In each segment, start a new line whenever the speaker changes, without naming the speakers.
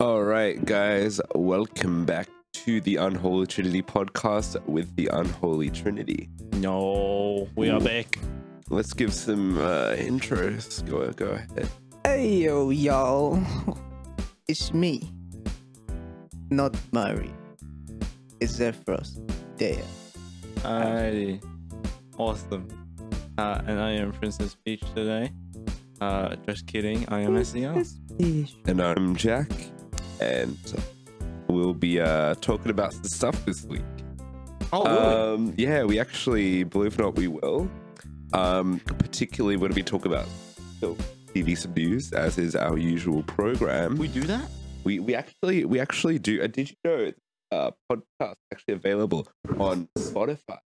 right, guys, welcome back to the Unholy Trinity podcast with the Unholy Trinity.
No, we are back.
Let's give some uh, intros. Go, go ahead.
Hey yo, y'all. It's me. Not Murray. It's Zephyros. There.
Alrighty. Awesome. Uh, and I am Princess Peach today. Uh, just kidding, I am E SEO.
And I'm Jack, and we'll be uh, talking about some stuff this week.
Oh,
Um, yeah, we actually, believe it or not, we will. Um, particularly when we talk about film, TV some news, as is our usual program.
we do that?
We we actually we actually do. Uh, did you know uh, podcast actually available on Spotify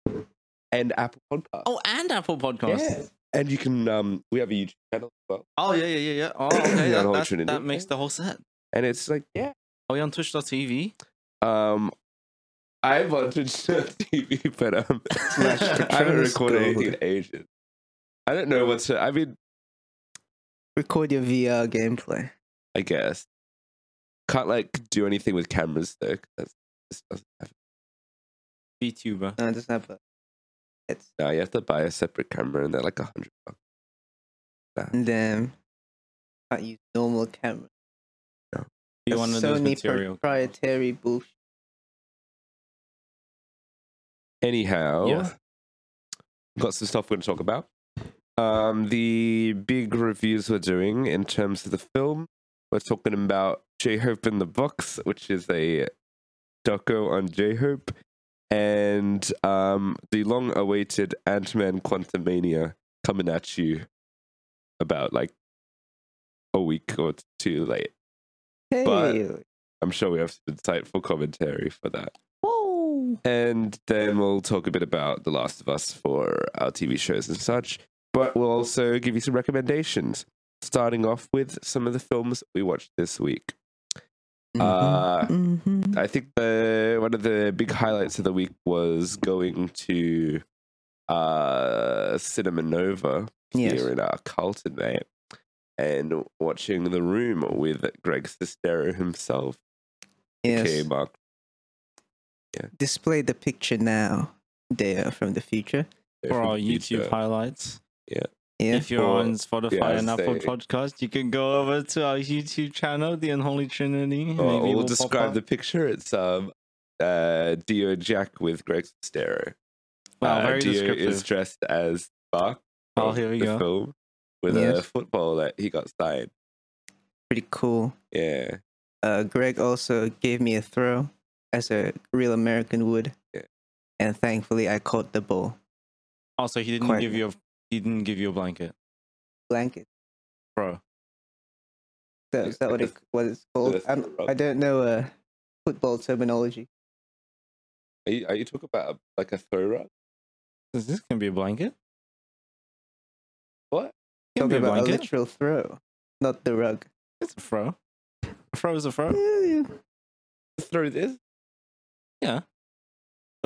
and Apple Podcasts?
Oh, and Apple Podcasts.
Yeah. And you can um we have a YouTube channel as well,
Oh, yeah, yeah, yeah, yeah. Oh, okay.
That
that,
whole
that-
Trinity.
that makes the whole set.
and it's like yeah.
Are we on Twitch.tv?
Um, I wanted to TV, but um,
Slash
I haven't
Patronus
recorded anything in
Gold.
ages. I don't know what to. I mean,
Record your VR gameplay.
I guess can't like do anything with cameras though. 'cause That's, this doesn't happen.
VTuber.
No, it doesn't have a. It's
Now you have to buy a separate camera, and they're like a hundred bucks.
them. Can't use normal camera.
Be
That's
one of those
Sony
material.
proprietary bullshit.
Anyhow,
Yes.
got some stuff we're going to talk about. Um, the big reviews we're doing in terms of the film, we're talking about J Hope in the Box, which is a doco on J Hope, and um, the long awaited Ant Man Quantumania coming at you about like a week or two late.
Hey.
But- I'm sure we have some insightful commentary for that.
Whoa.
And then we'll talk a bit about The Last of Us for our TV shows and such. But we'll also give you some recommendations, starting off with some of the films we watched this week.
Mm-hmm.
Uh,
Mm-hmm.
Mhm.
I think the one of the big highlights of the week was going to uh, Cinema Nova
Yes.
here in our Carlton, mate, and watching The Room with Greg Sestero himself.
Yes.
aka Mark
Display the picture now. There from the future.
Ruffalo
For our
from
YouTube
Future.
highlights.
Yeah.
If you're
Or-
on Spotify
yeah,
and Apple
say-
Podcast, you can go over to our YouTube channel, The Unholy Trinity.
Or
Maybe
Oh, we'll,
we'll pop
describe
up.
the picture. It's um, uh, Dio Jack with Greg Sestero.
Wow,
Uh,
very
Dio
descriptive.
is dressed as Buck.
Oh,
from
here we
the
go.
Film with a
Yes.
football that he got signed.
Pretty cool.
Yeah,
Uh, Greg also gave me a throw, as a real American would.
Yeah.
And thankfully, I caught the ball.
Also, he didn't
Quite-
give you a he didn't give you a blanket,
Blanket.
bro.
So is that what, it, what it's
So
called?
that's
I'm,
the rub.
I don't know uh, football terminology.
are you, are you talking about a, like a throw rug?
Is this gonna be a blanket?
What?
It Can
Talking
be a
about a
blanket.
literal throw, not the rug. Eh,
it's a fro. A fro is a fro.
Yeah,
Throw this?
But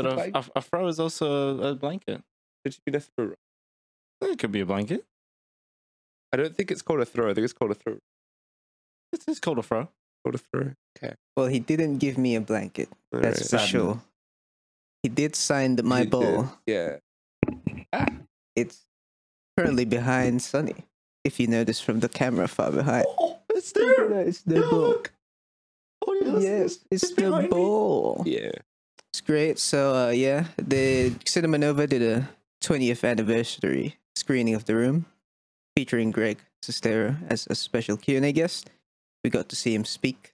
a blank-
a, a, a fro is also a blanket.
Did you mean a throw rug?
It could be a blanket.
I don't think it's called a throw. I think it's called a throw.
It's, it's called a fro.
Called a throw. Okay.
Well, he didn't give me a blanket.
All right.
That's for
Sadness.
sure. He did sign the, my
He did.
ball.
Yeah.
It's currently behind Sonny. If you notice from the camera far behind.
Oh, it's
No, it's the ball. Yes, it's the ball.
Yeah.
It's great. So uh, yeah, the Cinema Nova did a 20th anniversary screening of the room, featuring Greg Sestero as a special Q and A guest. We got to see him speak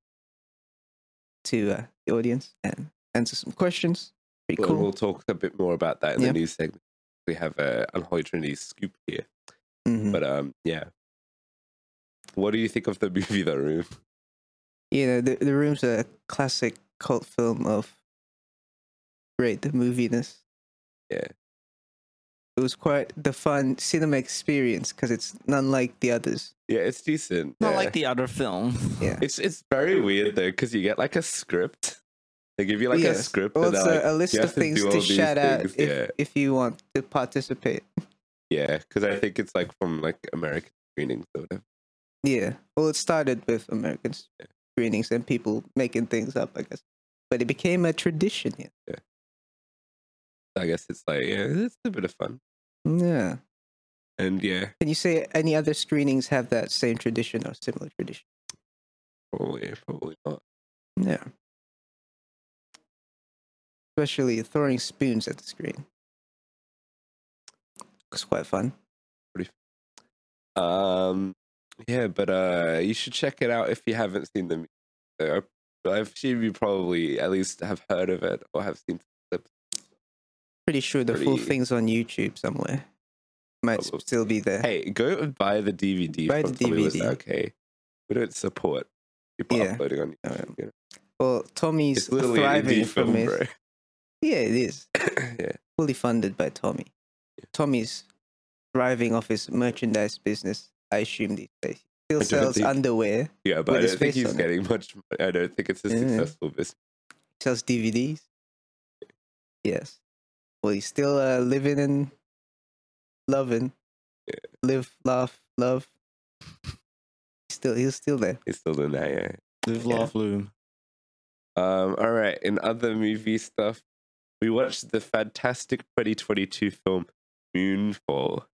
to uh, the audience and answer some questions. Pretty
Well,
cool.
We'll talk a bit more about that in
Yeah.
the news segment. We have a Unholy Trinity scoop here.
Mhm.
But um, yeah. What do you think of the movie The Room?
you know, the the room's a classic cult film of great moviness.
Yeah.
It was quite the fun cinema experience because it's none like the others.
Yeah, it's decent.
Not
yeah.
like the other film.
Yeah.
it's it's very weird though because you get like a script. They give you like a
Yes.
script.
Well,
and
it's
they're,
a,
like,
uh a list
you
of
have to
things
do
to,
all these
shout out
things.
if,
Yeah,
if you want to participate.
yeah. Because I think it's like from like American screenings or whatever.
Yeah. Well, it started with Americans. screenings and people making things up, I guess. But it became a tradition. Yeah.
I guess it's like, yeah, it's a bit of fun.
yeah.
And yeah,
Can you say any other screenings have that same tradition or similar tradition?
probably, probably not.
Yeah. Especially throwing spoons at the screen. It's quite fun.
Um, yeah, but uh, you should check it out if you haven't seen the music. So I, I assume you probably at least have heard of it or have seen.
Pretty sure the full
Pretty-
thing's on YouTube somewhere. Might s-
Probably.
still be there.
Hey, go and buy the DVD.
Buy
from
the
somebody who's
DVD.
Okay, we don't support people
Yeah.
uploading on YouTube.
Um,
you know.
Well, Tommy's
It's literally an
thriving
indie
from
film,
his.
bro.
Yeah, it is.
yeah,
Fully funded by Tommy. Tommy's thriving off his merchandise business, I assume these days.
I
Still
don't
sells
think-
underwear,
yeah, but I
With his
don't think
face
he's
on it.
getting much. money. I don't think it's a
Yeah.
successful business.
sells DVDs. Yes. Well, he's still uh, living and loving.
Yeah.
Live, laugh, love. Still, he's still there.
He's still doing that. Yeah.
Live,
Yeah.
laugh, loom.
Um, all right. In other movie stuff, we watched the fantastic 2022 film Moonfall.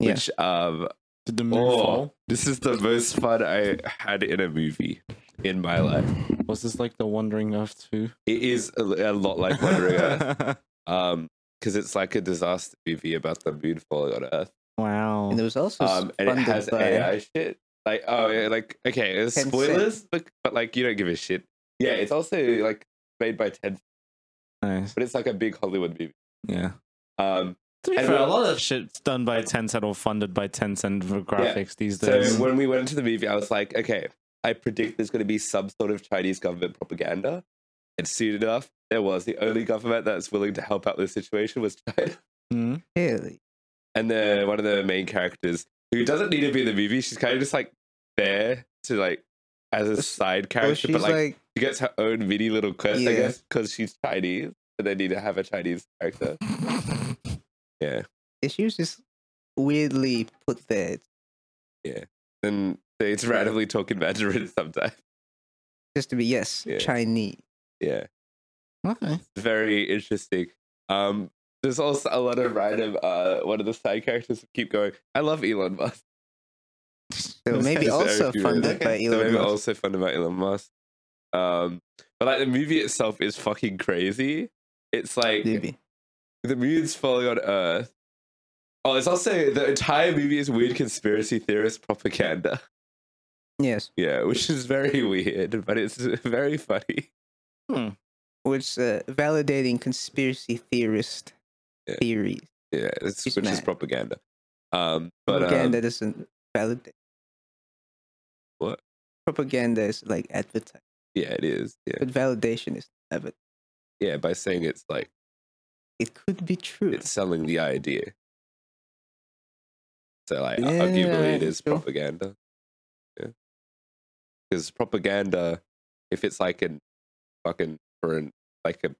Yeah.
Which um,
Did the
oh,
moon fall?
this is the most fun I had in a movie in my life.
Was this like the Wandering Earth too?
It is a, a lot like Wandering Earth, um, because it's like a disaster movie about the moon falling on Earth,
wow.
And it was also
um, and it
funded
has
by
AI shit. Like, oh, yeah, like okay, it's
Tencent.
spoilers, but, but like you don't give a shit. Yeah, it's also like made by Tencent,
nice.
but it's like a big Hollywood movie.
Yeah.
Um,
To be
And
fair, a
we'll-
lot of shit's done by Tencent or funded by Tencent for graphics these
so
days.
when we went to the movie, I was like, okay, I predict there's going to be some sort of Chinese government propaganda. And soon enough, there was. The only government that's willing to help out with the situation was China.
Mhm.
Haley.
And then one of the main characters, who doesn't need to be in the movie, she's kind of just like there to like as a side
So
character,
she's
but like,
like,
she gets her own mini little quest, I
Yeah.
guess, because she's Chinese. And they need to have a Chinese character.
Hmm?
Yeah.
she was just weirdly put there.
And it's randomly talking Mandarin sometimes.
just to be yes
Yeah.
chinese
Yeah.
Okay.
very interesting. Um, there's also a lot of random. Uh, one of the side characters keep going. I love Elon Musk.
so maybe
So
also
if you-
funded by
so
elon
maybe
musk
Also funded by Elon Musk. Um, but like the movie itself is fucking crazy. It's like
maybe
the moon's falling on Earth. Oh, it's also the entire movie is weird conspiracy theorist propaganda.
yes
Yeah, which is very weird, but it's very funny.
Hmm.
which uh, validating conspiracy theorist
Yeah.
theories
Yeah, it's,
It's
which is
mad.
propaganda. Um, but um,
propaganda doesn't validate
What?
propaganda is like advertising
yeah, it is. Yeah,
but validation is ever
yeah. By saying it's like.
it could be true
it's selling the idea. So like arguably
Yeah,
it is
sure.
propaganda. Yeah. Because propaganda, if it's like an fucking for an like a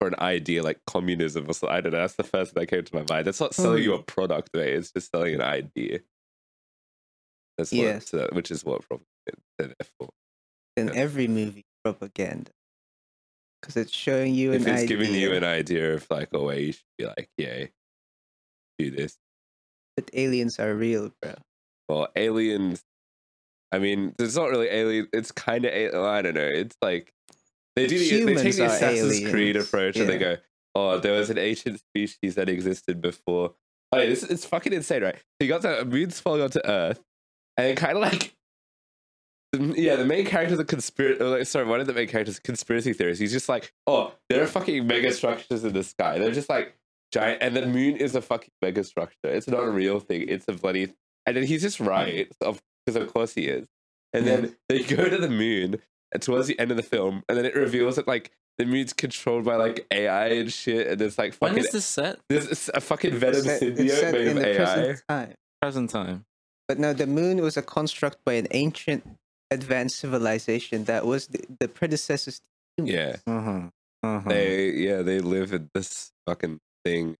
for an idea like communism or something, I don't know, that's the first thing that came to my mind. That's not selling
Hmm.
you a product, mate, it's just selling an idea. That's what
Yes.
so that- which is what propaganda is therefore.
in
yeah.
every movie propaganda because it's showing you
if
an
it's
idea
giving you an idea of like a way you should be like, yeah, do this.
but aliens are real bro
Well, aliens. I mean, it's not really alien. It's kind of I don't know. It's like they do. The, they take
Humans
the
are
Assassin's Creed
aliens,
approach, and they go, "Oh, there was an ancient species that existed before." Oh, yeah, this it's fucking insane, right? So you got the moon's falling onto Earth, and it kind of like. the- Yeah, the main character's a conspiracy. Like, sorry, one of the main characters, is a conspiracy theorist. He's just like, oh, there are fucking mega structures in the sky. They're just like giant, and the moon is a fucking mega structure. It's not a real thing. It's a bloody and then he's just right, of because of course he is. And
Mm.
then they go to the moon uh, towards the end of the film, and then it reveals that like the moon's controlled by like AI and shit, and there's like
When
fucking
is this set?
there's s- a fucking venom
It's set- it's
symbiote
set
made of
in the
AI.
present time
Present time.
But no, the moon was a construct by an ancient advanced civilization that was the, the predecessors to humans.
Yeah,
Uh huh. Uh huh.
they yeah they live in this fucking thing.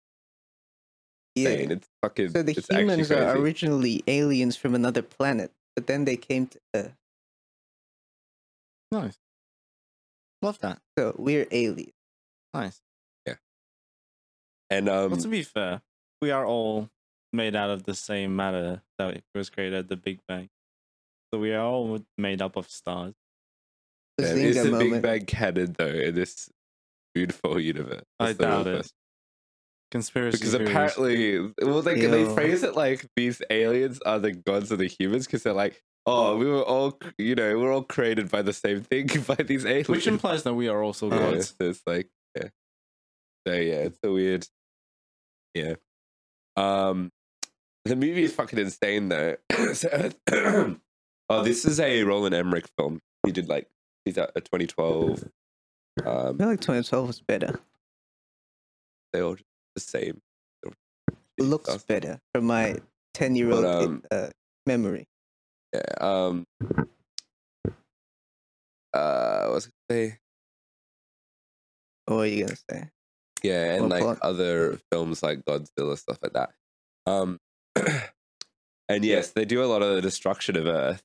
Yeah.
Insane. It's fucking.
So the
it's actually
humans are
crazy.
originally aliens from another planet, but then they came to Earth.
Nice. Love that.
So we're aliens.
Nice.
And um,
well, to be fair, we are all made out of the same matter that was created at the Big Bang. So we are all made up of stars.
yeah,
Bazinga
is the Big
moment.
Bang canon though in this beautiful universe?
I
That's the real
doubt it.
question.
Conspiracy
Because
theories.
apparently, well, they they
Ew.
phrase it like these aliens are the gods of the humans because they're like, oh, we were all, you know, we're all created by the same thing by these aliens.
which implies that we are also
Yeah,
gods.
so it's like, yeah. So yeah, it's a weird, yeah. Um, the movie is fucking insane though. so, oh, this is a Roland Emmerich film. He did like he's at a 2012.
I
Um,
feel like 2012 was better.
they all just the same.
Looks
Stuff.
better from my 10 year old
But, um,
uh, memory.
Yeah. Um. Uh, what's it say?
Or what are you going to say?
Yeah, and
Well,
like
plot.
other films like Godzilla stuff like that. Um, and yes, they do a lot of the destruction of Earth.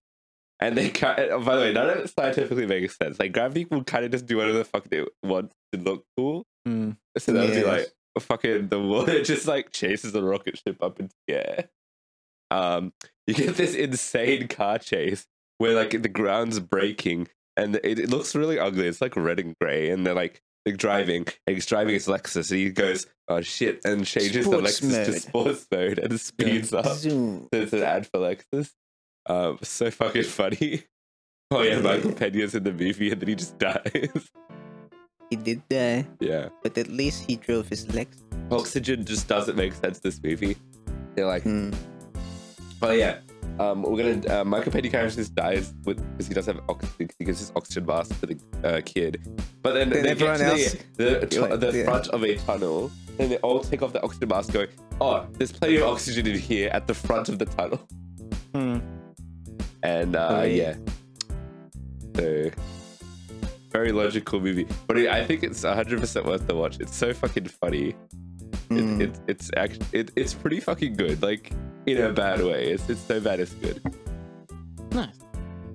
And they kind oh, by the way, none of it scientifically makes sense. Like gravity will kind of just do whatever the fuck they want to look cool.
Mm.
So that would be
Yes.
like fucking the water just like chases a rocket ship up into the air. Um, you get this insane car chase where like the ground's breaking and it, it looks really ugly. It's like red and gray, and they're like they're driving. And he's driving his Lexus, and he goes, "Oh shit!" and changes
Sports
the Lexus to
mode.
sports mode and speeds up.
Zoom.
So it's an ad for Lexus. Um, so fucking funny. Oh yeah, Michael Pena's in the movie, and then he just dies.
He did die,
yeah.
but at least he drove his legs.
Oxygen just doesn't make sense this movie. They're like,
Hmm.
oh yeah, um, we're gonna. Uh, Michael Pena character just dies with because he doesn't have oxygen. He gives his oxygen mask to the uh, kid, but then,
Then
they get to
everyone else-
the, the, tu-
Like,
the
yeah.
front of a tunnel, and they all take off the oxygen mask, going, "Oh, there's plenty of oxygen in here at the front of the tunnel,"
Mm.
and uh,
Oh,
yeah,
yeah.
so. Very logical movie, but it, I think it's 100% worth the watch. It's so fucking funny.
Hmm.
It, it, it's actually it, it's pretty fucking good. Like in a bad way. It's it's so bad it's good.
Nice.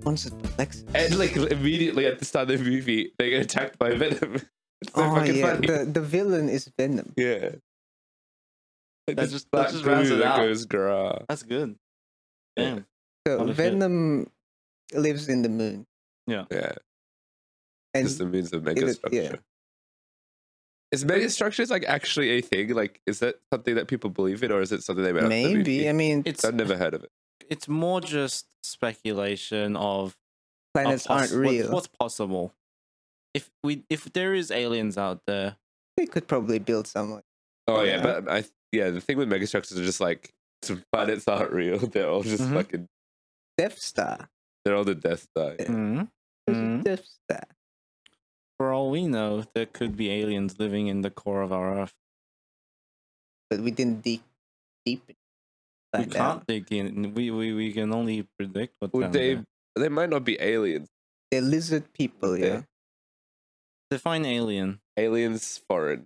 Sponsored by Lexus.
And like immediately at the start of the movie, they get attacked by venom. It's so
oh,
fucking
yeah.
funny.
The, the villain is Venom.
Yeah. Like
That
this
just- that
black
just rounds
goo
it
that
out.
goes grah.
That's good.
Yeah.
Damn.
So
Holy shit.
Venom lives in the moon.
Yeah,
And
just the means of
it-
mega
yeah.
structure. Is mega structures like actually a thing? Like, is that something that people believe in, or is it something they made up? for the
maybe,
movie?
I mean,
It's
I've never heard of it.
it's more just speculation of are
planets aren't
poss- what-
real.
what's possible? If we if there is aliens out there,
They could probably build someone.
Oh yeah,
Yeah.
but I yeah, the thing with megastructures are just like some planets aren't real. They're all just
Mm-hmm.
Mhm.
fucking
Death Star.
they're all the Death Star.
Yeah. Mm-hmm. There's a
Mm-hmm.
Death Star.
for all we know, there could be aliens living in the core of our Earth.
But we didn't dig deep.
We
find out.
can't dig in. We, we we can only predict what.
Would
down
they?
there.
They might not be aliens.
They're lizard people,
Yeah.
yeah.
define alien?
Aliens foreign.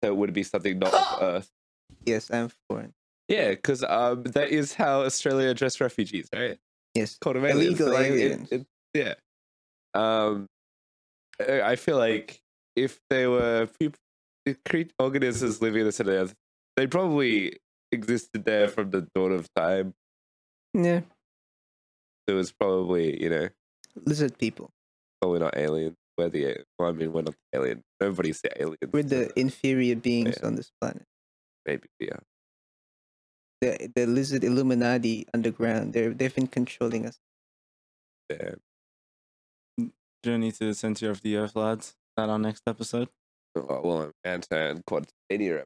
So it would be something not of Earth.
Yes, I'm foreign.
Yeah, because um, that is how Australia addressed refugees, right?
Yes.
Called them aliens.
Illegal
it-
aliens.
it- yeah. Um, I I feel like if they were people, organisms living in this Earth, they probably existed there from the dawn of time.
Yeah.
There was probably, you know,
Lizard people.
probably not aliens. We're the a- well, I mean, we're not the alien. Nobody's the alien.
We're the inferior beings
Yeah.
on this planet.
maybe yeah.
The the lizard Illuminati underground. They're they've been controlling us.
yeah.
Journey to the center of the Earth, lads. Is that our next episode?
Oh, well, I'm anti and quadrennial.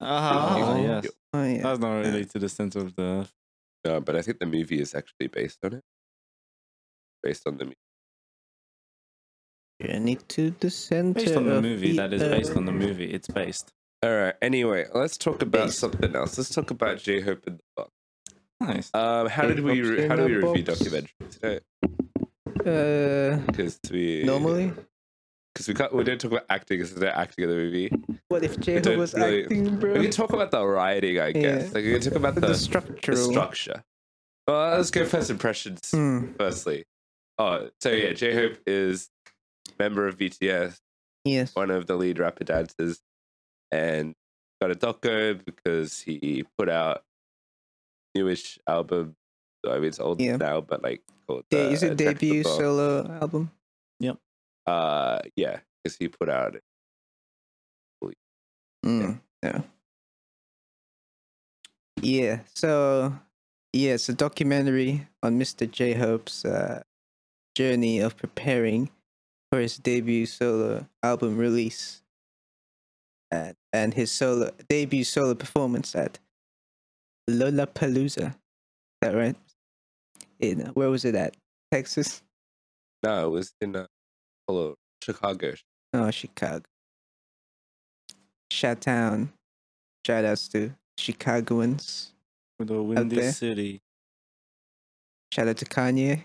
Uh-huh.
Ah,
Oh.
yes.
Oh yeah.
That's not really to the center of the Earth.
No, Uh, but I think the movie is actually based on it. Based on the movie.
Journey to the center.
Based on the
of
movie. That is based on the
earth.
movie. It's based.
All right. Anyway, let's talk about
Based.
something else. Let's talk about J Hope in the box.
Nice.
Um, how did we
J-Hope's
re-
in
how do
the
we review
box.
documentaries?
Uh,
Because we
normally,
because we can't we don't talk about acting because they're acting in the movie.
what if J
don't
Hope was
really-
acting, bro?
We can talk about the writing, I guess.
Yeah.
Like we can talk about
the,
the,
structural.
the structure. Well, let's go first impressions.
Hmm.
Firstly, Oh, so yeah, J Hope is member of BTS,
Yes.
one of the lead rapper dancers, and got a doco because he put out newish album. I mean, it's old
Yeah.
now, but like called
De- is
uh,
it
Jack the
debut
Box.
solo album?
Uh, yeah, because he put out
Mm, no. Yeah. So, yeah, it's a documentary on Mr. J Hope's uh, journey of preparing for his debut solo album release, and and his solo debut solo performance at Lollapalooza. Is that right? In where was it at? Texas?
No, it was in uh, hello, Chicago.
Oh, Chicago. Shout town. Shout outs to Chicagoans.
The windy
there.
city.
Shout out to Kanye.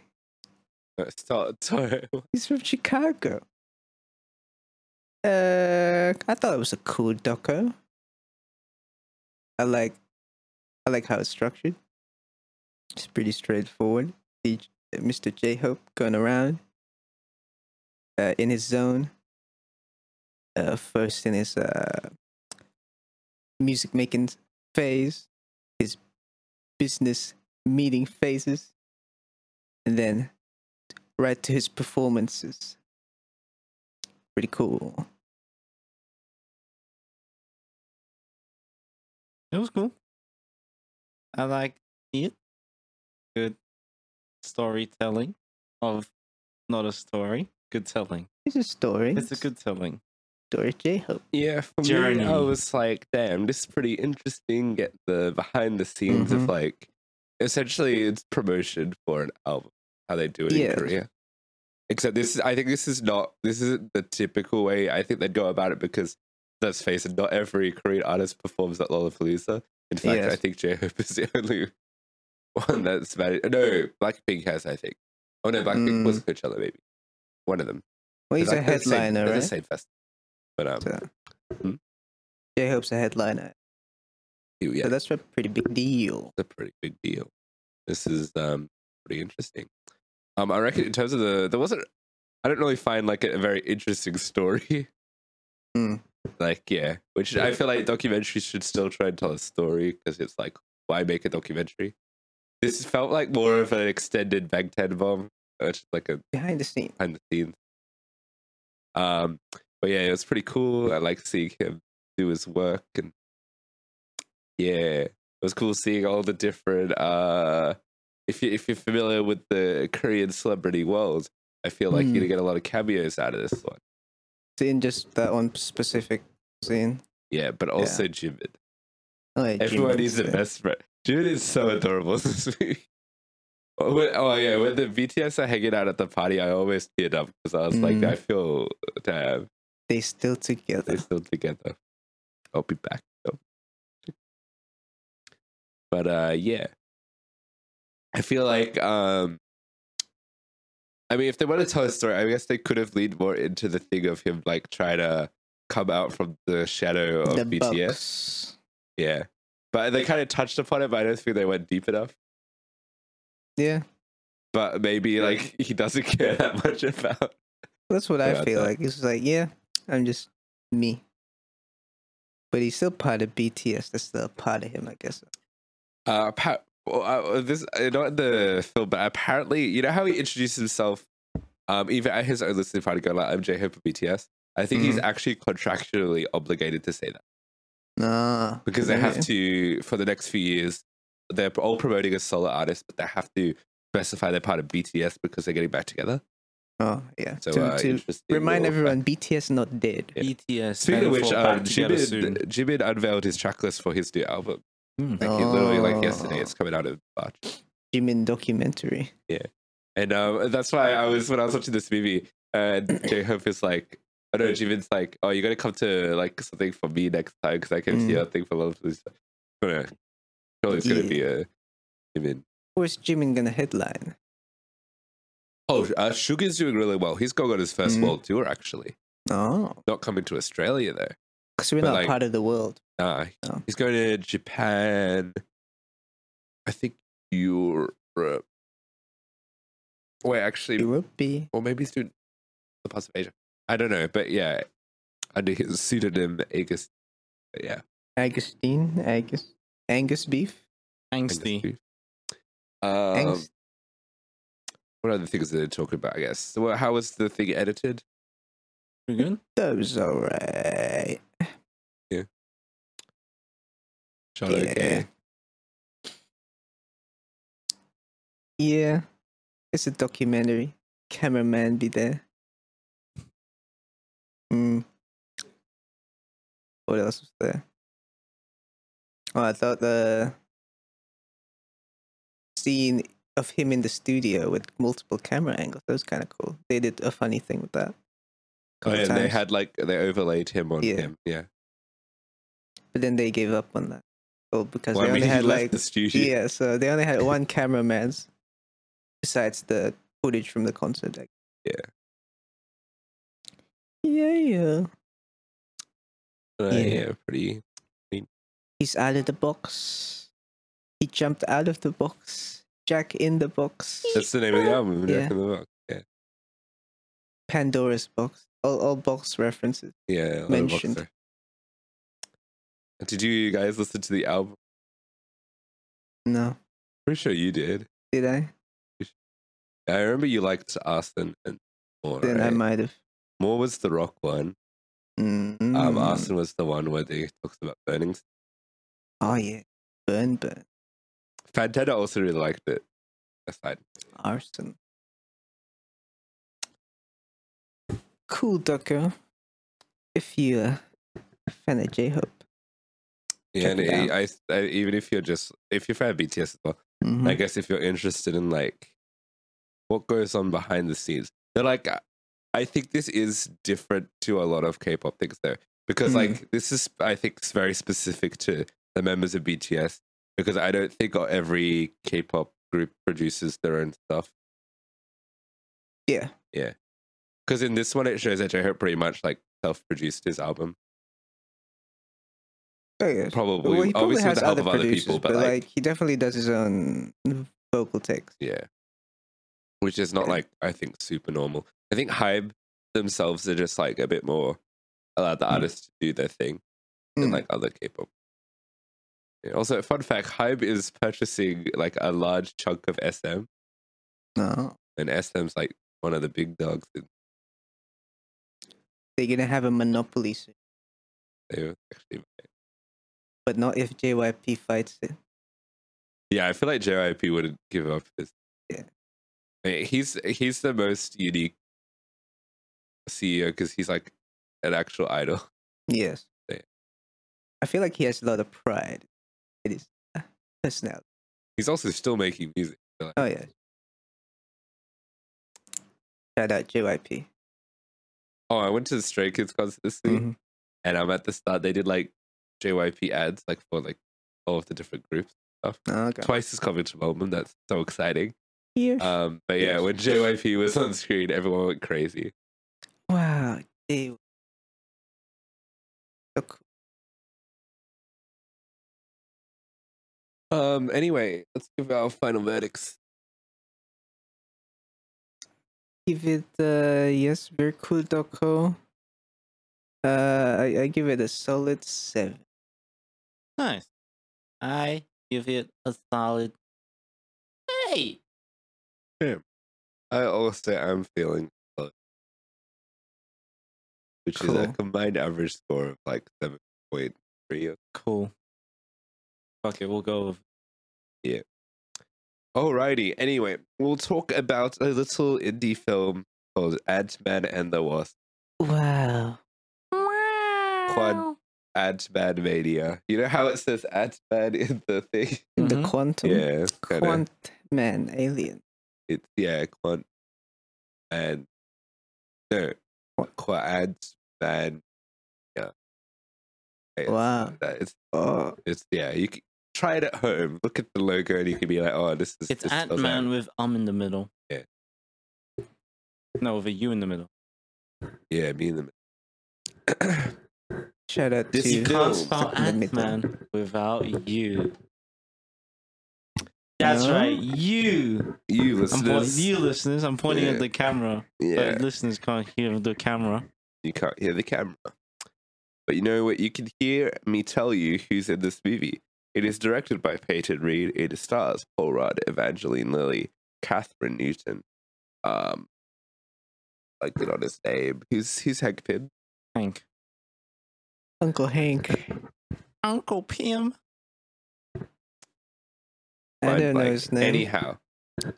No, start, sorry.
He's from Chicago. Uh, I thought it was a cool doco. I like, I like how it's structured. It's pretty straightforward. The, Mr. J Hope going around, uh, in his zone. Uh, first in his uh, music making phase, his business meeting phases, and then right to his performances. Pretty cool.
It was cool. I like it. Good storytelling of not a story. Good telling.
It's a story.
It's a good telling.
story, J Hope.
Yeah, for me, I
Journey.
was like, damn, this is pretty interesting. Get the behind the scenes
Mhm.
of like, essentially, it's promotion for an album, how they do it
Yeah.
in Korea. Except this, is- I think this is not this isn't the typical way. I think they'd go about it because let's face it, not every Korean artist performs at Lollapalooza. In fact,
Yes.
I think J Hope is the only one that's managed. No, Blackpink has, I think. Oh no, Blackpink
Mm.
was Coachella, maybe one of them.
Well, he's
They're
a
like- they're the same-
headliner,
they're
right?
the same festival. But um,
So,
Hmm?
J Hope's a headliner.
yeah,
So that's a pretty big deal.
it's a pretty big deal. This is um pretty interesting. Um, I reckon in terms of the there wasn't. I don't really find like a, very interesting story.
Mm.
Like yeah, which I feel like documentaries should still try and tell a story because it's like why make a documentary? This felt like more of an extended Bang Ten bomb, which is like a
Behind the scenes.
behind the scenes. Um, but yeah, it was pretty cool. I like seeing him do his work, and yeah, it was cool seeing all the different. Uh, if you if you're familiar with the Korean celebrity world, I feel like
Hmm.
you're gonna get a lot of cameos out of this one.
Seeing just that one specific scene.
Yeah, but also Jimin.
Oh, yeah,
Everyone
Jimin.
is the best friend. Jimin is so adorable in this movie. Oh, when- oh, yeah, when the BTS are hanging out at the party, I always teared up because I was like,
Mm.
I feel damn.
They still
they're
together.
still together. I'll be back though. But uh yeah. I feel like um I mean if they want to tell a story, I guess they could have leaned more into the thing of him like trying to come out from the shadow of
the
BTS.
Bucks.
Yeah. But they kind of touched upon it, but I don't think they went deep enough.
Yeah,
But maybe like he doesn't care that much about
that's what I
About
feel
that.
like. It's like, yeah, I'm just me. But he's still part of BTS. That's still a part of him, I guess.
Uh, appa- well, uh, this uh, not in the film, but apparently, you know how he introduced himself, um, even at his own listening party, going like, "I'm J Hope of BTS." I think he's actually contractually obligated to say that
Nah.
because they have
okay.
to for the next few years. They're all promoting a solo artist, but they have to specify they're part of BTS because they're getting back together.
Oh yeah.
So,
to,
uh,
to
interesting
remind
little
everyone, BTS not dead.
Yeah.
BTS.
Speaking
E better
of which,
fall
um,
back together soon.
Jimin, Jimin unveiled his tracklist for his new album.
Hmm.
Like he literally, like
Oh.
yesterday, it's coming out in March.
Jimin documentary.
And um, that's why I was when I was watching this movie, uh, J Hope is like, oh no, Jimin's like, oh, you gotta come to like something for me next time because I can see
Mm.
a thing for love. Please. But uh, surely it's gonna be a Jimin.
Where's Jimin gonna headline?
Oh, uh, Sugar's doing really well. He's going on his first
Mm.
world tour actually.
Oh,
Not coming to Australia though.
because we're
But,
not
like-
part of the world.
Nah,
Oh.
he's going to Japan. I think Europe. Wait, actually,
It would be.
or maybe through the parts of Asia. I don't know, but yeah, under his pseudonym Agus. But yeah,
Agustine, Agus, Angus beef.
Angsty.
Um,
Angus.
what other things did they talk about? I guess. So, what- how was the thing edited?
You good?
That was alright.
Shot okay.
Yeah, it's a documentary. Cameraman be there. Hmm. What else was there? Oh, I thought the scene of him in the studio with multiple camera angles. That was kind of cool. They did a funny thing with that.
Oh,
Couple
yeah, and they
times.
had like they overlaid him on
Yeah.
him. Yeah.
but then they gave up on that. Well, because
Well,
they
I mean,
only
he
had
left
like
the studio.
yeah, so they only had one cameraman besides the footage from the concert. like.
Yeah.
Yeah, yeah.
Uh,
Yeah.
yeah. pretty.
He's out of the box. He jumped out of the box. Jack in the box.
That's the name of the album.
Uh, Yeah.
Jack in the Box. Yeah,
Pandora's box. All, all box references.
yeah. a lot of
Mentioned.
Boxer. Did you guys listen to the album?
No,
Pretty sure you did.
did I?
I remember you liked Arson and more.
Then I
right?
might have.
More was the rock one. Um,
Mm.
Arson was the one where they talked about burnings.
Oh yeah, burn, burn,
Fantana also really liked it. Aside,
arson. Cool, Docker. If you're a fan of J-Hope.
yeah,
Check
and
it out.
I, I, I, even if you're just if you're a fan of BTS as well,
Mhm.
I guess if you're interested in like what goes on behind the scenes, they're like, I- I think this is different to a lot of K-pop things though, because
Mm.
like this is I think it's very specific to the members of BTS because I don't think every K-pop group produces their own stuff.
Yeah.
Because in this one, it shows that J-Hope pretty much like self-produced his album,
Oh, yeah.
probably,
Well, he probably
obviously
has
with the help
other
of other
producers,
people,
but, like, he definitely does his own vocal takes.
Yeah. Which is not
Yeah.
like I think super normal. I think Hybe themselves are just like a bit more allow the
Hmm.
Mm.
artists to do their thing than
Mm.
like other K-pop. Yeah, Also, fun fact: Hybe is purchasing like a large chunk of SM,
No,
and SM's like one of the big dogs. In
they're gonna have a monopoly, soon,
they were actually,
but not if JYP fights it.
yeah, I feel like JYP wouldn't give up. His,
Yeah.
I mean, he's he's the most unique CEO because he's like an actual idol.
Yes.
Yeah.
I feel like he has a lot of pride. It is uh, personality.
He's also still making music.
Oh yeah. Shout out JYP.
Oh, I went to the Stray Kids concert this week,
Mhm.
and I'm at the start. They did like JYP ads, like for like all of the different groups.
Oh, God.
Twice is coming to Melbourne. That's so exciting.
Years.
Um, but yeah,
Yes.
when JYP was on screen, everyone went crazy.
wow. JYP. So cool.
Um, anyway, let's give our final verdicts.
give it uh yes very cool doco uh I, I give it a solid seven
Nice. I give it a solid. Hey.
I also am feeling low, which is a
Cool.
combined average score of like seven point three.
Cool. Fuck it, we'll go with
Alrighty. Anyway, we'll talk about a little indie film called Ant-Man and the Wasp.
wow
Quad Ant-Man Mania. You know how it says Ant-Man in the thing?
the
Mhm.
quantum
mm-hmm. Yeah, it's kinda-
quant man alien
it, yeah, Quant and no, Quant Man. Yeah, Yeah, it's
Wow.
like that. It's
oh
it's yeah. You can, try it at home. Look at the logo, and you can be like, oh, this is
It's
this does
Ant Man with um in the middle.
Yeah.
No, with a U in the middle.
Yeah, me and them.
shout out
This
to
You
You
Dude.
can't spell
In the
Ant
middle.
Man without you. That's
No?
right. You.
You
I'm pointing,
listeners,
you listeners, I'm pointing
Yeah.
at the camera.
yeah,
But listeners can't hear the camera.
you can't hear the camera, but you know what? You can hear me tell you who's in this movie. It is directed by Peyton Reed. It stars Paul Rudd, Evangeline Lilly, Catherine Newton. Um, like good on his name. Who's who's Hagpin?
Hank.
Uncle Hank.
Uncle Pim.
I
Fine,
don't know
like,
his name.
Anyhow,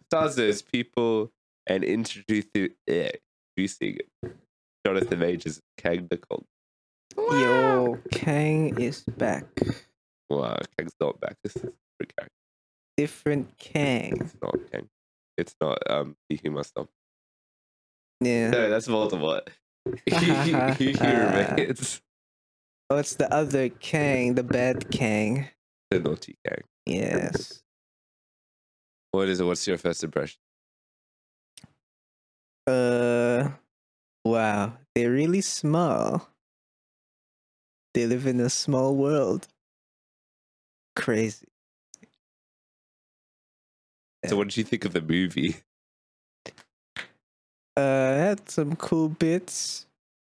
stars those people and introducing, eh, introducing Jonathan Majors as Kang the Conqueror.
Yo, Kang is back.
Wow, Kang's not back. This is a different character.
Different Kang.
It's not Kang. It's not um he who must not.
Yeah.
No, that's Voldemort.
Uh,
he who remains.
Oh, it's the other Kang, the bad Kang.
The naughty Kang.
Yes.
What is it? What's your first impression?
Uh, wow. They're really small. They live in a small world. Crazy.
So what did you think of the movie?
Uh, had some cool bits,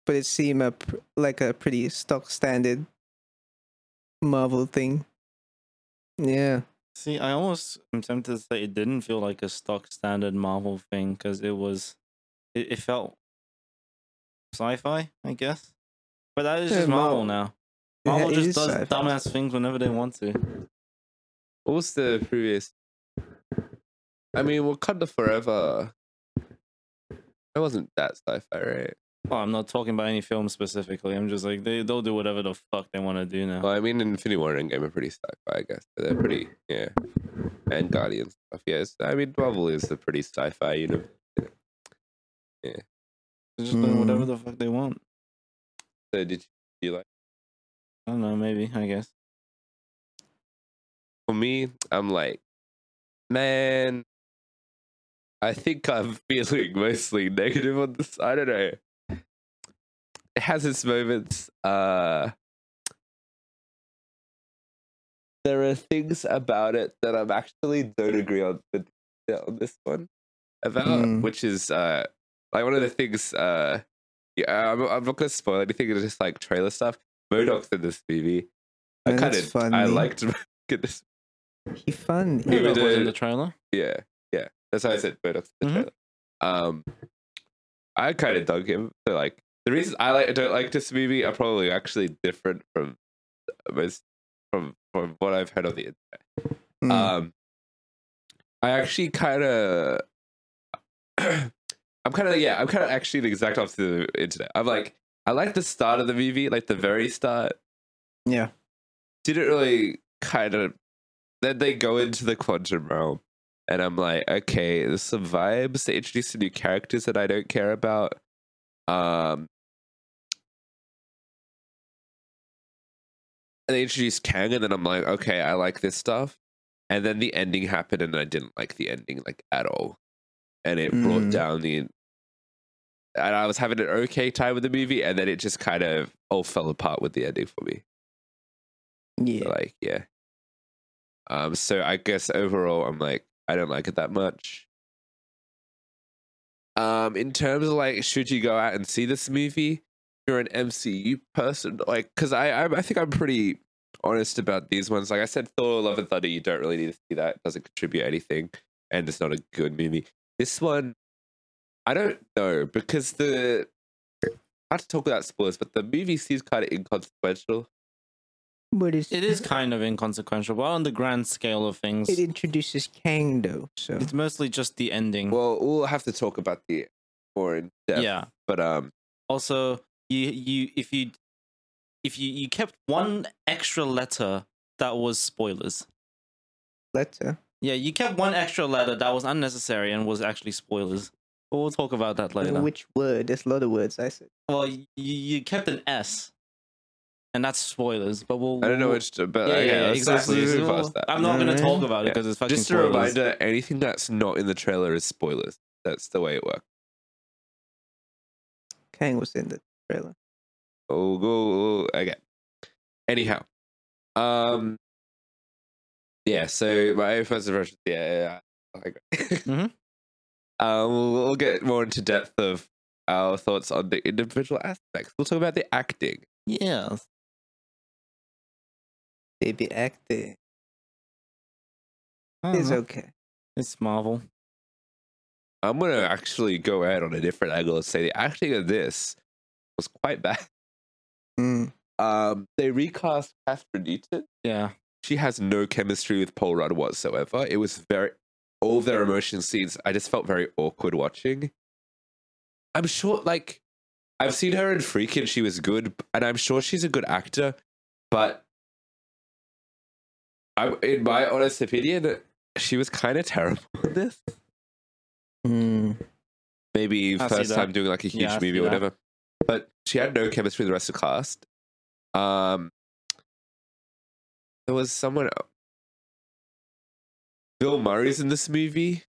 but it seemed a pr- like a pretty stock standard Marvel thing. Yeah.
See, I almost am tempted to say it didn't feel like a stock standard Marvel thing because it was, it, it felt sci-fi, I guess. But that is
Yeah,
just Marvel
Marvel-
now.
Yeah,
Marvel
it
just
is
does
sci-fi.
dumbass things whenever they want to.
What was the previous? I mean, Wakanda Forever. That wasn't that sci-fi, right?
Oh, I'm not talking about any film specifically. I'm just like they they'll do whatever the fuck they want to do now.
Well, I mean, Infinity War and Game are pretty sci-fi, I guess. But they're pretty, yeah. And Guardians stuff, yes. I mean, Marvel is a pretty sci-fi, you know.
They're just doing
Mm.
whatever the fuck they want.
So did you, do you like?
I don't know, maybe, I guess.
For me, I'm like, man, I think I'm feeling mostly negative on this. I don't know. It has its moments. Uh, there are things about it that I'm actually don't agree on with on this one about,
Mm.
which is uh, like one of the things. Uh, yeah, I'm, I'm not gonna spoil anything. It's just like trailer stuff. Modoc's in this movie. I
Man,
kind
that's
of I
funny.
liked Modok in this
He fun.
Yeah,
That
but,
was
uh,
in the trailer.
yeah, yeah. That's how I said Murdoch's the
Mm-hmm.
Mhm.
trailer. Um, I kind of dug him. So like the reason I like don't like this movie are probably actually different from uh, most from from what I've heard on the internet.
Mm.
uh,
Um, I actually kind of. I'm kind of yeah. I'm kind of actually the exact opposite of the internet. I'm like I like the start of the movie, like the very start,
yeah.
didn't really kind of then they go into the quantum realm and i'm like okay there's some vibes they introduce some new characters that i don't care about um and they introduced kang and then i'm like okay i like this stuff and then the ending happened and i didn't like the ending like at all and it brought
Mm.
down the and i was having an okay time with the movie and then it just kind of all fell apart with the ending for me
Yeah.
but, like yeah um so i guess overall i'm like i don't like it that much um in terms of like should you go out and see this movie if you're an mcu person like because I, I i think i'm pretty honest about these ones like i said thor love and thunder you don't really need to see that it doesn't contribute anything and it's not a good movie this one i don't know because the not to talk without spoilers but the movie seems kind of inconsequential
But it's,
It is kind of inconsequential, but on the grand scale of things,
It introduces Kang though, so
it's mostly just the ending.
Well, we'll have to talk about the more in depth.
Mm-hmm. yeah.
But um,
also you you if you if you you kept one extra letter that was spoilers
letter.
yeah you kept one extra letter that was unnecessary and was actually spoilers but we'll talk about that later
Which word? There's a lot of words. I said.
well you, you kept an s and that's spoilers but we'll
I don't know
we'll-
which. To, but
yeah,
okay,
yeah, yeah,
let's,
exactly.
let's move
We'll-
past that.
I'm not going to
Alright.
talk about it
Yeah.
because it's fucking
Just a
spoilers.
reminder: anything that's not in the trailer is spoilers. That's the way it works.
Kang was in the trailer.
Oh, go oh, okay. Anyhow, um, yeah, so my first impression, yeah, yeah, yeah, I agree.
Mhm.
um, we'll, we'll get more into depth of our thoughts on the individual aspects. We'll talk about the acting.
Yeah.
They be acting.
Mm-hmm.
It's okay.
It's Marvel.
I'm gonna actually go ahead on a different angle and say the acting of this was quite bad.
Mm.
Um, they recast Catherine Newton.
Yeah.
She has no chemistry with Paul Rudd whatsoever. It was very all their emotion scenes. I just felt very awkward watching. I'm sure, like, I've seen her in Freak and she was good, and I'm sure she's a good actor, but I, in my honest opinion, she was kind of terrible in this.
Mm.
maybe
I see
first
that.
time doing like a huge
Yeah, I
movie
see
or
that.
whatever. But she had no chemistry with the rest of the cast. Um, there was someone. Bill Murray's in this movie,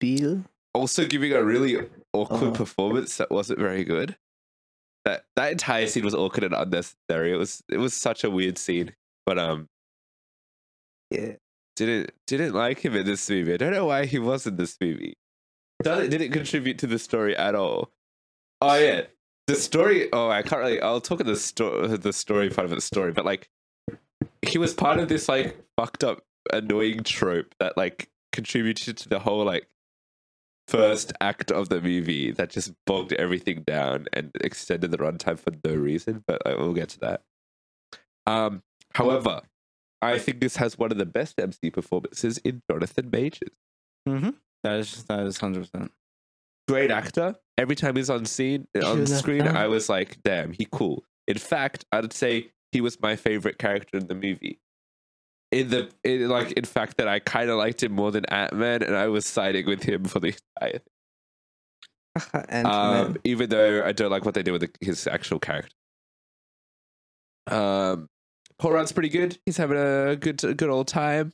Bill?
also giving a really awkward
Uh-huh.
performance that wasn't very good. That that entire scene was awkward and unnecessary. It was it was such a weird scene, but um,
Yeah.
didn't didn't like him in this movie. I don't know why he was in this movie. Doesn't didn't contribute to the story at all. Oh yeah, the story. Oh, I can't really. I'll talk at the story, the story part of the story, but like, he was part of this like fucked up, annoying trope that like contributed to the whole like first act of the movie that just bogged everything down and extended the runtime for no reason. But I will get to that. Um, however, I think this has one of the best MC performances in Jonathan Majors.
Mm-hmm. That is that is hundred percent.
Great actor. Every time he's on scene on
Jonathan.
screen, I was like, damn, he cool. In fact, I'd say he was my favorite character in the movie. In the in, like, in fact, that I kind of liked him more than Ant Man, and I was siding with him for the entire thing.
and
Um, even though I don't like what they did with the, his actual character. Um, Paul Rudd's pretty good. He's having a good a good old time.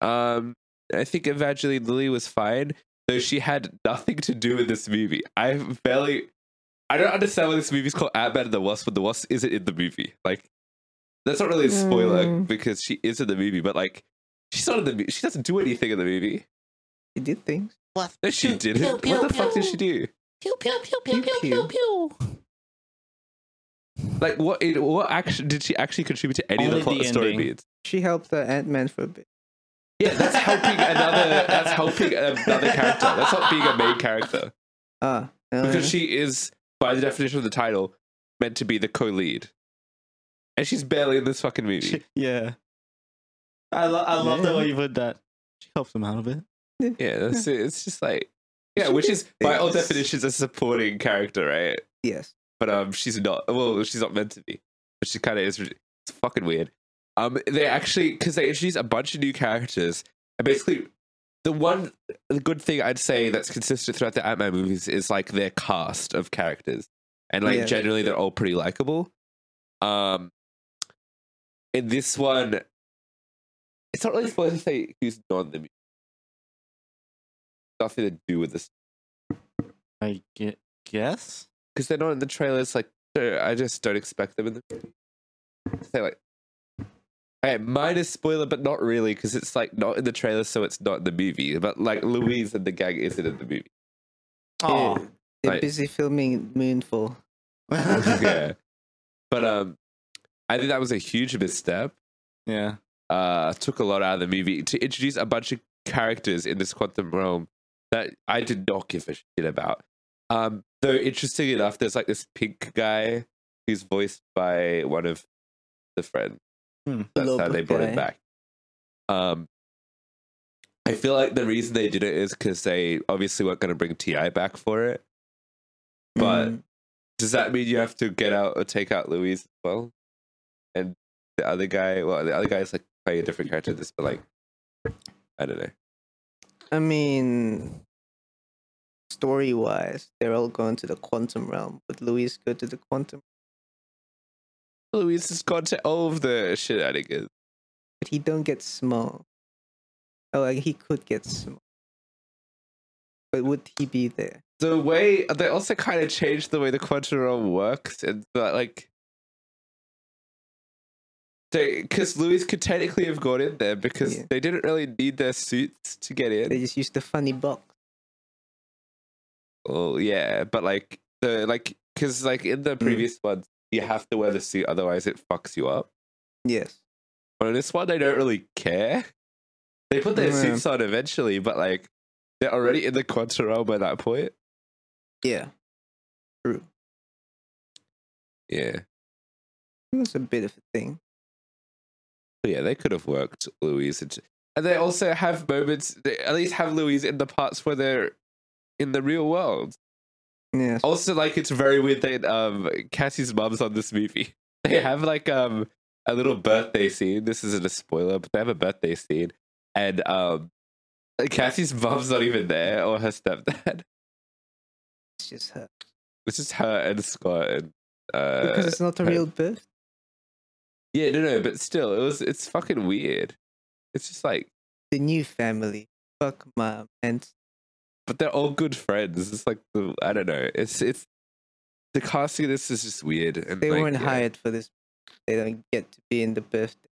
Um, I think Evangeline Lilly was fine, though she had nothing to do with this movie. I barely, I don't understand why this movie's called Ant Man and the Wasp, but the Wasp isn't in the movie. Like, that's not really a spoiler
Hmm.
Mm.
because she is in the movie, but like, she's not in the. mo- She doesn't do anything in the movie.
he did things.
No, she didn't.
pew, pew,
what the fuck did
pew.
she do?
Pew, pew.
Like what? It, what action did she actually contribute to any of
Only
the plot
the
and story
ending.
beats?
She helped uh, Ant Man for a bit.
Yeah, that's helping another. That's helping another character. That's not being a main character
Ah. uh,
because she is, by the definition of the title, meant to be the co-lead, and she's barely in this fucking movie.
Yeah. I lo- I love the way you put that. She helps him out a bit.
Yeah, that's it. It's just like yeah,
She
which
did
is by all
things.
definitions a supporting character, right?
Yes.
but um, she's not. Well, she's not meant to be, but she kind of is. It's fucking weird. Um, they actually because they introduce a bunch of new characters, and basically, the one the good thing I'd say that's consistent throughout the Ant Man movies is like their cast of characters, and like
Yeah.
generally they're all pretty likable. Um, in this one, it's not really supposed to say who's not in the movie. Nothing to do with this
I ge- guess.
because they're not in the trailers. Like, so I just don't expect them in the. Say like, okay, minus spoiler, but not really, because it's like not in the trailer, so it's not in the movie. But like Louise and the gang isn't in the movie.
Aw.
Yeah. They're
Right.
busy filming Moonfall.
yeah, but um, I think that was a huge misstep.
yeah.
Uh, took a lot out of the movie to introduce a bunch of characters in this quantum realm that I did not give a shit about. Um, though interesting enough, there's like this pink guy who's voiced by one of the friends.
Hmm.
That's how
Lobo
they brought him
guy.
back. Um, I feel like the reason they did it is because they obviously weren't going to bring Ti back for it. But
Mm,
does that mean you have to get out or take out Louise as well? And the other guy, well, the other guy's like playing a different character. in This, but like, I don't know.
I mean, story wise, they're all going to the quantum realm, but Louise go to the quantum,
Louise has gone to all of the shenanigans.
but he don't get small. Oh, like he could get small, but would he be there?
The way they also kind of changed the way the quantum realm works, and that like because Louis could technically have got in there because
Yeah.
they didn't really need their suits to get in.
They just used the funny box.
Oh yeah, but like the like because like in
Mm.
the previous ones you have to wear the suit otherwise it fucks you up.
Yes.
But in this one they don't really care. They put their
Yeah.
suits on eventually, but like they're already in the Quantarelle by that point.
Yeah. True.
Yeah,
That's a bit of a thing.
but yeah, they could have worked Louise, and, and they also have moments. They at least have Louise in the parts where they're in the real world.
Yes.
Also, like it's very weird that um Cassie's mum's on this movie. They have like um a little birthday scene. This isn't a spoiler, but they have a birthday scene, and um Cassie's mum's not even there or her stepdad.
It's just her.
It's just her and Scott and
Because
uh
it's not a
right.
real birth.
yeah no no but still it was it's fucking weird. It's just like
The new family. Fuck mom and
but they're all good friends. It's like the I don't know. It's it's the casting of this is just weird. And
they
like,
weren't
yeah,
hired for this. They don't get to be in the birthday.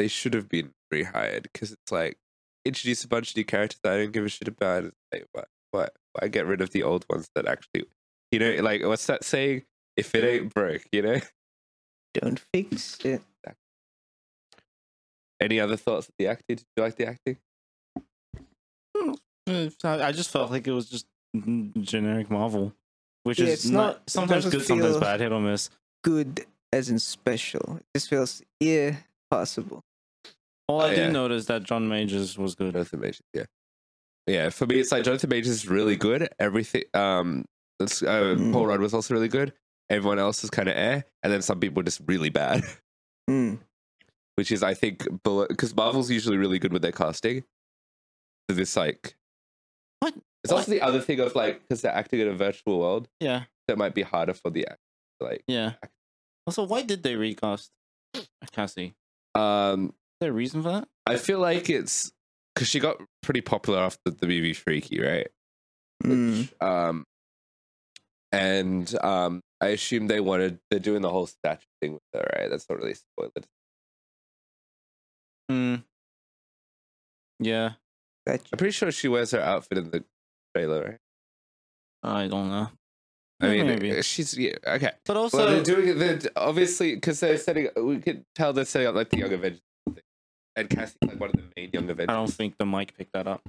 They should have been rehired because it's like introduce a bunch of new characters that I don't give a shit about. And say, why, why, why get rid of the old ones that actually, you know, like what's that saying? If it ain't broke, you know.
Don't fix it.
Any other thoughts of the acting? Did you like the acting?
I I just felt like it was just generic Marvel, which
Yeah,
is
it's
not,
not- it
sometimes
doesn't
good, sometimes
feel-
bad, hit or miss.
Good as in special. It just feels yeah possible.
All I
Oh, yeah.
did notice that John Majors was good.
Jonathan Majors, yeah, yeah. For me, it's like Jonathan Majors is really good. Everything, um, it's, uh,
Mm.
Paul Rudd was also really good. Everyone else was kind of eh, and then some people were just really bad,
Mm.
which is I think because Marvel's usually really good with their casting. So this like,
What?
It's also the other thing of like because they're acting in a virtual world
Yeah,
that might be harder for the act. Like,
yeah. Also, why did they recast Cassie? Is
um,
there a reason for that?
I feel like it's because she got pretty popular after the movie Freaky, right?
Mm.
which, um and um i assume they wanted they're doing the whole statue thing with her right that's not really spoiled
Hmm. Yeah,
That
i'm pretty sure she wears her outfit in the trailer right
I don't know.
i
Yeah,
mean uh,
maybe.
she's yeah okay
But also,
well they're doing it they're- obviously because they're setting we could tell they're setting up like the young avengers thing. and cassie's like one of the main young
I
avengers
don't think the mic picked that up.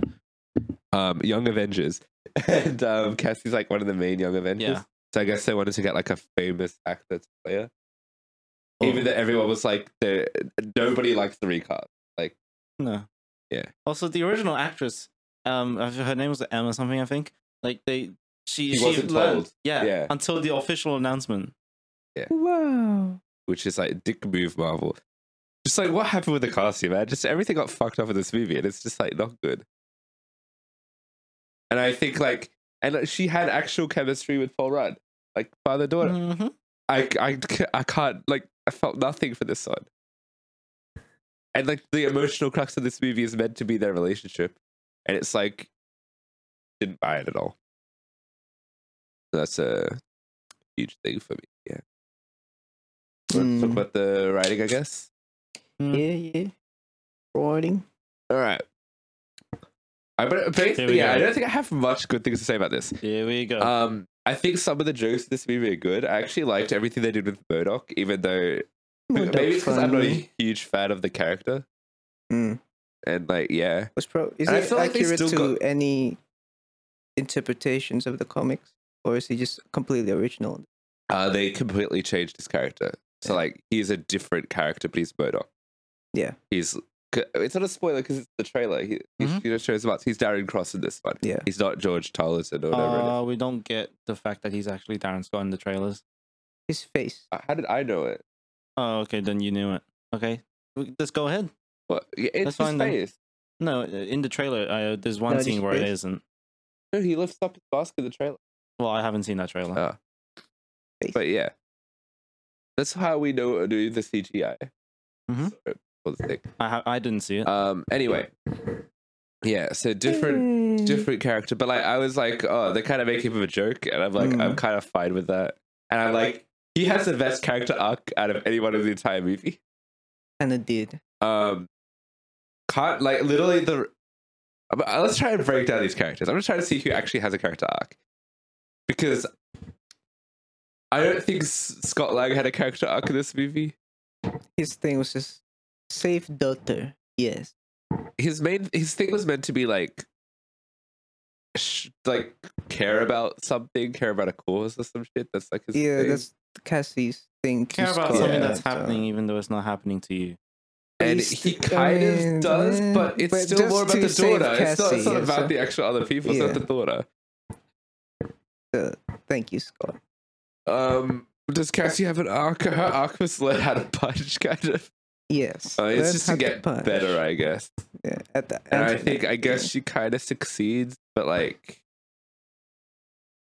Oh.
um young avengers and um cassie's like one of the main young avengers
Yeah.
so i guess they wanted to get like a famous actor to play her even
Oh.
though everyone was like the nobody likes the recast
Oh, No.
Yeah.
Also, the original actress, um, I forget- her name was Emma something, I think. Like they, she,
She
she
wasn't
learned-
told.
Yeah,
Yeah.
Until the official announcement.
Wow.
which is like dick move Marvel. Just like what happened with the casting, man? Just everything got fucked up in this movie, and it's just like not good. And I think like, and like, she had actual chemistry with Paul Rudd, like father daughter.
Mhm.
I, I c- I can't like I felt nothing for this one. And like the emotional crux of this movie is meant to be their relationship, and it's like didn't buy it at all. That's a huge thing for me. Yeah. Let's talk
Mm.
about the writing, I guess.
Yeah, yeah. Writing.
All right. I but
Here we
basically, yeah,
go.
I don't think I have much good things to say about this.
Here we go.
Um, I think some of the jokes in this movie are good. I actually liked everything they did with Murdoch, even though
Well,
maybe
that's
because I'm not
funny.
a huge fan of the character.
Mm.
And like, yeah,
Was pro- is
And I
it
feel like they
accurate
still
to
got-
any interpretations of the comics, or is he just completely original?
uh, they completely changed his character. So like, he's a different character, but he's Murdoch.
Yeah.
he's. c- It's not a spoiler because it's the trailer. He, he
Mhm.
you know, shows about he's Darren Cross in this one.
Yeah.
he's not George Tarleton or whatever. it is.
Uh, we don't get the fact that he's actually Darren Scott in the trailers.
His face.
Uh, How did I know it?
Oh, okay. Then you knew it. Okay. We- Let's go ahead.
What? Yeah, it's
That's
his
fine then.
face.
No, uh, in the trailer, I, uh, there's
No,
one
just
scene where it
this.
isn't.
No, he lifts up his mask in the trailer.
Well, I haven't seen that trailer.
Uh, But yeah, that's how we know uh, do the CGI.
Mhm.
So, for the thing.
I ha- I didn't see it.
Um. Anyway, yeah. So different,
Mm.
different character. But like, I was like, oh, they're kind of making him a joke, and I'm like,
Mm.
I'm kind of fine with that. And I'm like, he has the best character arc out of anyone in the entire movie.
kind of did.
um caught like literally the Uh, but, uh, let's try and break down these characters i'm gonna try to see who actually has a character arc because i don't think S- scott lang had a character arc in this movie
His thing was just save daughter. Yes.
his main his thing was meant to be like sh- like care about something care about a cause or some shit that's like his
Yeah,
thing.
that's Cassie's thing. to
Care about
Scott,
something
Yeah.
that's
so-
happening, even though it's not happening to you.
and
He's
he
st-
kind
I mean,
of does,
uh,
but it's
but
still
just
more about
to
the
save
daughter. It's not, it's
Cassie,
not
yeah,
about
so-
the actual other people. It's
Yeah.
not the daughter.
so uh, thank you, Scott.
Um, does Cassie have an arc? Her arc was learn how to punch, kind of.
Yes.
Uh, it's
learn
just
how
to get
punch.
better, I guess.
Yeah, at the
And
at
I
the-
think, I guess she kind of succeeds, but like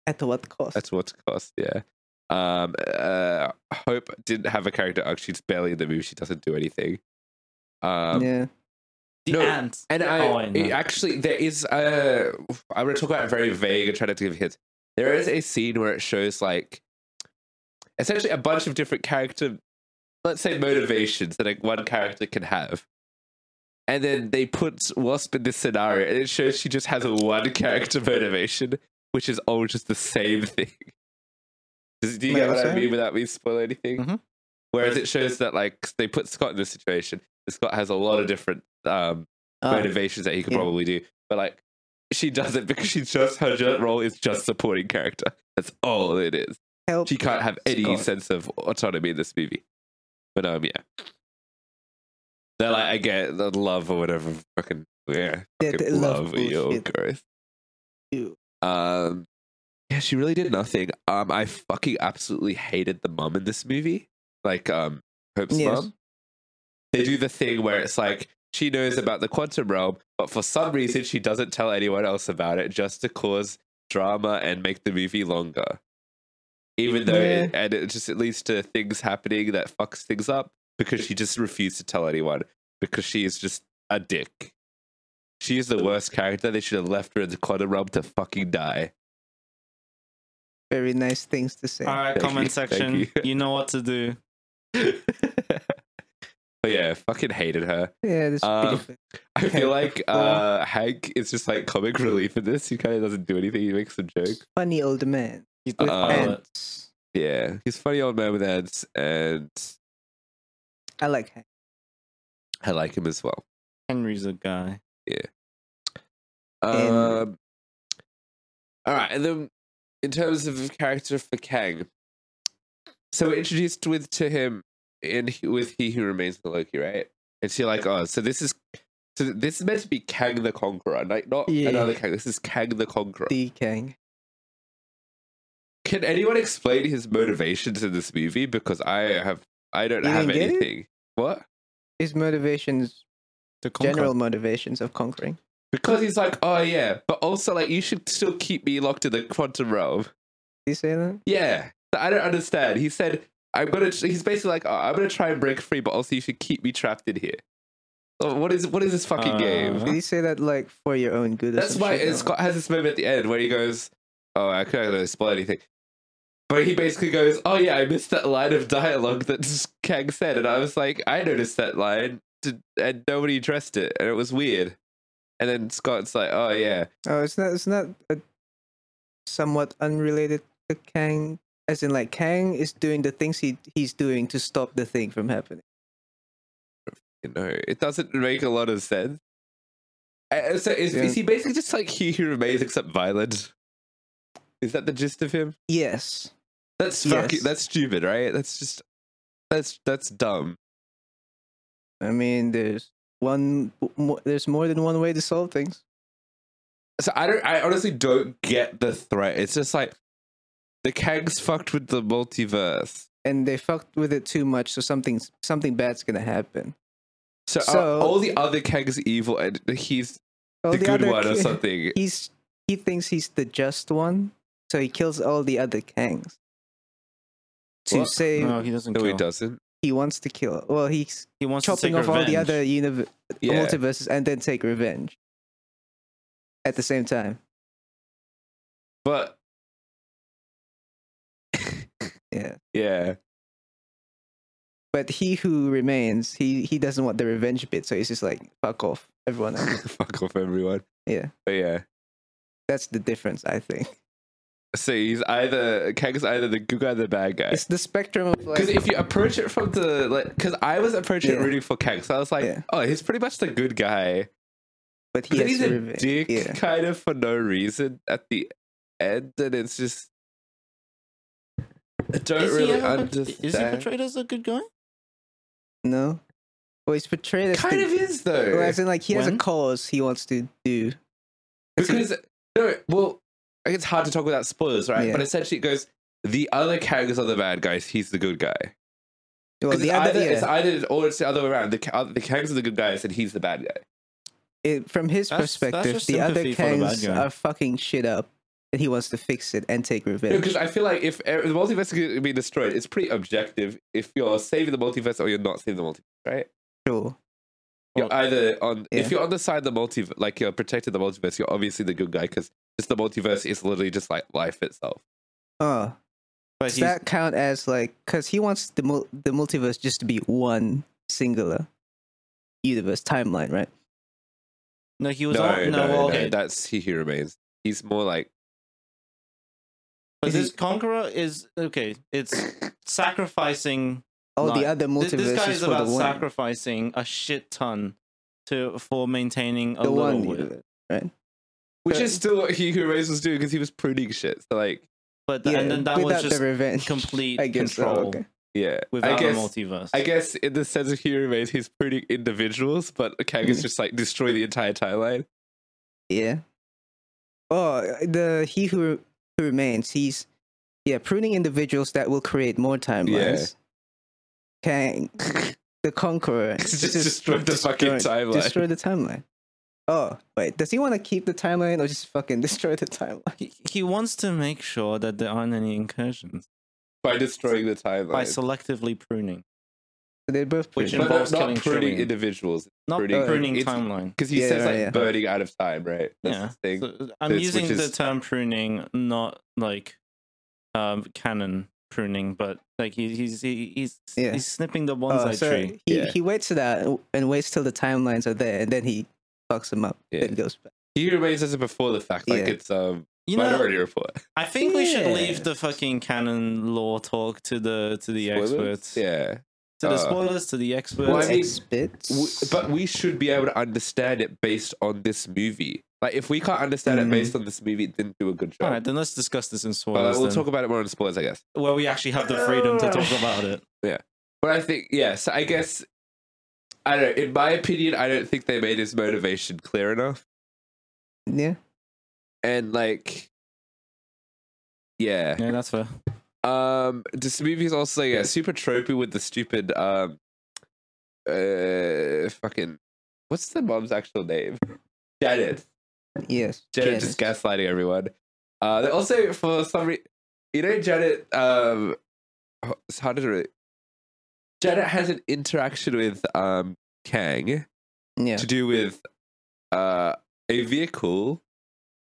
at what cost?
that's what's cost. Yeah. Um. Uh. Hope didn't have a character arc. She's barely in the movie. She doesn't do anything. Um.
yeah.
The
No,
ants.
And I,
Oh, I know.
it- actually, there is a. I'm going to talk about it very vague and try not to give hints. There is a scene where it shows like, essentially, a bunch of different character, let's say, motivations that like, one character can have, and then they put Wasp in this scenario, and it shows she just has one character motivation, which is all just the same thing. Does, do you
Wait,
get what
what's
I
that?
mean without me spoiling anything?
Mhm.
Whereas it shows that like they put Scott in this situation, and Scott has a lot of different um,
Ah,
motivations that he could
yeah.
probably do. But like, she does it because she's just her ju- role is just supporting character. That's all it is.
help.
She can't have any
Scott.
sense of autonomy in this movie. But um, yeah, they're like I get the love or whatever. Fucking Uh, yeah,
That
fucking love,
love
yo,
bullshit.
gross.
Ew.
Um, yeah, she really did nothing. Um, I fucking absolutely hated the mum in this movie. Like, um, Hope's
Yes.
mum. They do the thing where it's like she knows about the quantum realm, but for some reason she doesn't tell anyone else about it, just to cause drama and make the movie longer. Even though, it, and it just it leads to things happening that fucks things up because she just refused to tell anyone because she is just a dick. She is the worst character. They should have left her in the quantum realm to fucking die.
Very nice things to say.
All right,
Thank
comment
you, thank
section. You.
you.
know what to do.
but yeah, fucking hated her.
yeah, this
um,
beautiful.
I feel
Hank
like uh, Hank is just like comic relief in this. He kind of doesn't do anything. He makes some jokes.
funny old man
He's
with
Uh,
ants.
Yeah, he's funny old man with ants, and
I like him.
I like him as well.
Henry's a guy.
Um, all right, and then in terms of character for Kang, so we're introduced with to him in He- with He Who Remains the Loki, right? And she like, oh, so this is so this is meant to be Kang the Conqueror, like not
Yeah.
another Kang. This is Kang the Conqueror.
D Kang.
Can anyone explain his motivations in this movie? Because I have, I don't
You
have
didn't get it?
anything. What?
His motivations,
The
general motivations of conquering.
Because he's like, oh yeah, but also like, you should still keep me locked in the quantum realm.
Do you say that?
Yeah, I don't understand. He said, "I'm gonna." He's basically like, oh, "I'm gonna try and break free, but also you should keep me trapped in here." So what is what is this fucking
Uh,
game?
Did he say that like for your own good? or
That's
some
why
shit?
and Scott has this moment at the end where he goes, "Oh, I can't really spoil anything," but he basically goes, "Oh yeah, I missed that line of dialogue that Kang said," and I was like, "I noticed that line, did- and nobody addressed it, and it was weird." And then Scott's like, "Oh yeah,
Oh, it's not. It's not a somewhat unrelated to Kang. As in, like Kang is doing the things he he's doing to stop the thing from happening.
you know, it doesn't make a lot of sense." Uh, so is,
Yeah.
is he basically just like he who remains except violent? Is that the gist of him?
Yes.
That's
Yes.
fucking, that's stupid, right? That's just that's that's dumb.
I mean, there's one. Mo- there's more than one way to solve things.
So I don't. I honestly don't get the threat. It's just like the Kangs fucked with the multiverse.
And they fucked with it too much, so something something bad's gonna happen.
So, are
So-
all the other Kangs evil, and he's
Oh,
the, good
other
one or
K-
something.
He's he thinks he's the just one, so he kills all the other Kangs to
What?
save.
No, he doesn't.
No,
kill.
he doesn't.
He wants to kill. Well, he's
He wants
chopping
to
off
take
all the
revenge.
other univ-
Yeah,
multiverses and then take revenge at the same time.
but
Yeah.
yeah,
But he who remains, he he doesn't want the revenge bit, so he's just like, fuck off, everyone. Else.
Fuck off, everyone.
Yeah.
But yeah.
That's the difference, I think.
So he's either Kang's either the good guy or the bad guy.
It's the spectrum of like
Because if you approach it from the like, because I was approaching it
Yeah.
rooting for Kang, so I was like,
Yeah.
oh, he's pretty much the good guy.
but he
But
has
he's
to
a
reven-
dick,
Yeah.
kind of for no reason at the end, and it's just I don't
Is he
really
ever-
understand.
Is he portrayed as a good guy?
No. Well he's portrayed as
kind
the-
of is though,
well, as in like he has a
When?
cause he wants to do.
because no, well, it's hard to talk without spoilers, right?
Yeah.
But essentially, it goes the other characters are the bad guys. He's the good guy.
Well,
'Cause
the
it's,
other,
either,
yeah,
it's either or it's the other way around. The ca- other- the Kangs are the good guys, and he's the bad guy.
it- from his
That's- that's
perspective,
just
the other
sympathy for the bad
Kangs
guy.
are fucking shit up, and he wants to fix it and take revenge.
Because I feel like if e- the multiverse is going to be destroyed, it's pretty objective if you're saving the multiverse or you're not saving the multiverse, right?
sure.
You're either on
Yeah.
if you're on the side of the multiverse, like you're protecting the multiverse, you're obviously the good guy because just the multiverse is literally just like life itself.
Oh,
But
does
he's-
that count as like because he wants the mul- the multiverse just to be one singular universe timeline, right?
no, he was
No, no,
on. No,
no,
well, okay.
that's he who remains. He's more like
but
is
this
he-
conqueror is okay. It's sacrificing.
All
Like,
the other
This,
multiverses
this guy is
for the
about
one,
sacrificing a shit ton to for maintaining a
the
little
one
bit.
universe.
which
Yeah.
is still what he who remains was doing because he was pruning shit. So like,
But
Yeah,
and then that was
without
just
the revenge,
complete
I guess. so,
control
okay.
yeah,
without
I
the
guess.
multiverse.
I guess in the sense of he who remains, he's pruning individuals, but Kang
Mm-hmm.
is just like destroy the entire timeline.
Yeah. Oh, the he who, who remains. He's yeah pruning individuals that will create more timelines. Kang, the Conqueror,
Just destroy the fucking timeline.
Destroy the timeline. Oh wait, does he want to keep the timeline or just fucking destroy the timeline?
he, he wants to make sure that there aren't any incursions
by destroying the
by
timeline.
selectively pruning,
So they both
Which
prune.
but not,
involves
not
killing
pruning
children.
individuals
not
Pruning.
pruning,
It's-
timeline.
because he
Yeah,
says
right,
like
yeah.
burning out of time, right? That's
yeah,
the thing.
So, uh, I'm
That's-
using
which
the
is-
term pruning, not like um, canon pruning, but like he, he's he, he's
Yeah.
he's snipping the
Oh,
bonsai
so
tree.
he,
Yeah.
he waits it out and waits till the timelines are there, and then he fucks them up.
Yeah.
Then goes back.
He remains as a before the fact, like
Yeah.
it's um
You know,
Minority Report.
I think we should
Yeah.
leave the fucking canon law talk to the to the
Spoilers?
experts,
Yeah,
to the
Uh,
spoilers, to the experts.
Well, I mean-
Six bits.
W but we should be able to understand it based on this movie. Like if we can't understand
Mhm.
it based on this movie, it didn't do a good
Mm-hmm. All
job.
right, then let's discuss this in
but
spoilers.
Uh, we'll
then,
talk about it more in spoilers, I guess.
where we actually have the freedom to talk about it.
But I think yeah, so I guess I don't know. In my opinion, I don't think they made his motivation clear enough.
yeah.
And like Yeah.
Yeah, that's fair.
Um this movie is also yeah, super tropey with the stupid um uh fucking what's the mom's actual name? Janet.
Yes.
Janet just gaslighting everyone. Uh they also for some reason you know Janet um ho- how did it Janet has an interaction with um Kang.
Yeah.
to do with uh, a vehicle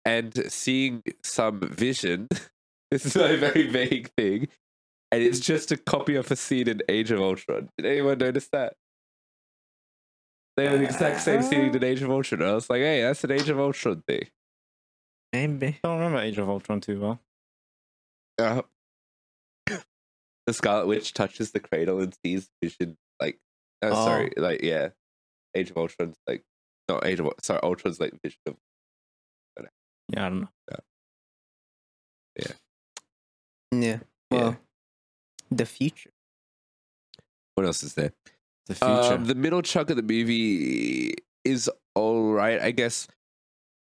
and seeing some vision. this is a very vague thing, and it's just a copy of a scene in Age of Ultron. Did anyone notice that? They were the exact same scene in Age of Ultron. I was like, hey, that's an Age of Ultron thing.
Maybe.
Don't remember Age of Ultron too well.
Uh, the Scarlet Witch touches the cradle and sees Vision. Like, oh,
Oh.
sorry, like yeah, Age of Ultron's like not Age of Ul- sorry, Ultron's like Vision of
Yeah, I don't know.
Yeah.
Yeah.
Well, the future.
what else is there?
The future.
Um, the middle chunk of the movie is all right, I guess.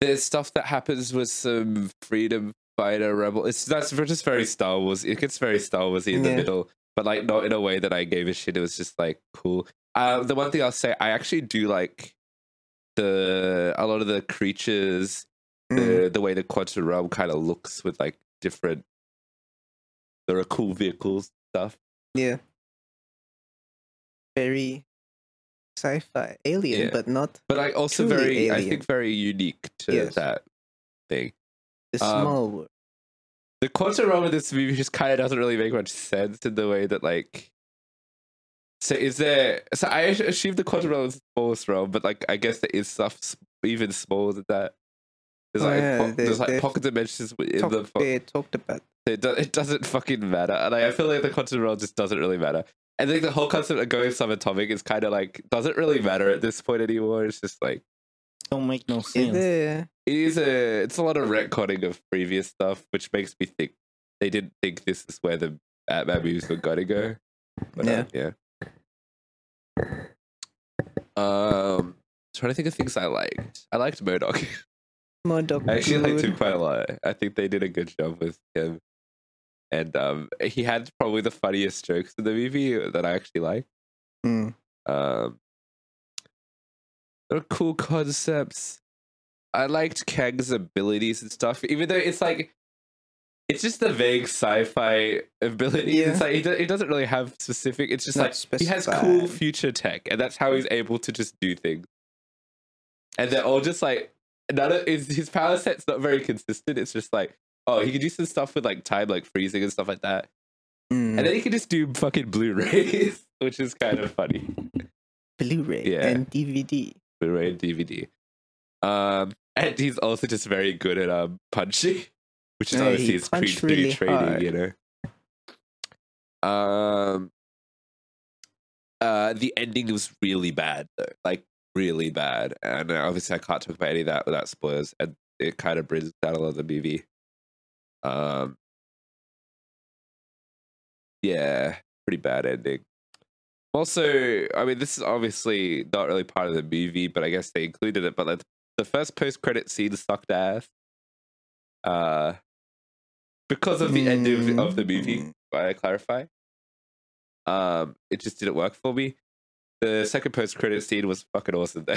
There's stuff that happens with some freedom fighter rebel. It's that's ver- just very Star Wars. It gets very Star Warsy in the
Yeah.
middle, but like not in a way that I gave a shit. It was just like cool. Um, the one thing I'll say, I actually do like the a lot of the creatures,
Mm.
the the way the quantum realm kind of looks with like different. There are cool vehicles stuff.
Yeah. Very sci-fi alien,
Yeah.
but not
but like also
Truly
very i
alien.
think very unique to
Yes.
that thing
the
Um,
small world.
the quantum realm of this movie just kind of doesn't really make much sense in the way that like So is there? So I as- assume the quadrilla is the smallest role, but like I guess there is stuff s- even smaller than that. There's
Oh,
like
yeah,
po-
they-
there's like
they've
pocket dimensions within
Talk,
the. Po-
they talked about
it, do- it doesn't fucking matter, and I, I feel like the quadrilla just doesn't really matter. I think the whole concept of going subatomic is kind of like doesn't really matter at this point anymore. It's just like
Don't make no
in
sense.
there.
it is a it's a lot of retconning of previous stuff, which makes me think they didn't think this is where the Batman movies were gonna go. But yeah, uh, yeah. Um, trying to think of things I liked. I liked Modoc.
Modoc.
I actually liked him
Good.
quite a lot. I think they did a good job with him, and um, he had probably the funniest jokes in the movie that I actually like.
Mm.
Um, they're cool concepts. I liked Kang's abilities and stuff, even though it's like it's just the vague sci-fi abilities.
Yeah.
It's like he, do- he doesn't really have specific. It's just
Not
like he has cool
specified. Mm.
future tech, and that's how he's able to just do things. And they're all just like none of his, his power set's not very consistent. It's just like oh, he can do some stuff with like time, like freezing and stuff like that.
Mm.
And then he can just do fucking Blu-rays, which is kind of funny.
Blu-ray
Yeah.
and DVD.
Blu-ray and DVD. Um, and he's also just very good at um punching, which is
Yeah,
obviously
he
his
punched
pre
really
training,
hard.
you know. Um, uh, the ending was really bad, though. like really bad, and uh, obviously I can't talk about any of that without spoilers, and it kind of brings down a lot of the movie. Um, yeah, pretty bad ending. Also, I mean, this is obviously not really part of the movie, but I guess they included it. But like the first post-credit scene sucked ass, uh, because of the end of, of the movie.
Mm.
I clarify. Um, it just didn't work for me. The second post-credit scene was fucking awesome. Though.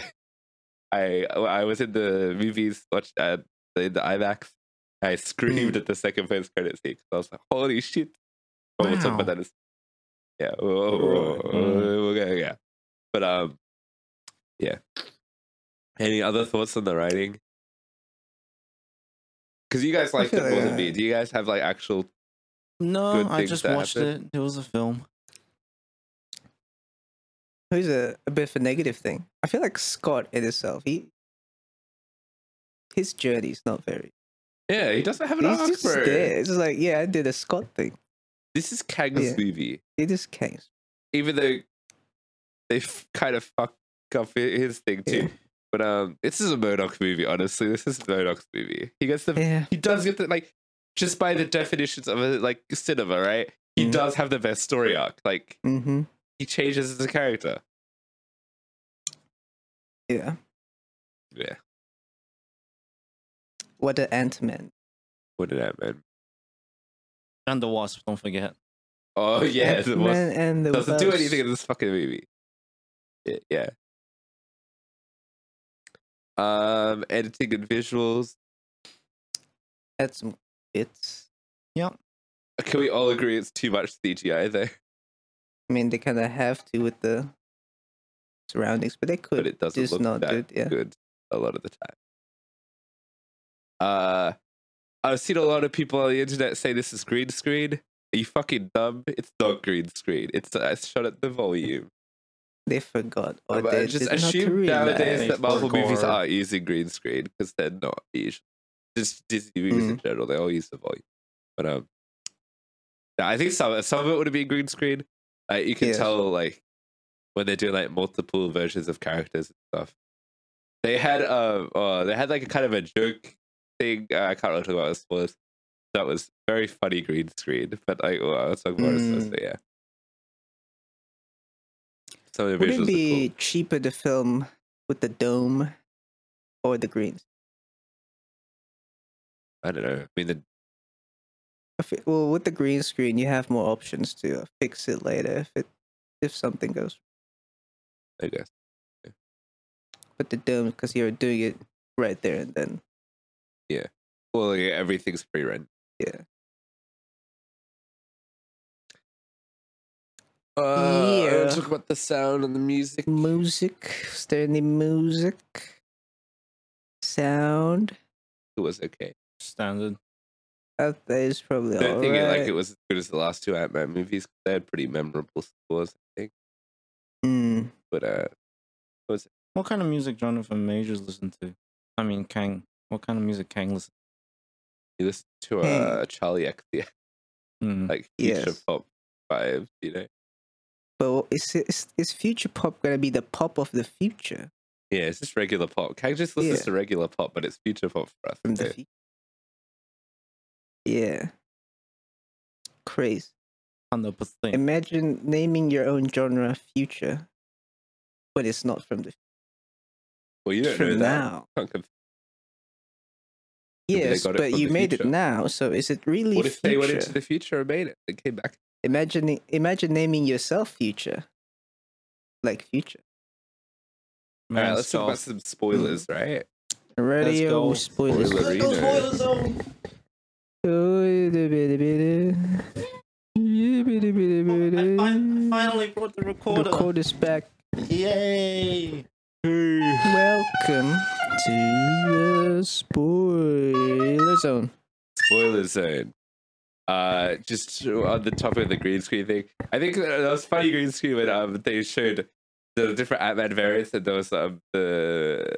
I I was in the movies watched uh, in the IMAX. I screamed at the second post-credit scene 'cause I was like, "Holy shit!" But we'll talk
Wow.
about that. in a yeah. Whoa, whoa, whoa,
Right.
whoa, whoa, okay, yeah. But um, yeah. Any other thoughts on the writing? Because you guys
I
liked it
feel
more
like,
than
uh,
me. Do you guys have like actual?
No,
Good
I
things
just
that
watched
happen.
it. It was a film.
Here's a, a bit of a negative thing. I feel like Scott in itself, he his journey's not very.
Yeah, he doesn't have an
He's
arc,
just
bro.
there. It's just like, yeah, I did a Scott thing.
This is Kang's
Yeah.
movie,
It just came.
even though they f- kind of fuck up hi- his thing too.
Yeah.
But um, this is a Modoc movie. Honestly, this is Modoc's movie. He gets the
Yeah.
he does get the like just by the definitions of a, like cinema, right? He
Mhm.
does have the best story arc. Like
Mm-hmm.
he changes as a character.
Yeah.
Yeah.
What the Ant Man.
What did that man?
And the Wasp, don't forget.
Oh yeah,
Ant
the wasp
Man and the
doesn't do
Wasp.
anything in this fucking movie. Yeah, yeah. Um, editing and visuals.
Had some bits.
Can we all agree it's too much CGI though?
I mean, they kind of have to with the surroundings, but they could.
But it doesn't
just
look
not
that
good, yeah.
good a lot of the time. Uh, I've seen a lot of people on the internet say this is green screen. Are you fucking dumb? It's not green screen. It's uh, shut at the volume.
They forgot. Or
But
they
I just
did not
assume nowadays
realize.
that Marvel
Or-
movies are using green screen because they're not usually. Just Disney
Mm-hmm.
movies in general, they all use the volume. But um, nah, I think some some of it would have been green screen. Like you can
Yeah.
tell, like when they do like multiple versions of characters and stuff. They had uh, uh they had like a kind of a joke thing. Uh, I can't really talk about this was that was very funny green screen. But like, well, I was talking about it, so,
Mm.
so yeah. Some of the
Would
visuals
it
are
be
cool.
cheaper to film with the dome or the greens?
I don't know. I mean, the
I fe- Well, with the green screen, you have more options to uh, fix it later if it if something goes.
I guess.
But the dome, because you're doing it right there and then.
Well, yeah, everything's pre rent.
Yeah.
Uh,
Yeah.
Talk about the sound and the music.
Music. Is there any music? Sound.
It was okay.
Standard.
That is probably
I don't
all
think it, like
right.
it was as good as the last two Ant Man movies. They had pretty memorable scores. I think
Mm.
But uh,
What kind of music Jonathan Majors listen to? I mean, Kang. What kind of music Kang listen?
you listen to uh, Charlie XCX,
Mm.
like future
Hmm. Yes.
pop vibes, you know?
But is, is is future pop gonna be the pop of the future
Yeah, it's just regular pop. Kang just listens
Yeah.
to regular pop, but it's future pop for us.
from the
so-
future? Yeah. Crazy.
Uh,
Hundred percent.
Imagine naming your own genre future, but it's not from the
well, you don't know
from
that.
now.
Can't conf- Maybe they
Yes,
got it
but
from
you
the
made
future.
it now, so is it really
What if
future?
they went into the future and made it? They came back.
imagine imagine naming yourself future, like future.
All right, let's talk about some spoilers, right?
Radio
go.
spoilers.
Spoilerino.
finally brought the recorder.
Record is back.
Yay!
Welcome to the spoiler zone.
spoiler zone. Uh, just on the topic of the green screen thing, I think that that was funny green screen when um they showed the different Ant Man variants and there was um the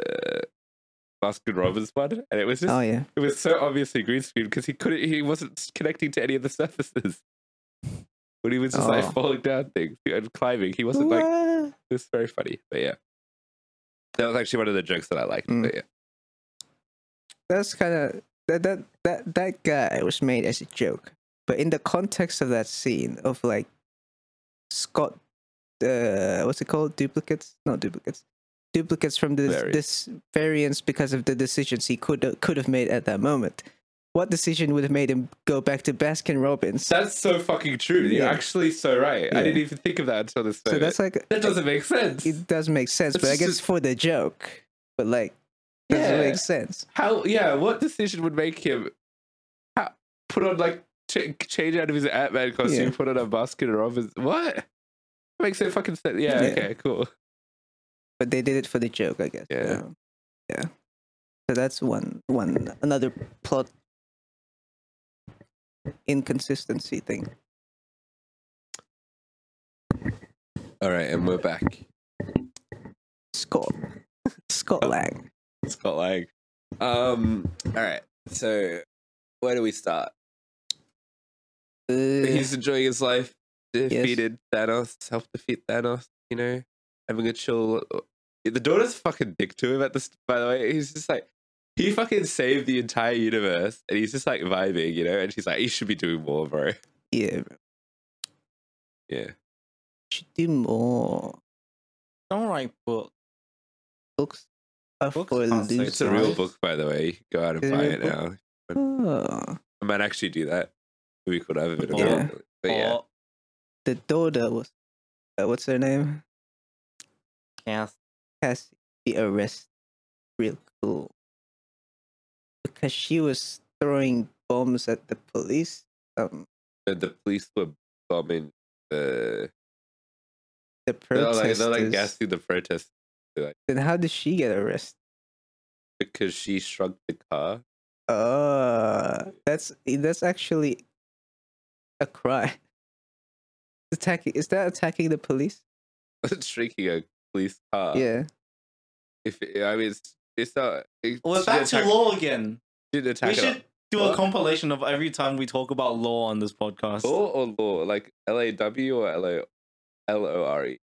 Baskin Robbins one, and it was just
Oh yeah.
it was so obviously green screen because he couldn't he wasn't connecting to any of the surfaces. When he was just
Oh.
like falling down things and climbing, he wasn't like
What?
it was very funny. But yeah, that was actually one of the jokes that I liked.
Mm.
But yeah,
that's kind of that that that that guy was made as a joke, but in the context of that scene of like Scott, uh, what's it called? Duplicates? Not duplicates. Duplicates from this
Variants.
this variance because of the decisions he could could have made at that moment. What decision would have made him go back to Baskin Robbins?
that's so fucking true. You're
Yeah.
actually so right.
Yeah.
I didn't even think of that until this.
so
moment.
that's like
That doesn't make sense.
it does make sense,
It's
but I
just
guess
a-
for the joke, but like doesn't
Yeah.
make sense.
How? Yeah. What decision would make him how, put on like ch- change out of his Ant Man costume,
Yeah.
put on a basket or Robin's? What? Makes no fucking sense. Yeah,
Yeah.
Okay. Cool.
but they did it for the joke, I guess.
Yeah.
Um, yeah. So that's one one another plot inconsistency thing.
All right, and we're back.
Scott,
Uh,
Scott Lang.
Scott Lang. Um. All right. So, where do we start?
Uh,
He's enjoying his life. Defeated Thanos. Helped defeat Thanos. You know, having a chill. uh, The daughter's fucking dick to him at this. By the way, he's just like he fucking saved the entire universe, and he's just like vibing, you know. And she's like, "You should be doing more, bro."
yeah, bro.
Yeah.
should do more.
Don't write book.
Books are
Books
for
are so-
losers.
It's a real
Nice.
book, by the way. You can go out
Is
and
it a
buy
real
it now.
book? Oh,
I might actually do that. It'd be cool to have a bit of
Yeah.
that. But yeah,
Or
the daughter was. Uh, what's her name?
cast.
Cassie. Be arrested. Real cool. Because she was throwing bombs at the police. Um,
and the police were bombing the.
the
They're like,
protesters.
they're like gassing the protest
Then how did she get arrested?
because she shrunk the car.
Uh that's that's actually a crime. Attacking is that attacking the police?
shrinking a police car.
yeah.
If eh, I mean, it's, it's not. It,
We're
she
back
didn't
to
attack-
law again.
she didn't
We
attack it.
should do a
What?
compilation of every time we talk about law on this podcast.
Law or law, like L A W or L O L O R E.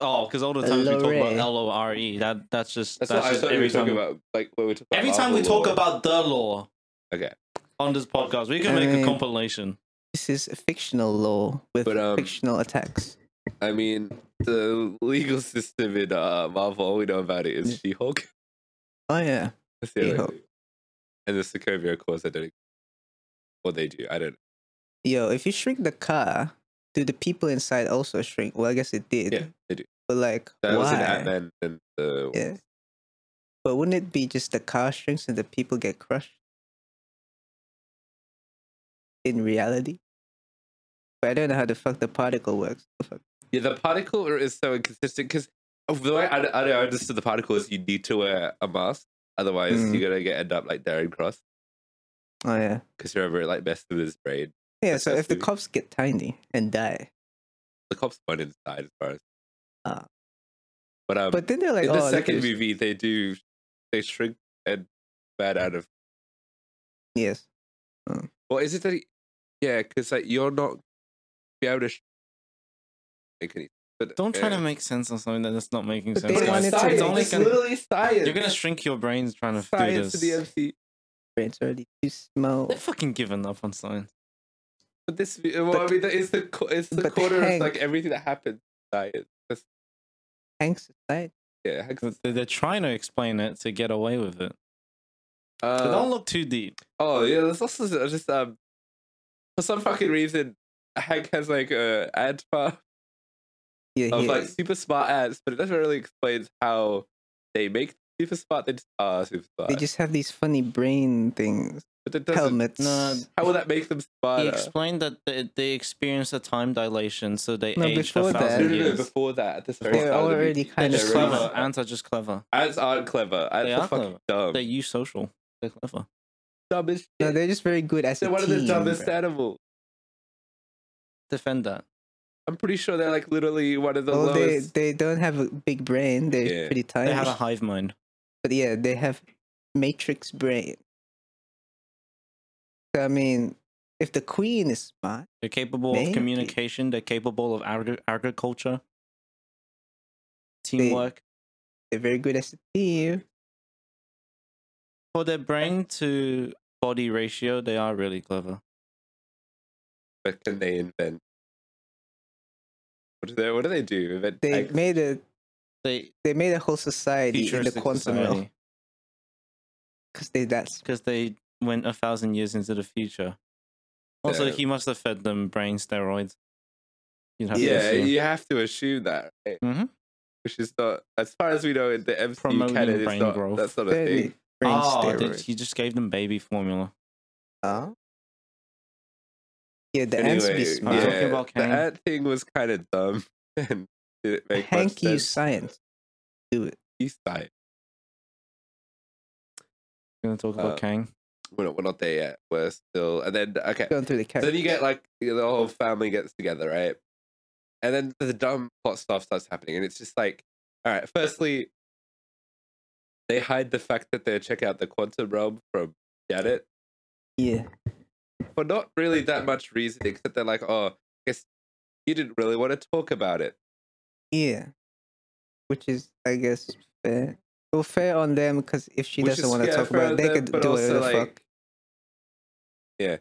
Oh, because all the times we talk about
Lore.
L O R E, that that's just
That's,
that's,
what I
just
thought we were
every
talking
time.
about. Like when we talk about
every time we
Marvel
talk
law.
about the law.
Okay.
On this podcast, we
I
can make
mean-
a compilation.
This is a fictional law with
But, um,
fictional attacks.
I mean, the legal system in uh, Marvel, all we know about it is She Hulk.
Oh yeah.
That's the only
She-Hulk.
thing. And the Sokovia Accords, I don't. Or they do. I don't. know.
Yo, if you shrink the car, do the people inside also shrink? Well I guess it did.
Yeah, they do.
But like
That was an Ant
why?
Man and the
Yeah. But wouldn't it be just the car shrinks and the people get crushed? In reality? But I don't know how the fuck the particle works.
Yeah, the particle is so inconsistent because the way I, I don't understood the particle is you need to wear a mask, otherwise
Mm.
you're gonna get end up like Darren Cross
Oh yeah.
because remember it like messed with his brain.
Yeah, so if the
Fantastic.
cops get tiny and die.
The cops weren't inside as far as
Ah.
but um,
But then they're like,
in
oh,
the
look at
second
this-
movie, they do they shrink Ed Bad out of.
Yes.
Well, is it that? He, yeah, because like you're not be able to sh- make any. But
Don't try
yeah.
to make sense of something that is not making
But
sense.
they
It's
wanted
guys.
to-
It's
science.
only
It's
gonna-
literally science.
you're gonna shrink your brains trying to
science
do
to the
this.
MC.
Brains already too small.
They're fucking giving up on science.
But this, well, I
But-
mean, that is the co- it's the
but
corner of
Hank-
like everything that happened. Science. That's,
Hank's aside.
yeah, Hank's-
They- They're trying to explain it to get away with it.
uh,
But don't look too deep.
Oh yeah, there's also s- just um for some fucking reason Hank has like a ad file
Yeah,
of
he
like
is.
super smart ads, but it doesn't really explain how they make super smart. They just are super smart.
They just have these funny brain things.
but it doesn't,
Helmets.
No,
How will that make them
He
uh,
smarter?
explained that they, they experience a time dilation, so they
No,
age a
before that-
no,
thousand
no, no,
years.
Before that, at this very
They're
start of the
already
movie,
kind
They're
of
just
they're
really
clever.
smart.
Ants are just clever.
ads aren't clever. Ads
They
are,
are
fucking
Oh.
dumb.
They're you social. They're clever.
dumb as shit.
No, they're just very good as
they're
a
one of the
team,
dumbest
bro.
animals.
Defend that.
I'm pretty sure they're like literally one of the
Well, they,
lowest.
they don't have a big brain. They're
Yeah.
pretty tiny.
They have a hive mind.
but yeah, they have matrix brain. So, I mean, if the queen is smart,
They're capable
Maybe.
of communication. They're capable of agri- agriculture, teamwork.
they're very good as a team.
For their brain to body ratio, they are really clever.
But can they invent? What do they? What do they do? Invent
They
tanks?
made a
They
they made a whole society in the
futuristic
quantum realm
society
because they that's
because they went a thousand years into the future. Also,
Yeah.
he must have fed them brain steroids. You'd have to
yeah,
assume.
you have to assume that, right?
Mhm.
which is not, as far as we know, in the MCU
Promoting
canon, it's
brain
not,
growth.
that's not a
very
thing.
brain
oh,
steroid.
did, he just gave them baby formula.
Huh? Yeah, the ants be
Anyway,
smart.
I'm
yeah,
talking about
the
Kang.
ant thing was kind of dumb and didn't make
Hank
much
used
sense.
science. Do it.
He died.
We're gonna talk about
Uh,
Kang.
We're not, we're not there yet. We're still, and then okay,
Going through the character.
then you get like the whole family gets together, right? And then the dumb plot stuff starts happening, and it's just like, all right. Firstly, they hide the fact that they check out the quantum realm from Janet,
yeah.
for not really that much reason, except they're like, oh, I guess you didn't really want to talk about it.
Yeah. Which is, I guess, fair. Well, fair on them because if she
Which
doesn't
is,
want to
yeah,
talk
fair
about it, they
on them,
could
but
do whatever the
also,
fuck.
like, Yeah.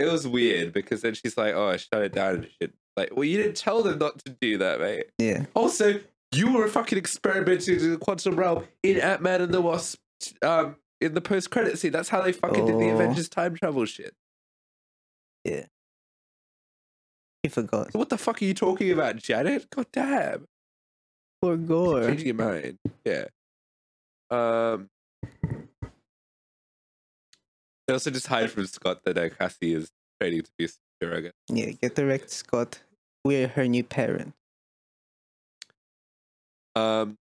It was weird because then she's like, oh, I shut it down and shit. Like, well, you didn't tell them not to do that, mate.
Yeah.
Also, you were fucking experimenting in the quantum realm in Ant Man and the Wasp um, in the post credit scene. That's how they fucking did the
Oh.
Avengers time travel shit.
She forgot.
So what the fuck are you talking about, Janet? God damn.
Poor Gore.
Changing your mind. Yeah. Um. They also just hide from Scott that uh, Cassie is training to be a surrogate.
Yeah, get the wrecked Scott. We're her new parent.
Um.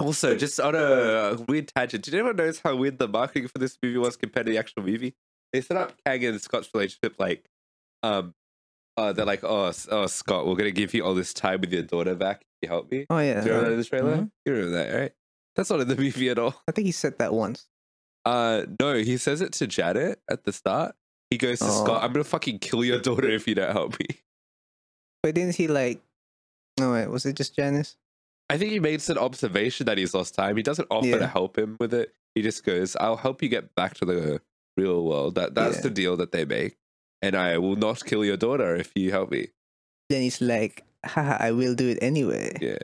Also, just on a weird tangent, did anyone notice how weird the marketing for this movie was compared to the actual movie? They set up Kang and Scott's relationship like, um, uh, they're like, oh, S- oh, Scott, we're gonna give you all this time with your daughter back. Can you help me?
Oh, yeah.
Do you remember that
uh,
in the trailer?
Mhm.
You remember that, right? That's not in the movie at all.
I think he said that once.
Uh, no, he says it to Janet at the start. He goes to
Oh.
Scott, I'm gonna fucking kill your daughter if you don't help me.
But didn't he, like. No, wait, was it just Janice?
I think he makes an observation that he's lost time. He doesn't offer
Yeah.
to help him with it. He just goes, I'll help you get back to the real world. That that's
Yeah.
the deal that they make. And I will not kill your daughter if you help me.
Then he's like, haha, I will do it anyway.
Yeah.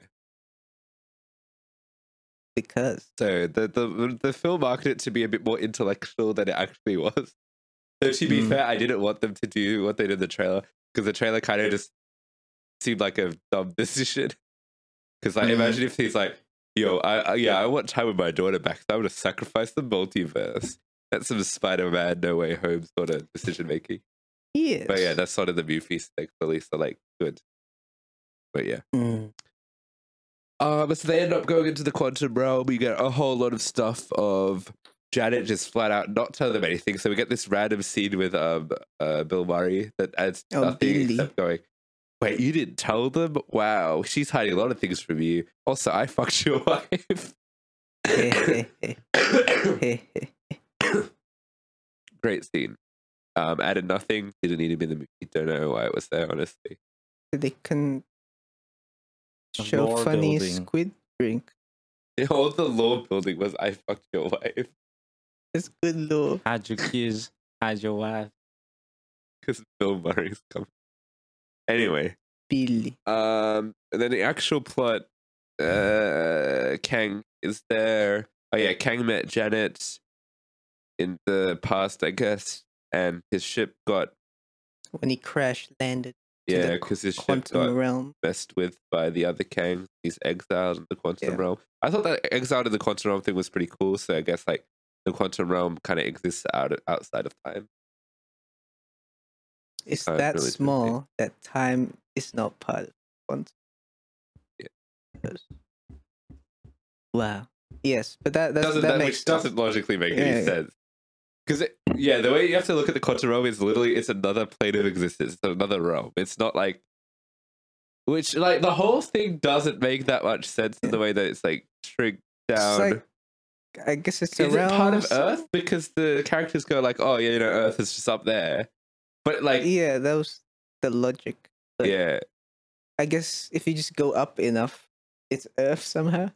Because.
So the the the film marketed it to be a bit more intellectual than it actually was. Though to be
Mm.
fair, I didn't want them to do what they did in the trailer because the trailer kind of just seemed like a dumb decision. Because like,
Mm.
imagine if he's like, "Yo, I, I yeah, I want time with my daughter back, so I'm gonna sacrifice the multiverse." That's some Spider-Man No Way Home sort of decision making.
Yes.
But yeah, that's sort of the movie stakes, at least are like good. But yeah.
Mm.
Um, so they end up going into the quantum realm. We get a whole lot of stuff of Janet just flat out not telling them anything. So we get this random scene with um, uh, Bill Murray that adds
Oh,
nothing
Billy.
except going, Wait, you didn't tell them? Wow, she's hiding a lot of things from you. Also, I fucked your wife.
Heh, heh, heh, heh.
Great scene. Um, added nothing. Didn't need to be in the movie. Don't know why it was there, honestly.
they can
A
show
lore
funny
building.
squid drink.
All the lore building was I fucked your wife
It's good lore.
Hide your kids, hide your wife.
because Bill Murray's coming. Anyway,
Billy.
Um, and then the actual plot, uh, Kang is there. Oh yeah, Kang met Janet in the past, I guess, and his ship got
When he crash landed To the
yeah, because his ship
quantum
got
realm.
messed with by the other Kang. He's exiled in the quantum
Yeah.
realm. I thought that exiled in the quantum realm thing was pretty cool. So I guess like the quantum realm kind of exists out outside of time.
It's
Oh,
that
really trippy.
small that time is not part of quantum.
Yeah.
Yes. Wow. Yes, but that that's,
doesn't
that
that,
makes
which doesn't logically make
Yeah,
any
yeah.
sense because yeah the way you have to look at the quantum realm is literally it's another plane of existence it's another realm it's not like which like the whole thing doesn't make that much sense in the way that it's like shrinked
It's
down
like, I guess it's a
is it
realm.
part of
so-
earth because the characters go like oh yeah you know earth is just up there but like yeah,
Yeah, that was the logic. but- I guess if you just go up enough, it's Earth somehow.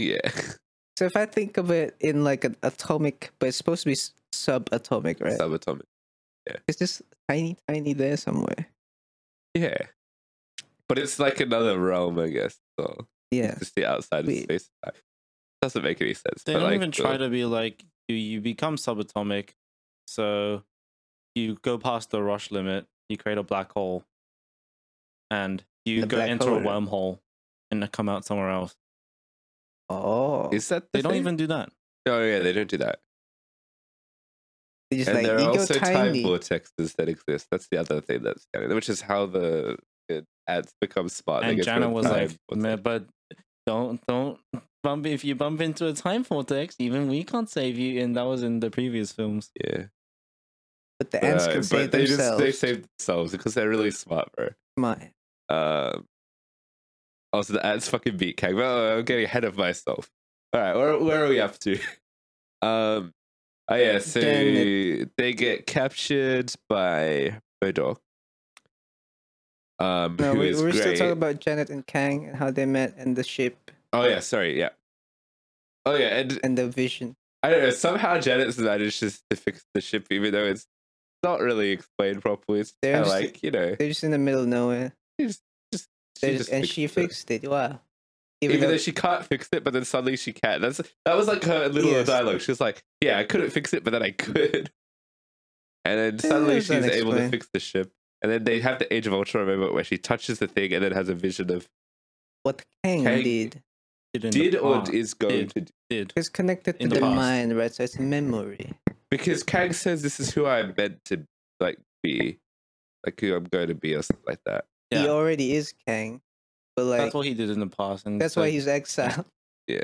yeah.
So if I think of it in like an atomic, but it's supposed to be s- subatomic, right?
subatomic
it's just tiny, tiny there somewhere.
yeah but it's like another realm i guess so
Yeah.
just the outside
Wait.
of space. time. Doesn't make any sense.
They
but,
don't
like,
even
the-
try to be like you. You become subatomic, so you go past the rush limit. You create a black hole, and you
The
go
black
enter
hole.
a wormhole, and then come out somewhere else.
Oh.
Is that the
They don't
thing?
even do that.
No, Oh, yeah, they don't do that.
They just
and
like
there
you
are
go
also
tiny.
time vortexes that exist. That's the other thing that's which is how the it, ads become smart. They
and
go through
Jana
a
was
time
like, "Meh,
vortex.
"But don't don't bump if you bump into a time vortex, even we can't save you." And that was in the previous films.
yeah,
but the ants
Uh,
can save
they
themselves.
they save themselves because they're really smart, bro.
My.
Um, also, the ads fucking beat Kang. But uh, I'm getting ahead of myself. All right, where, where are we up to? Um, oh yeah, so
Damn
they get captured by Modok. Um,
No,
who
we,
is
we're
great.
still talking about Janet and Kang and how they met and the ship
oh yeah, sorry, yeah. Oh yeah, and
and the vision.
I don't know. Somehow Janet's managed to to fix the ship, even though it's not really explained properly. It's
They're
kind of
just-
like you know,
They're just in the middle of nowhere.
she
They're just-
just
and she
it.
fixed it. Wow.
even, though,
though-
she can't fix it, but then suddenly she can. That's that was like her little
Yes.
dialogue. She was like, "Yeah, I couldn't fix it, but then I could." And then suddenly
was
she's able to
unexplained.
fix the ship. And then they have the Age of Ultron moment where she touches the thing and then has a vision of
what Kang
Kang
did.
in the
did or
past.
is going
did.
to do.
did
It's connected to
In
the,
the past.
mind, right? So it's a memory.
Because Kang says, "This is who I'm meant to like be, like who I'm going to be, or something like that."
He
Yeah.
already is Kang. But like
that's what he did in the past, and
That's
so
why he's exiled.
Yeah,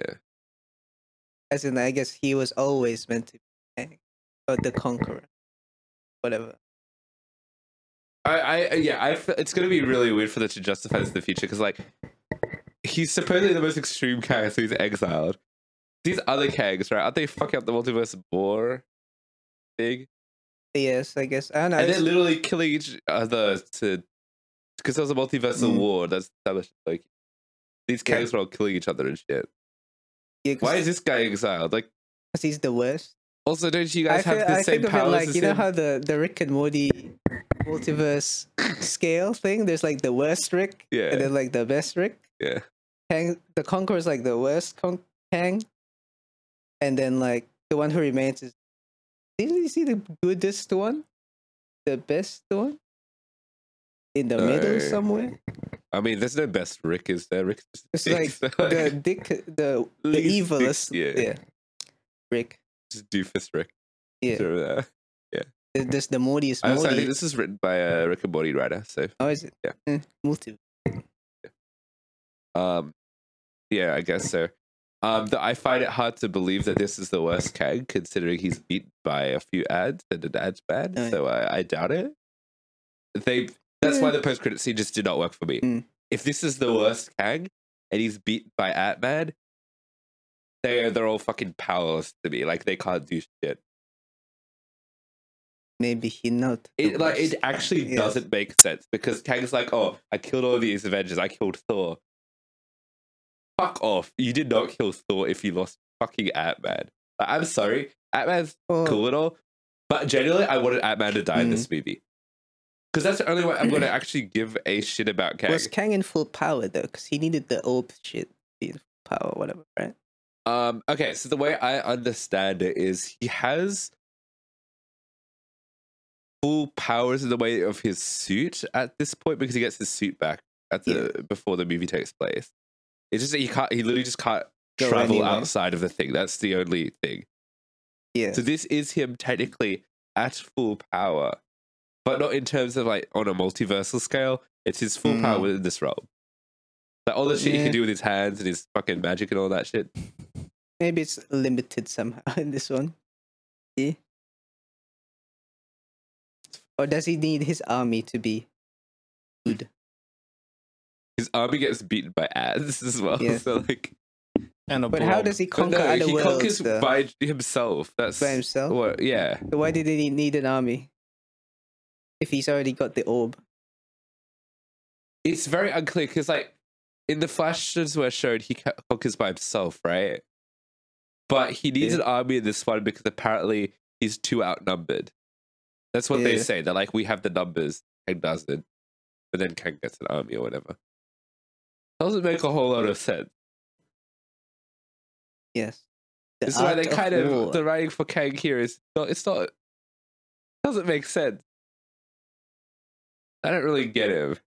As in, I guess he was always meant to be Kang, or the conqueror, whatever.
I, I uh, yeah, I. fe- It's going to be really weird for them to justify this in the future because like he's supposedly the most extreme Kang, so he's exiled. These other Kangs, right? Aren't they fucking up the multiverse more big?
Yes, I guess. I don't know.
and
I
they're
just-
literally killing each other to because there was a multiversal
Mm.
war that's established. Like these
Yeah.
Kangs were all killing each other and shit.
yeah, 'cause-
Why is this guy exiled? Like,
'cause he's the worst.
also, don't you
I
guys
feel.
have the
I
same
think of it
powers?
like
the
you know
same-
how the the Rick and Morty multiverse scale thing. There's like the worst Rick,
Yeah.
and then like the best Rick.
Yeah.
Kang, the conqueror is like the worst con- Kang, and then like the one who remains is. Didn't you see the goodest one, the best one, in the
No.
middle somewhere?
I mean, there's no best Rick, is there? Rick's just
It's
dick,
like
so,
the dick, the the
least dick,
evilest,
yeah.
yeah. Rick,
just doofus Rick.
yeah.
Sort of, uh,
Th- This the Morty's
I also
Morty.
think Uh, this is written by a Rick and Morty writer. So,
oh, is it?
Yeah.
Mm, multi.
um, yeah, I guess so. Um, th- I find it hard to believe that this is the worst Kang, considering he's beaten by a few ads and an ads ban.
Aye.
So I, I doubt it. They That's why the post credit scene just did not work for me.
Mm.
If this is the worst Kang and he's beat by Ant Man, they're they're all fucking powerless to me. Like they can't do shit.
Maybe he not. the
It like
worst.
it actually
Yeah.
doesn't make sense because Kang's like, oh, I killed all these Avengers. I killed Thor. Fuck off! You did not kill Thor if you lost fucking Ant Man. Like, I'm sorry, Ant Man's
Well,
cool and all, but generally, I wanted Ant Man to die in
Mhm.
this movie because that's the only way I'm going to actually give a shit about Kang.
Was Kang in full power though? Because he needed the old shit in full power, whatever, right?
Um, okay, so the way I understand it is he has full powers in the way of his suit at this point because he gets his suit back at the before the movie takes place. It's just that he can't he literally just can't
Go
travel
anywhere.
outside of the thing. That's the only thing.
Yeah.
So this is him technically at full power, but not in terms of like on a multiversal scale. It's his full power
Mm.
within this realm. Like all the shit he
Yeah.
can do with his hands and his fucking magic and all that shit.
Maybe it's limited somehow in this one. Yeah. Or does he need his army to be good?
his army gets beaten by ants as well.
Yeah.
So like,
And a
But how
blob.
does he
but
conquer
no,
other
he
worlds
conquers
though?
by himself. That's
by himself?
What, yeah,
So Why did he need an army? If he's already got the orb.
it's very unclear because like in the flashes were showed, he ca- conquers by himself, right? But he needs
Yeah.
an army in this one because apparently he's too outnumbered. That's what they
Yeah.
say. They're like, we have the numbers, Kang doesn't, but then Kang gets an army or whatever. Doesn't make a whole lot of sense.
Yes. The
This is why
art
they kind of
war.
the writing for Kang here is not. It's not. Doesn't make sense. I don't really get him.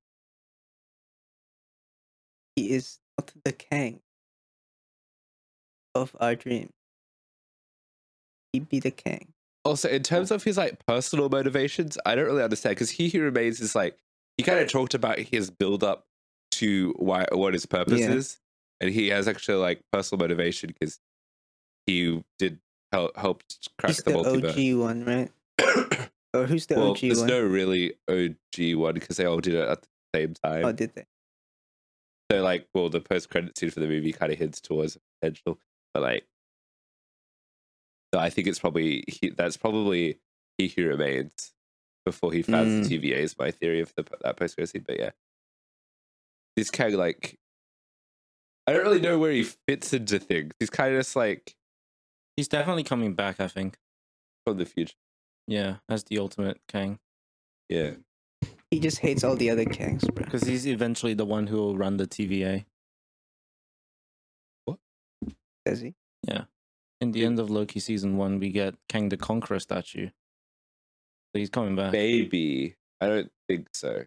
he is not the king of our dream. He be the king.
Also, in terms of his like personal motivations, I don't really understand because he who remains is like he kind of talked about his build up to why what his purpose
Yeah.
is, and he has actually like personal motivation because he did help helped crack
He's
the,
the,
multiverse.
OG one, right? or who's the
well,
OG
there's
one?
no really OG one because they all did it at the same time.
Oh, did they?
so like well the post credit scene for the movie kind of hints towards potential but like no, i think it's probably he, that's probably he who remains before he founds
Mm.
the tva is my theory of the, that post credit scene but yeah this kind of like i don't really know where he fits into things he's kind of just like
He's definitely coming back, I think.
from the future
Yeah, as the ultimate king.
yeah
He just hates all the other kings, bro.
Because he's eventually the one who will run the TVA.
Does he?
In the end of Loki season one, we get Kang the Conqueror statue. So he's coming back.
maybe i don't think so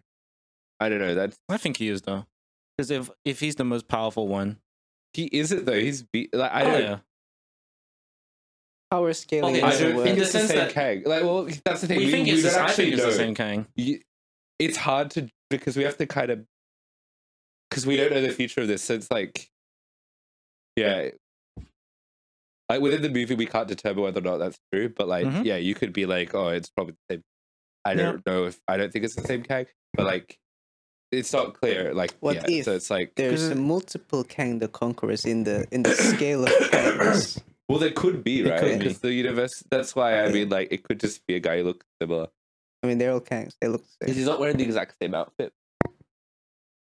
i don't know that's
I think he is though. Because if if he's the most powerful one,
he isn't though he's be, like i
Oh,
don't
yeah.
Power scaling
Okay,
I
is
so
the
don't
in
word.
think
the
it's the
sense
same
that-
Kang. Like, well, that's the thing.
we,
We,
think
we
it's,
don't
the, I
actually
think it's
know.
the same Kang.
You- it's hard to because we have to kind of because we don't know the future of this. So it's like, yeah, like within the movie, we can't determine whether or not that's true. But like,
Mhm.
yeah, you could be like, oh, it's probably the same. I
Yeah.
don't know if I don't think it's the same Kang, but like, it's not clear. Like,
What
yeah,
if
so it's like,
There's
'Cause-
multiple Kang the Conquerors in the in the scale of kings.
well, there could be
It
right
could be.
because the universe. That's why I mean, like, it could just be a guy who looks similar.
I mean, they're all kangs. They look the
Because
same.
he's not wearing the exact same outfit.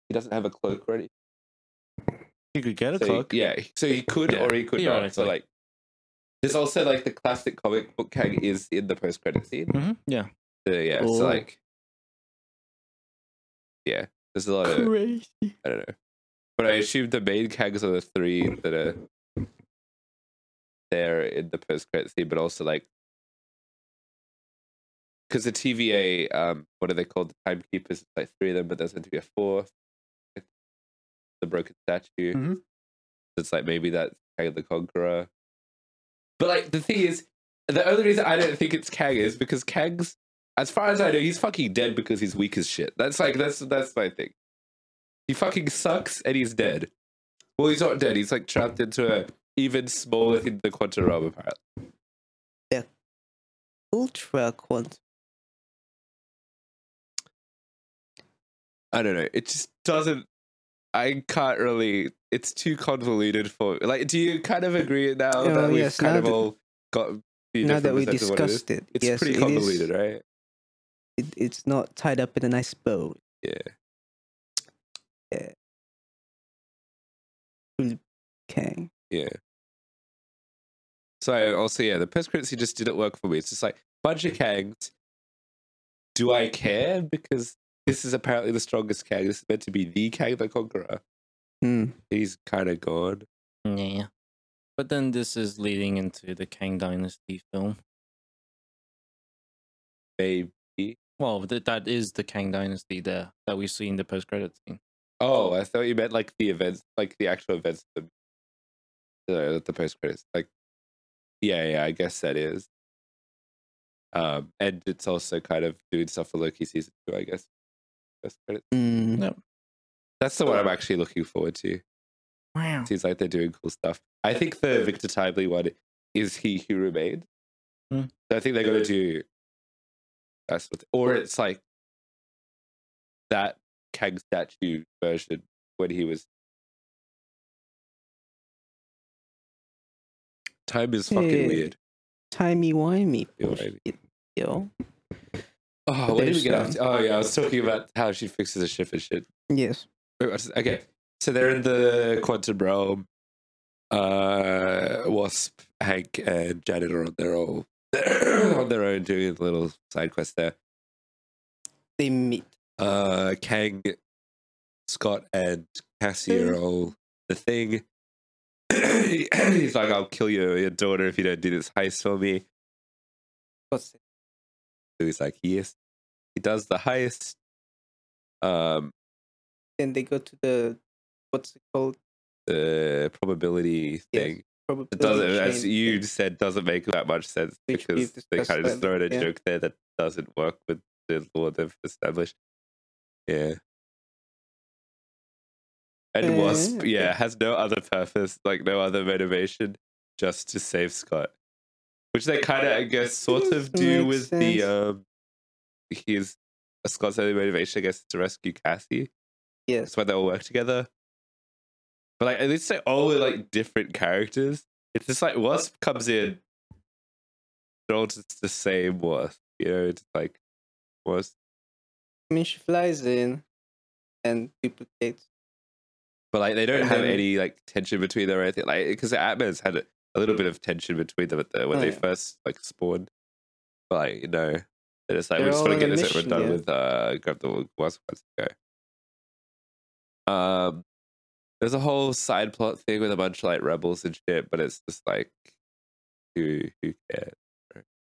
He doesn't have a cloak or anything.
You could get a
So he-
cloak.
yeah, so he could
Yeah,
or he could not. So
theoretically.
like, there's also like the classic comic book Kang is in the post credit scene.
Mhm, yeah.
So yeah,
Oh.
so like, yeah, there's a lot of
Crazy.
I don't know, but I assume the main Kangs are the three that are there in the post credit scene, but also like. Because the TVA, um, what are they called? The timekeepers, like three of them, but there's going to be a fourth. The broken statue.
Mhm.
It's like maybe that's Kang the Conqueror. But like the thing is, the only reason I don't think it's Kang is because Kang's, as far as I know, he's fucking dead because he's weak as shit. That's like that's that's my thing. He fucking sucks and he's dead. Well, he's not dead. He's like trapped into a even smaller thing than the quantum realm. Apparently,
Ultra quantum.
I don't know. It just doesn't. I can't really. It's too convoluted for. Like, do you kind of agree now
Oh,
that we've
yes,
kind
now
of
that-
all got a few
now
different
that we
perceptions of what it is?
discussed it,
It's
yes,
pretty
it is-
convoluted, right?
it- it's not tied up in a nice bow.
Yeah.
Yeah. Okay.
Yeah. So also, yeah, the postcurrency just didn't work for me. It's just like bunch of kangs. Do I care? Because this is apparently the strongest kang. This is meant to be the kang, the conqueror.
Hmm.
He's kind of gone.
Yeah. But then this is leading into the Kang Dynasty film.
Maybe.
Well, th- that is the Kang Dynasty there that we see in the post credit scene.
Oh, I thought you meant like the events, like the actual events. Of the, the the post credits, like yeah, yeah. I guess that is. Um, and it's also kind of doing stuff for Loki season two. I guess. Post credits.
Hmm.
That's the one I'm actually looking forward to.
Wow.
Seems like they're doing cool stuff. I think the Victor Timely one is He Who Remained.
Hmm.
So I think they're gonna do that's what or it's like that Kang statue version when he was Time is fucking
Hey.
weird.
Timey wimey.
You know what I
bullshit,
mean?
Yo.
Oh, what did we
there's,
get
um,
off to? Oh yeah, I was talking about how she fixes a ship and shit.
Yes.
Wait, what's- Okay, so they're in the quantum realm. Uh, Wasp, Hank, and Janet are on their own, on their own doing a little side quest there.
They meet.
Uh, Kang, Scott, and Cassie are all the thing. He's like, "I'll kill your, your daughter if you don't do this heist for me."
What's it?
So he's like, "Yes." He does the heist. Um,
Then they go to the what's it called?
the probability
Yes.
thing.
Probably
It doesn't, as you said, doesn't make that much sense
Which
because
we've
they
discussed
kind of just
earlier,
throw in a
yeah.
joke there that doesn't work with the law they've established. Yeah. And
Uh,
Wasp, yeah,
okay.
has no other purpose, like no other motivation, just to save Scott. Which they kind of, I guess, sort of do
Makes
with
sense.
the, um, his, Scott's only motivation, I guess, is to rescue Cassie.
Yes.
That's why they all work together. But like at least they all are like different characters. It's just like Oh, Wasp comes in, they're all just the same Wasp. You know, it's like Wasp.
I mean, she flies in and duplicates.
But like they don't
And
have
then-
any like tension between them or anything. Like because the Atmans had a, a little bit of tension between them at the, when
Oh,
they
yeah.
first like spawned. But like, you know, they're just like
They're
we just
all
want to
on
get
a
this over
mission,
and done
yeah.
with. Uh, grab the Wasp once go. Um, there's a whole side plot thing with a bunch of like rebels and shit, but it's just like, who who cares?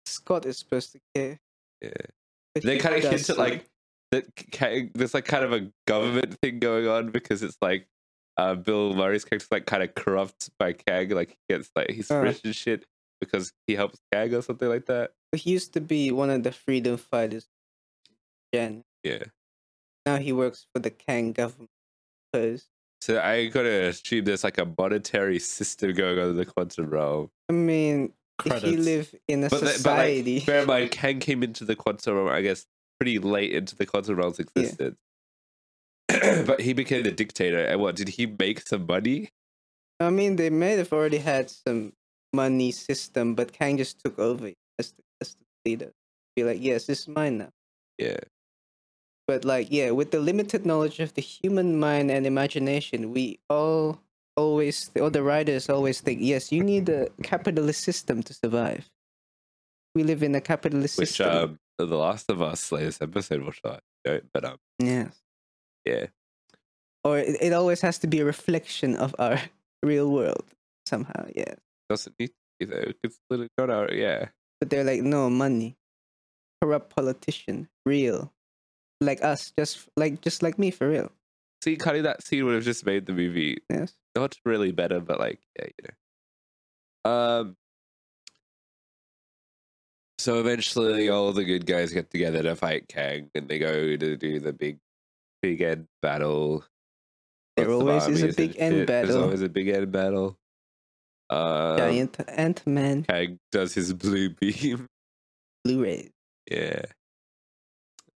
Scott is supposed to care.
Yeah.
but
They
he
kind of hint at
doesn't.
like that. ca- There's like kind of a government thing going on because it's like uh, Bill Murray's character's like kind of corrupt by Kang. Like he gets like he's
Uh.
rich and shit because he helps Kang or something like that.
He used to be one of the freedom fighters. Jen.
Yeah.
Now he works for the Kang government. Because
So I gotta assume there's like a monetary system going on in the quantum realm.
I mean, if you
Credits.
live in a
But, the- but
society,
like, bear in mind, Kang came into the quantum realm, I guess, pretty late into the quantum realm's existence. but he became the dictator, and what did he make some money?
I mean, they may have already had some money system, but Kang just took over as the, as the leader. Be like, yes, this is mine now.
Yeah.
But like, yeah, with the limited knowledge of the human mind and imagination, we all always, all the writers always think, yes, you need a capitalist system to survive. We live in a capitalist
which um
system.
the last of us latest episode will show don't but um
yeah.
yeah
Or it, it always has to be a reflection of our real world somehow. Yeah.
doesn't need to be though it's literally not our yeah
But they're like, no money, corrupt politician, real, like us, just like just like me for real.
see cutting that scene would have just made the movie
Yes.
not really better but like yeah you know um so eventually all the good guys get together to fight Kang and they go to do the big big end battle
There
Lots of
always is
armies
a
and
big end
shit. there's
battle.
always a big end battle uh
Giant Ant Man
Kang does his blue beam
Blu-ray.
Yeah.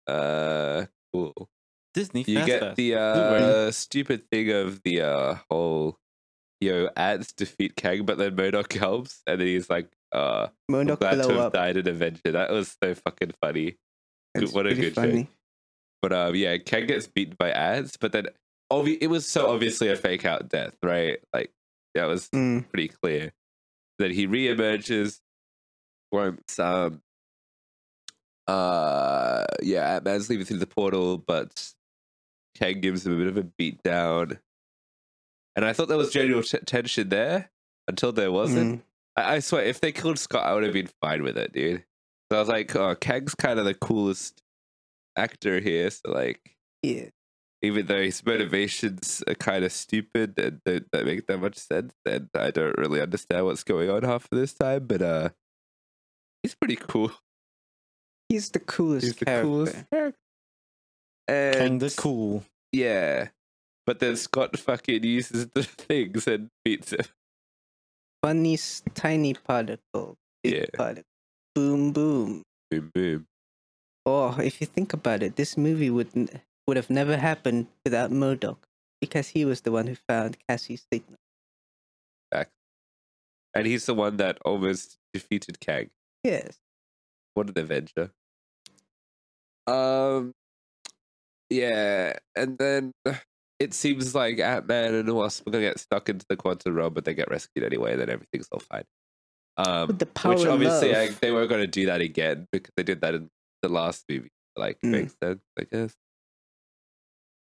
Uh, cool.
Disney
You
Fest
get
Fest.
the
Blu-ray.
uh, stupid thing of the uh, whole, you know, ads defeat Kang, but then Modoc helps, and then he's like, uh, I'm
Modoc
glad to
blow
have
up.
died in Avenger. That was so fucking funny.
It's
what a
pretty
good show. But um, yeah, Kang gets beaten by ads, but then obvi- it was so obviously a fake out death, right? Like, that was
Mm.
pretty clear. Then he reemerges once um uh yeah, Ant Man's leaving through the portal, but Kang gives him a bit of a beat down. And I thought there was general t- tension there until there wasn't.
Mm.
I-, I swear, if they killed Scott, I would have been fine with it, dude. So I was like, oh, Kang's kind of the coolest actor here. So, like,
Yeah.
even though his motivations are kind of stupid and don't, don't make that much sense, and I don't really understand what's going on half of this time, but uh, he's pretty cool.
He's the coolest
He's the
character.
coolest character.
and
And
the cool.
yeah, but then Scott fucking uses the things and beats him.
Funny s- tiny particle. Big
Yeah.
particle. Boom boom.
Boom, boom.
Oh, if you think about it, this movie would n- would have never happened without Modoc because he was the one who found Cassie's signal.
And he's the one that almost defeated Kang.
Yes.
What an adventure. Um Yeah, and then it seems like Ant Man and the Wasp are gonna get stuck into the quantum realm, but they get rescued anyway, then everything's all fine. Um
With the power
which obviously
of
I,
love.
they weren't gonna do that again because they did that in the last movie. Like
Mm.
makes sense, I guess.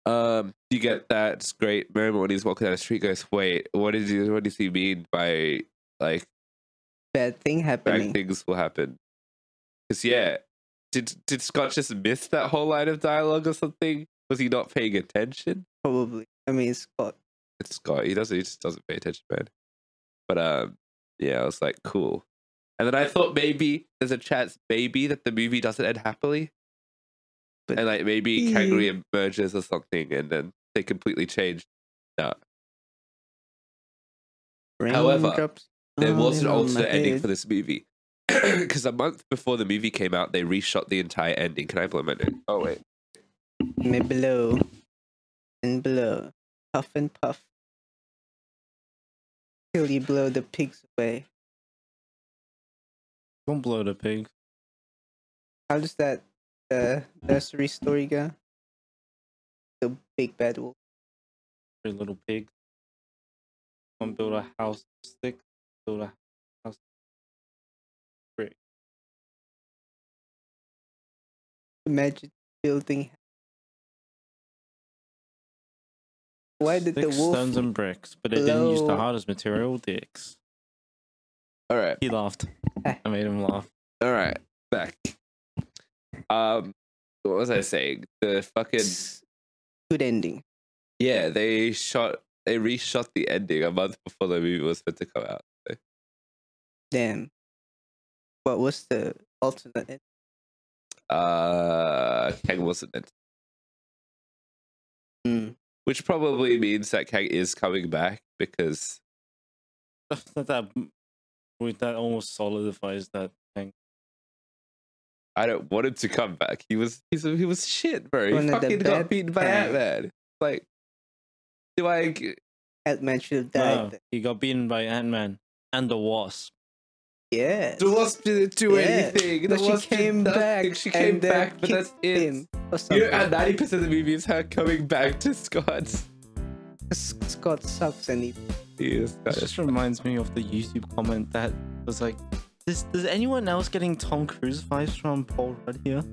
Um, you get that great moment when he's walking down the street goes, Wait, what did you what does he mean by like
Bad thing
bad
happening.
things will happen. Because yeah, did did Scott just miss that whole line of dialogue or something? Was he not paying attention?
Probably. I mean, Scott.
It's Scott. He doesn't. He just doesn't pay attention, man. But um, yeah, I was like, cool. And then I thought maybe there's a chance, maybe that the movie doesn't end happily,
But-
and like maybe Kangaroo emerges or something, and then they completely change. However,
Raindrops
there was an
falling Oh, on
alternate
my
ending
head.
for this movie. Because a month before the movie came out, they reshot the entire ending. Can I blow my nose? Oh wait,
May blow and blow, puff and puff, till you blow the pigs away.
Don't blow the pig.
How does that uh, nursery story go? The big bad wolf.
Three little pig. One build a house of stick. Build a house. Brick.
Imagine building. Why did
Sticks,
the wolf?
stones and bricks, but they didn't use the
blow-
hardest material, dicks.
all right.
He laughed. I made him laugh.
All right, back. Um, what was I saying? The fucking
S- Good ending.
yeah, they shot, they reshot the ending a month before the movie was meant to come out.
Damn. What was the alternate? Ending?
Uh, Kang wasn't meant, to-
Mm.
which probably means that Kang is coming back because
that that with that almost solidifies that thing.
I don't want him to come back. He was, he's, he was shit, bro.
One
He
of the
fucking got
bad
beaten by
guys.
Ant Man. Like, do I? g-
Ant-Man should have died.
No, he got beaten by Ant Man and the Wasp.
Yeah.
The wasp didn't do
Yeah,
anything. The
but she
wasp did
came
nothing.
back
She came
and then
back, but that's
kicked
it.
him or
You
something.
at ninety percent of the movie is her coming back to Scott.
S- Scott sucks and he
He is
It just reminds me of the YouTube comment that was like, "Does does anyone else getting Tom Cruise vibes from Paul Rudd here?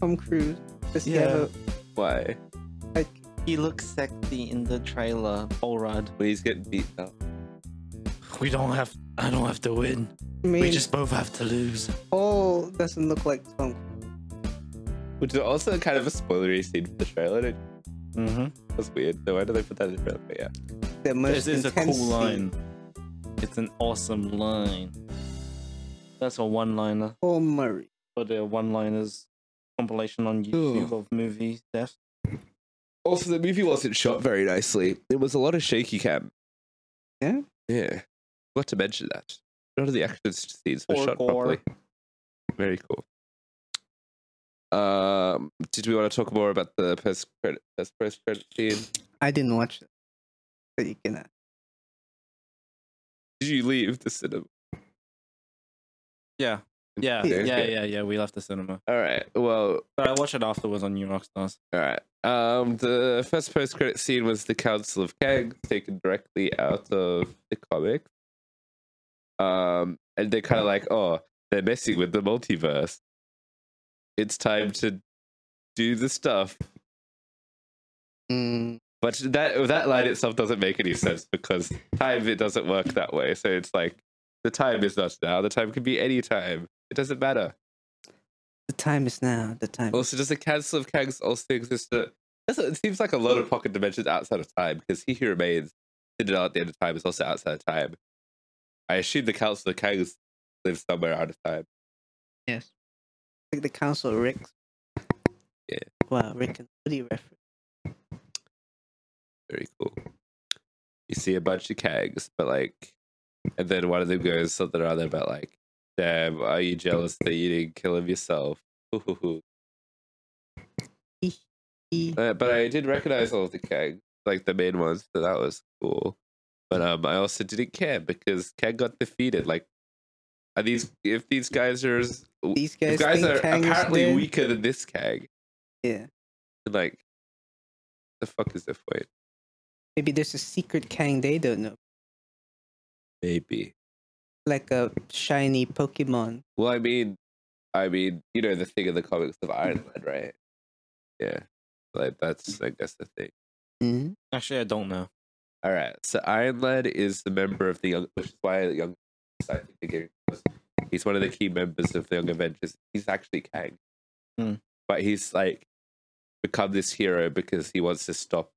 Tom Cruise. Does he
Yeah.
have
why
a like
He looks sexy in the trailer, Paul Rudd.
when he's getting beat up.
We don't have, I don't have to win.
I mean
We just both have to lose.
Paul doesn't look like Tom Cruise.
Which is also kind of a spoilery scene for the trailer. and It
Mm-hmm.
was weird. So why do they put that in the trailer? But yeah.
The most
This is a cool
intense scene.
line. It's an awesome line. That's a one-liner.
Paul Murray.
But the one-liners compilation on YouTube of movie death.
Also, the movie wasn't shot very nicely. It was a lot of shaky cam.
Yeah?
Yeah. Forgot to mention that. None of the action scenes were
Or
shot
gore.
properly. Very cool. Um, did we want to talk more about the post credit post credit scene?
I didn't watch it. So you can. uh,
Did you leave the cinema?
Yeah. Yeah,
Okay.
yeah, yeah, yeah. We left the cinema,
All right. Well,
but I watched it afterwards on New Rockstars.
all right. Um, the first post credit scene was the Council of Keg, taken directly out of the comics. Um, and they're kind of like, oh, they're messing with the multiverse. It's time to do the stuff
Mm,
But that that line itself doesn't make any sense because time it doesn't work that way. So it's like the time is not now. The time can be any time. It doesn't matter.
the time is now. The time.
Also, does the Council of Kangs also exist? At, that's what- it seems like a lot of pocket dimensions outside of time because he who remains, Citadel at the end of time, is also outside of time. I assume the Council of Kangs lives somewhere out of time.
Yes. Like the council, Rick.
Yeah.
Wow, Rick and Woody reference.
Very cool. You see a bunch of kegs, but like, and then one of them goes something or other about like, "Damn, are you jealous that you didn't kill him yourself?" Hoo-hoo-hoo.
E-
Uh, but I did recognize all of the kegs, like the main ones, so that was cool. But um, I also didn't care because Keg got defeated. Like, are these if these guys are as-
These
if
guys,
guys
think
are
Kang is
apparently
dead?
weaker than this Keg?
Yeah.
then, Like, the fuck is the point?
Maybe there's a secret Kang they don't know.
Maybe.
Like a shiny Pokemon.
Well, I mean, I mean, you know the thing in the comics of Iron Man, right? Yeah, like that's I guess the thing. Mm-hmm.
Mm.
Actually, I don't know.
All right, so Iron Lad is the member of the young, which is why the young. I think they're giving- He's one of the key members of the Young Avengers. He's actually Kang,
Hmm.
but he's like become this hero because he wants to stop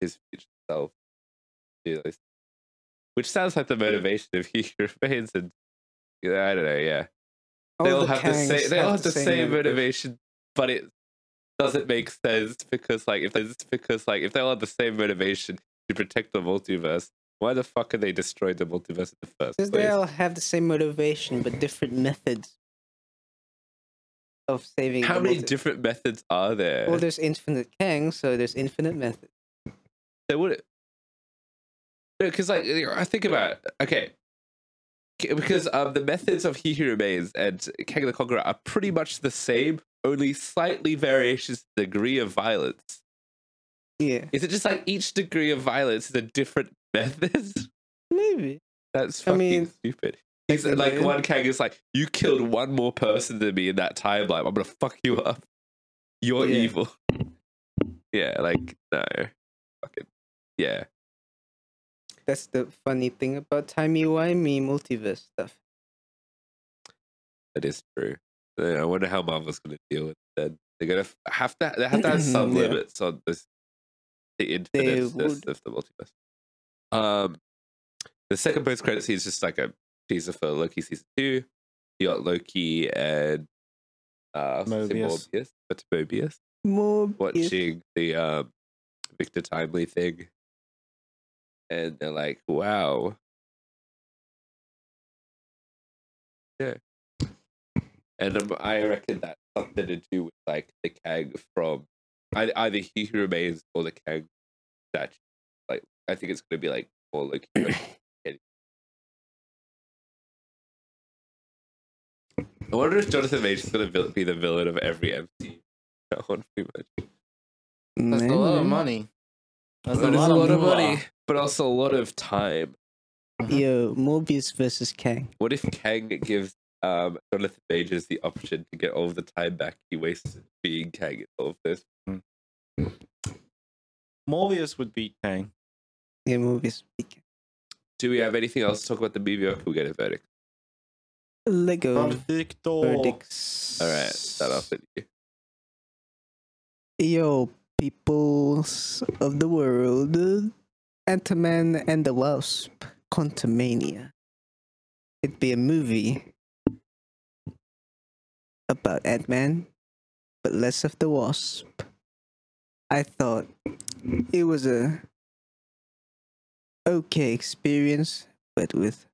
his future self. do those things. Which sounds like the motivation of He Who Remains, and yeah, I don't know. Yeah, they all
Oh, the
have the
Kangs
same. They all have the same
motivation.
motivation, but it doesn't make sense because, like, if it's because, like, if they all have the same motivation to protect the multiverse, why the fuck are they destroyed the multiverse in the first place?
Because they all have the same motivation, but different methods of saving.
How
the
many
multi-
different methods are there?
Well, there's infinite Kang, so there's infinite methods.
they would. No, because like I think about it. okay, K- because um, the methods of He Who Remains and Kang the Conqueror are pretty much the same, only slightly variations in degree of violence.
Yeah,
Is it just like each degree of violence is a different method?
maybe.
That's
I
fucking
mean,
stupid. He's
like,
like
yeah.
one Kang is like, you killed one more person than me in that timeline. I'm gonna fuck you up. You're
Yeah.
evil. Yeah, like no, fucking yeah.
That's the funny thing about timey wimey multiverse stuff.
That is true. Yeah, I wonder how Marvel's going to deal with that. They're going to have to. They have to have some
Yeah.
limits on this, the
They
infiniteness
would.
of the multiverse. Um, the second post credit scene is just like a teaser for Loki season two. You got Loki and uh,
Mobius.
Mobius, Mobius but Mobius
More
watching the um, Victor Timely thing, and they're like, "Wow." Yeah, and um, I reckon that's something to do with like the Kang from ei- either He Who Remains or the Kang statue. Like, I think it's gonna be like more Loki. Like, I wonder if Jonathan Majors is gonna vil- be the villain of every MCU. That one pretty much.
That's a lot of money. That's
That is a lot of
moolah.
money, but also a lot of time.
Yo, Morbius versus Kang.
What if Kang gives um, Jonathan Majors the option to get all of the time back he wasted being Kang in all of this?
Morbius would beat Kang.
Yeah, Morbius. beat Kang.
Do we have anything else to talk about the movie or can we get a verdict?
Lego
Verdicto.
verdicts.
All right, start off with you.
Yo, peoples of the world, Ant-Man and the Wasp, Quantumania. It'd be a movie about Ant-Man, but less of the Wasp. I thought it was a okay experience, but with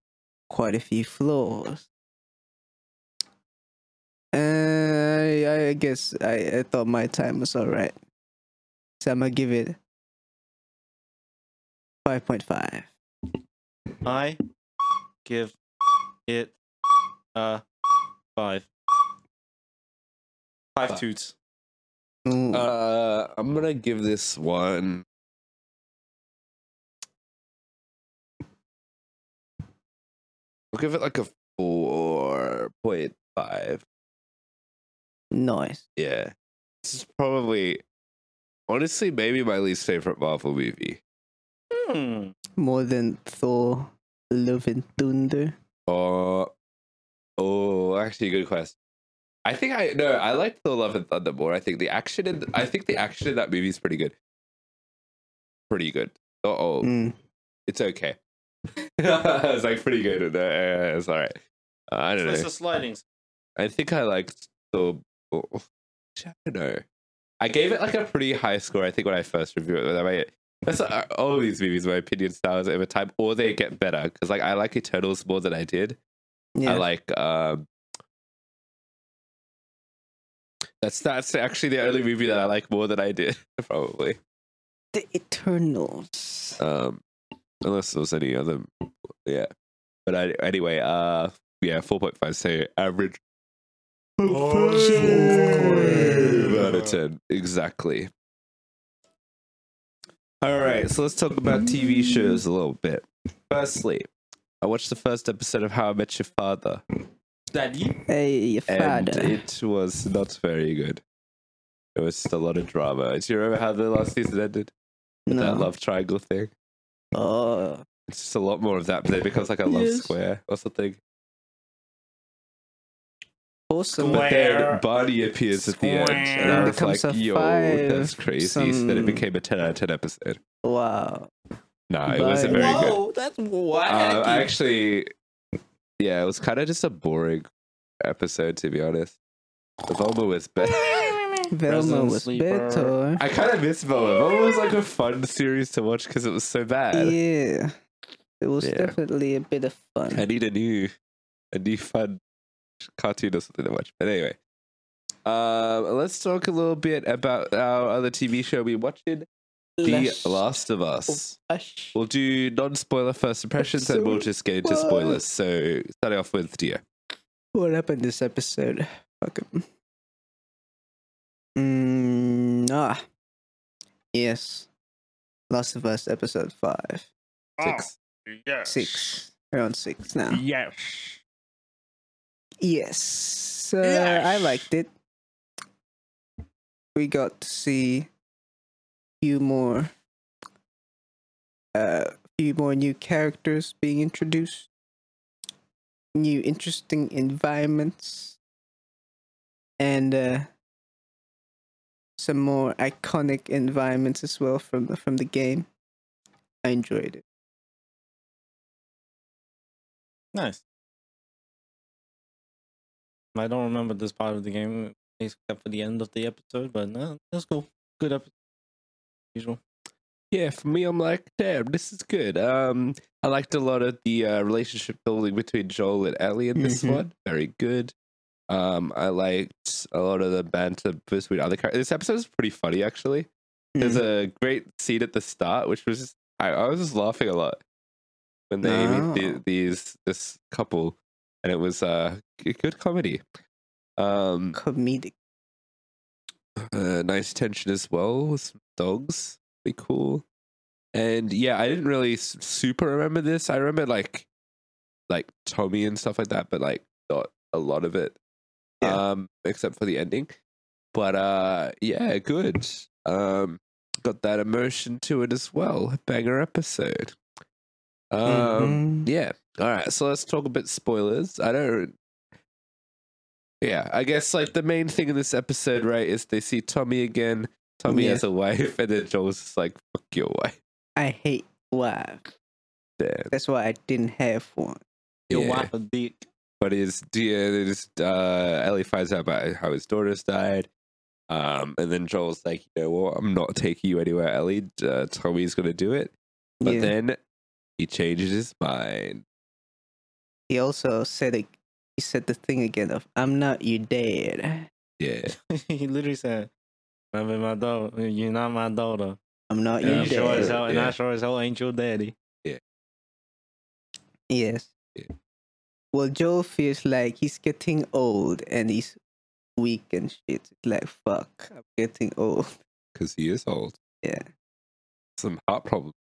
quite a few flaws. Uh, I I guess I, I thought my time was alright. So I'm gonna give it five point five.
I give it uh five. Five
Five.
toots.
Ooh,
Uh, I'm gonna give this one. I'll give it like a four point five.
nice.
Yeah, this is probably, honestly, maybe my least favorite Marvel movie.
Hmm.
More than Thor, Love and Thunder.
Oh, oh, actually, good question. I think I no, I like the Love and Thunder more. I think the action in I think the action in that movie is pretty good. Pretty good. Uh oh,
Mm.
it's okay. it's like pretty good. and, uh, it's all right. Uh, I don't
So
know.
it's a sliding.
I think I liked the. oh, I don't know. I gave it like a pretty high score. I think when I first reviewed it, I, that's uh, all of these movies. My opinion styles over time, or they get better because like I like Eternals more than I did.
Yeah.
I like um That's that's actually the only movie that I like more than I did, probably.
the Eternals.
Um unless there was any other yeah. But I, anyway, uh yeah, four point five so average Oh, out of ten. Exactly. Alright, so let's talk about TV shows a little bit. Firstly, I watched the first episode of How I Met Your Father.
That you
hey, your
and
father.
it was not very good. It was just a lot of drama. Do you remember how the last season ended?
no.
That love triangle thing.
Oh,
It's just a lot more of that, but it becomes like a love
Yes.
square or something.
awesome.
But then
Square.
Barney appears at the end, and
Square.
I was like,
Becomes a
"Yo,
five
that's crazy!" So then it
some-
became a ten out of ten episode.
Wow.
Nah, it wasn't
Bye.
very good.
Whoa, that's wacky.
Uh, I actually, yeah, it was kind of just a boring episode to be honest. The Volvo was better.
Velma
Resident
was
Sleeper.
better.
I kind of miss Boa. Boa was like a fun series to watch because it was so bad.
Yeah. It was
Yeah.
definitely a bit of
I
fun.
need a new, a new fun cartoon or something to watch. But anyway, um, let's talk a little bit about our other TV show we watched, The
Last Oh.
Last of Us.
Us.
We'll do non-spoiler first impressions, and we'll just get into
Episode one.
spoilers. So starting off with Dio.
What happened this episode? Fuck it. Mm, ah. Yes. Last of Us episode five. Ah.
Six.
yes.
Six. We're on six now.
Yes.
Yes. Uh,
Yes.
I liked it. We got to see few more uh few more new characters being introduced. New interesting environments and uh some more iconic environments as well from the from the game. I enjoyed it.
Nice. I don't remember this part of the game except for the end of the episode, but no, that's cool. Good episode. Usual.
Yeah, for me, I'm like, damn, this is good. Um, I liked a lot of the uh, relationship building between Joel and Ellie in this
Mhm.
one. Very good. Um, I liked a lot of the banter between other characters. This episode is pretty funny, actually. There's a great scene at the start, which was just, I, I was just laughing a lot when they meet the,
Oh.
these this couple, and it was uh g- good comedy. Um,
comedic
uh, nice tension as well with some dogs. Pretty cool. And yeah, I didn't really s- super remember this. I remember like like Tommy and stuff like that, but like not a lot of it.
Yeah.
Um, except for the ending. But uh yeah, good. Um got that emotion to it as well. Banger episode. Um
Mhm.
yeah. Alright, so let's talk a bit spoilers. I don't yeah, I guess like the main thing in this episode, right, is they see Tommy again. Tommy
Yeah.
has a wife, and then Joel's just like, "Fuck your wife."
I hate wives.
Damn.
That's why I didn't have one.
Your
Yeah.
wife a dick.
But his dear, his uh, Ellie finds out about how his daughter's died, um, and then Joel's like, "You know what? I'm not taking you anywhere, Ellie. Uh, Tommy's gonna do it." But
yeah.
then he changes his mind.
he also said it, he said the thing again of "I'm not your dad."
Yeah.
he literally said, "Remember my daughter? You're not my daughter.
I'm not
Yeah,
And
your
you sure
daddy.
as
dad.
hell, and
Yeah.
I sure as hell ain't your daddy."
Yes.
Yeah.
Well, Joel feels like he's getting old and he's weak and shit. It's like, fuck, I'm getting old.
Because he is old.
Yeah.
Some heart problems.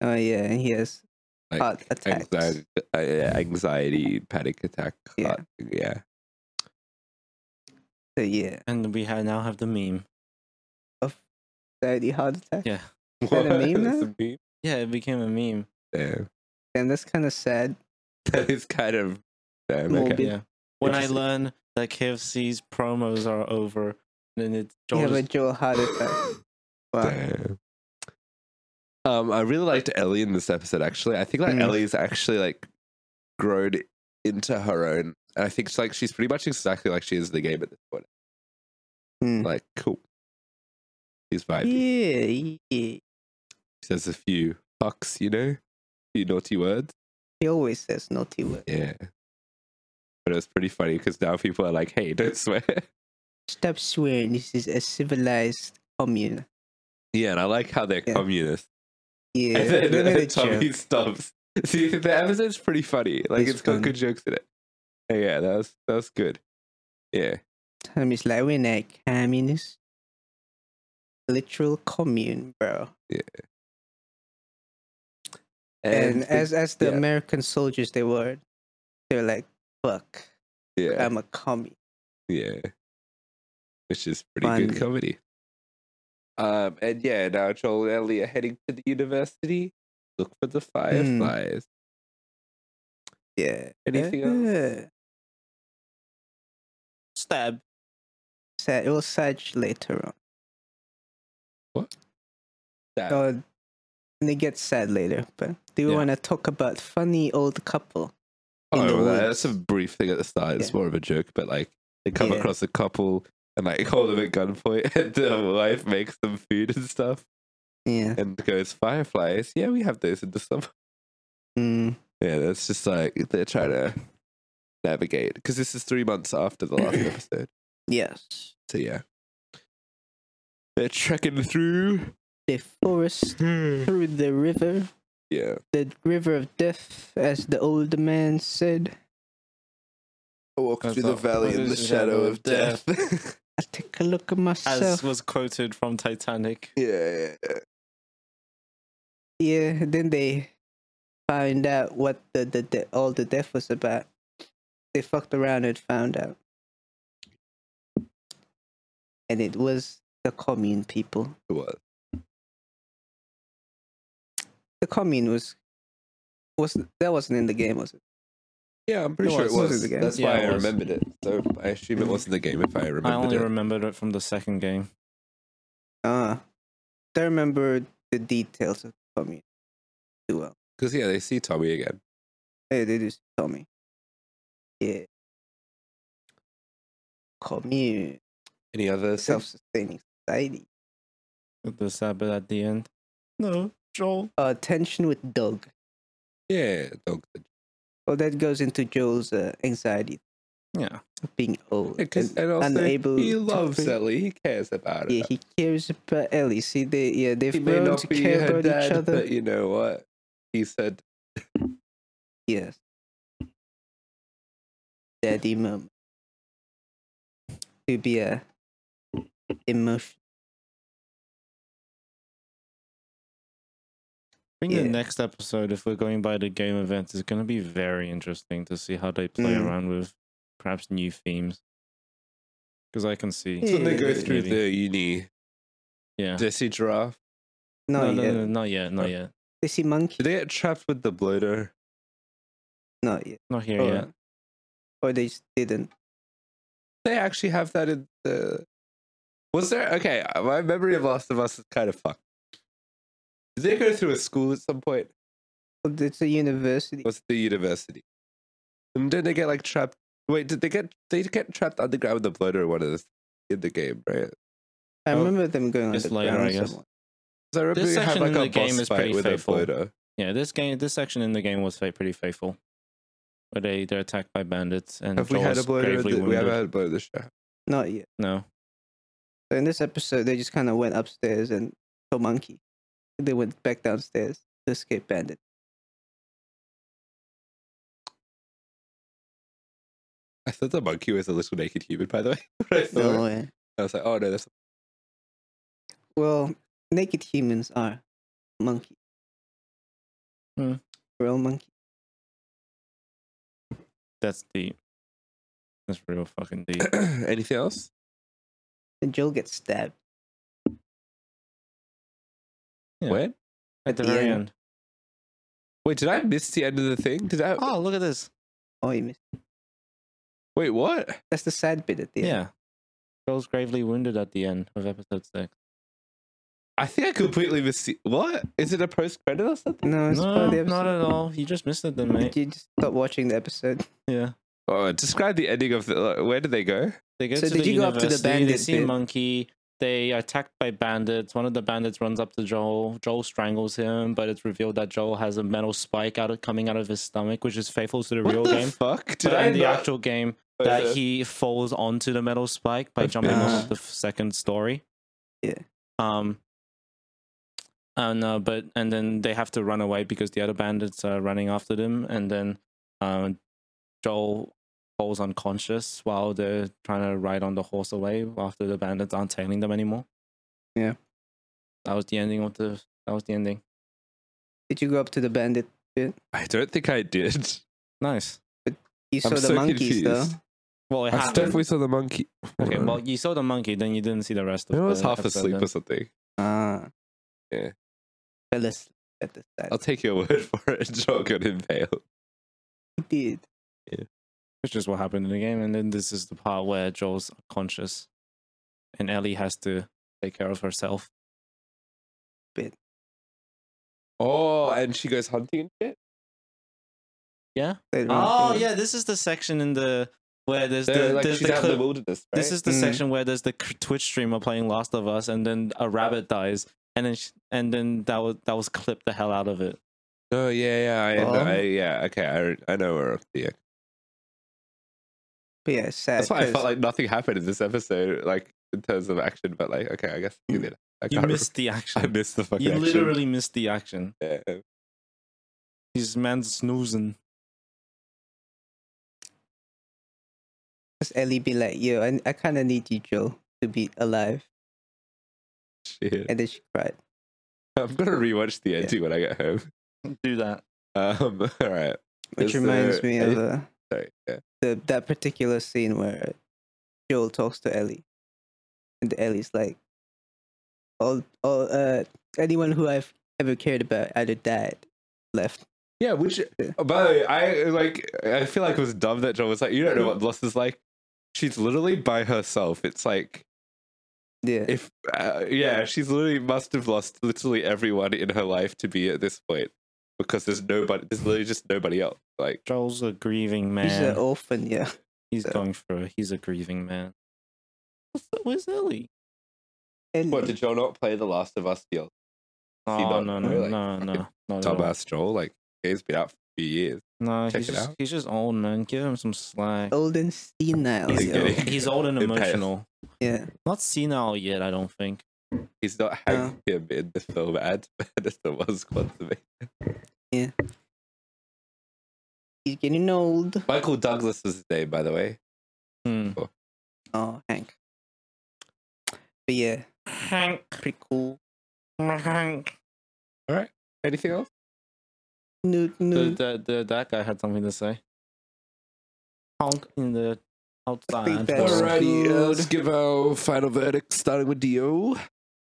Oh, yeah, and he has
Like,
heart attacks.
anxiety, uh, anxiety, panic attack.
Yeah.
heart- yeah.
So, yeah,
And we ha now have the meme.
anxiety, heart attack.
Yeah,
that a meme
It's a
now?
meme?
yeah, it became a meme.
Damn.
And that's kind of sad.
That is kind of damn.
Well,
Okay.
be-
Yeah. When I
Interesting.
learn that KFC's promos are over, then it's
You have a
George's
Joel heart attack. Wow.
Damn. Um, I really liked Ellie in this episode. Actually, I think like
Mm.
Ellie's actually like grown into her own. And I think it's like she's pretty much exactly like she is in the game at this point.
Hmm.
Like, cool. She's vibing.
Yeah, yeah.
She says a few fucks, you know, a few naughty words.
He always says naughty word.
Yeah. But it was pretty funny because now people are like, hey, don't swear.
Stop swearing. This is a civilized commune.
Yeah, and I like how they're
Yeah.
communists.
Yeah,
and then,
give it a
Tommy
joke.
stops. See, the episode's pretty funny. Like,
It's
it's got
fun.
good jokes in it. And yeah, that was, that was good. Yeah.
Tommy's like, we're not communist. Literal commune, bro. And,
the-
as as the
yeah.
American soldiers they were, they were like, "Fuck,
yeah,
I'm a commie."
yeah. Which is pretty good
Funny.
comedy. Um, and yeah, now Joel and Ellie are heading to the university. Look for the fireflies.
Yeah.
Anything
else?
stab.
It was Saj later on.
That-
Oh, and it gets sad later. But do you
Ah. Yeah.
want to talk about funny old couple? in the
Oh, well,
woods.
that's a brief thing at the start. It's
Yeah.
more of a joke, but like they come
Yeah.
across a couple and like hold them at gunpoint, and the wife makes them food and stuff,
Yeah.
and goes fireflies. Yeah, we have those in the summer.
Mm,
Yeah, that's just like they're trying to navigate because this is three months after the last episode.
yes.
So yeah, they're trekking through.
The forest
Hmm.
through the river,
Yeah,
the river of death, as the old man said.
I walk
That's not- what is the shadow of death?
I take a look at
As
myself.
was quoted from Titanic.
yeah, yeah.
Yeah, then they find out what the, the, the all the death was about. They fucked around and found out. And it was the commune people.
It was.
The commune was was that wasn't in the game, was it?
Yeah, I'm pretty
It
sure it
was. It was
was.
in the game.
That's
Yeah,
why
it
I
was.
remembered it. So I assume it wasn't the game if I remembered
I only
it.
remembered it from the second game.
Ah. don't remember the details of the commune too well.
Because yeah, they see Tommy again.
Hey, they just tell me. Yeah. Commune.
Any other
Self
stuff?
sustaining society.
With the stab at the end. No, Joel.
Uh tension with Doug.
Yeah, dog.
Well, that goes into Joel's uh, anxiety
Yeah.
of being old.
Because
and-
and also
unable
he
to
loves
think.
Ellie. He cares about
yeah,
her.
he cares about Ellie. See, they yeah they've
He may
grown
not
to
be
care
her
about
dad,
each other.
but you know what? He said,
Yes, daddy mom to be a emotion.
I think
Yeah.
the next episode, if we're going by the game events, is going to be very interesting to see how they play
Mm.
around with perhaps new themes. Because I can see.
That's
when they go
maybe-
through the uni,
Yeah.
they see giraffe.
No,
No,
yeah,
no, no, no, not yet. Not yet.
they see monkey.
Did they get trapped with the bloater?
Not yet,
Not here
Oh,
yet.
or they just didn't.
They actually have that in the. Was there okay? uh, My memory of Last of Us is kind of fucked. Did they go through a school at some point?
Well, it's a university.
was the university. And then they get like trapped. Wait, did they get they get trapped underground with the bloater in one of the in the game, right?
I
Oh,
remember them going on
it's
the
later,
ground
I guess.
somewhere.
Because I remember
This
you have
section
like
in
a
the game
boss
is
fight
pretty
with
faithful.
a bloater.
Yeah, this game, this section in the game was fa- pretty faithful. Where they they're attacked by bandits and
Have we had a
Joel's
bloater? in
gravely
The, we
wounded.
haven't had a bloater this show.
Not yet.
No.
So in this episode, they just kind of went upstairs and for monkey. They went back downstairs to escape bandit.
I thought the monkey was a little naked human, by the way. when I saw it.
way.
I was like, oh no, that's
Well, naked humans are monkey.
Hmm.
Real monkey.
That's deep. That's real fucking deep.
anything else?
And Joel gets stabbed.
Yeah.
Where?
At the
the
very
end.
end.
Wait, did I miss the end of the thing? Did I?
Oh, look at this.
Oh, he missed.
Wait, what?
That's the sad bit at the
Yeah.
end.
Girl's gravely wounded at the end of episode six.
I think I completely missed. The- what is it? A post credit or something?
No, it's part
No,
of the
not
episode.
at all. You just missed it then, mate.
You just stop watching the episode.
Yeah.
Oh, describe the ending of the. like, where did they go?
They go
So
to
did
the
you go up to the
university, They
bandit
see
bit?
monkey. They are attacked by bandits. One of the bandits runs up to Joel. Joel strangles him, but it's revealed that Joel has a metal spike out of, coming out of his stomach, which is faithful to the
What
real
the
game.
fuck? Did
But
I
in the
not-
actual game,
Oh,
that
yeah.
he falls onto the metal spike by
That's
jumping
bad.
off the f- second story.
Yeah.
Um. And uh, but and then they have to run away because the other bandits are running after them, and then um, Joel falls unconscious while they're trying to ride on the horse away after the bandits aren't tailing them anymore.
Yeah.
That was the ending of the. That was the ending.
Did you go up to the bandit?
I don't think I did.
Nice.
You saw
I'm
the
so
monkeys
confused.
though.
Well, it
I
happened.
definitely saw the monkey. Hold
Okay,
on.
well, you saw the monkey, then you didn't see the rest of
I was
the
half
episode
asleep
then.
or something.
Ah.
Yeah.
Fell asleep at the side.
I'll take your word for it. Joel got impaled.
He did.
which is what happened in the game. And then this is the part where Joel's conscious, and Ellie has to take care of herself.
Oh, and she goes hunting and shit.
Yeah.
Later on.
Oh yeah, this is the section in the where there's
They're,
the,
like,
there's
she's
the
out in the
clip.
wilderness. Right?
This is the
Mm.
section where there's the c- Twitch streamer playing Last of Us, and then a rabbit dies, and then sh and then that was that was clipped the hell out of it.
Oh yeah, yeah, I,
Um,
I, yeah. Okay, I, I know where. Yeah,
But yeah, it's sad.
that's why I
'cause-
felt like nothing happened in this episode, like in terms of action. But like, okay, I guess Mm. you did. I
You
can't
missed the
rem- I
action.
missed the fucking.
You
action.
literally missed the action.
Yeah.
This man's snoozing.
Cause Ellie be like, yo, I, I kind of need you, Joe, to be alive.
Shit.
And then she cried.
I'm gonna rewatch the ending when I get home.
Do that.
Um. All right.
Which
Is
reminds
there
me
any-
of uh,
Sorry. Yeah.
the, that particular scene where Joel talks to Ellie. And Ellie's like, all, all, uh, anyone who I've ever cared about either died, left.
Yeah. Which, by the way, I uh, like. I feel like it was dumb that John was like, "You don't know what loss is like." She's literally by herself. It's like
Yeah.
if uh, yeah, she's literally must have lost literally everyone in her life to be at this point because there's nobody. There's literally just nobody else. Like
Joel's a grieving man.
He's an orphan, yeah.
He's
So-
going through. He's a grieving man. What's that- Where's Ellie?
Ellie.
What did Joel not play The Last of Us deal? he
Oh
not
no
really,
no
like,
no
fucking
no no
Dumbass Joel, like he's been out for a few years.
no.
Check
He's
it
just,
out.
he's just old man. Give him some slack.
Old and senile.
He's
yo.
getting-
He's old and
It passed.
emotional.
Yeah.
Not senile yet. I don't think.
He's not hanging him in the film ad as there was Quantum.
He's getting old.
Michael Douglas was his name, by the way.
Hmm.
Oh, Hank. But yeah,
Hank.
pretty cool.
Hank.
Anything else?
No,
The,
no.
the, the, that guy had something to say. Honk in the outside.
think that's- Alright. Alrighty, uh, let's
give our final verdict, starting with Dio.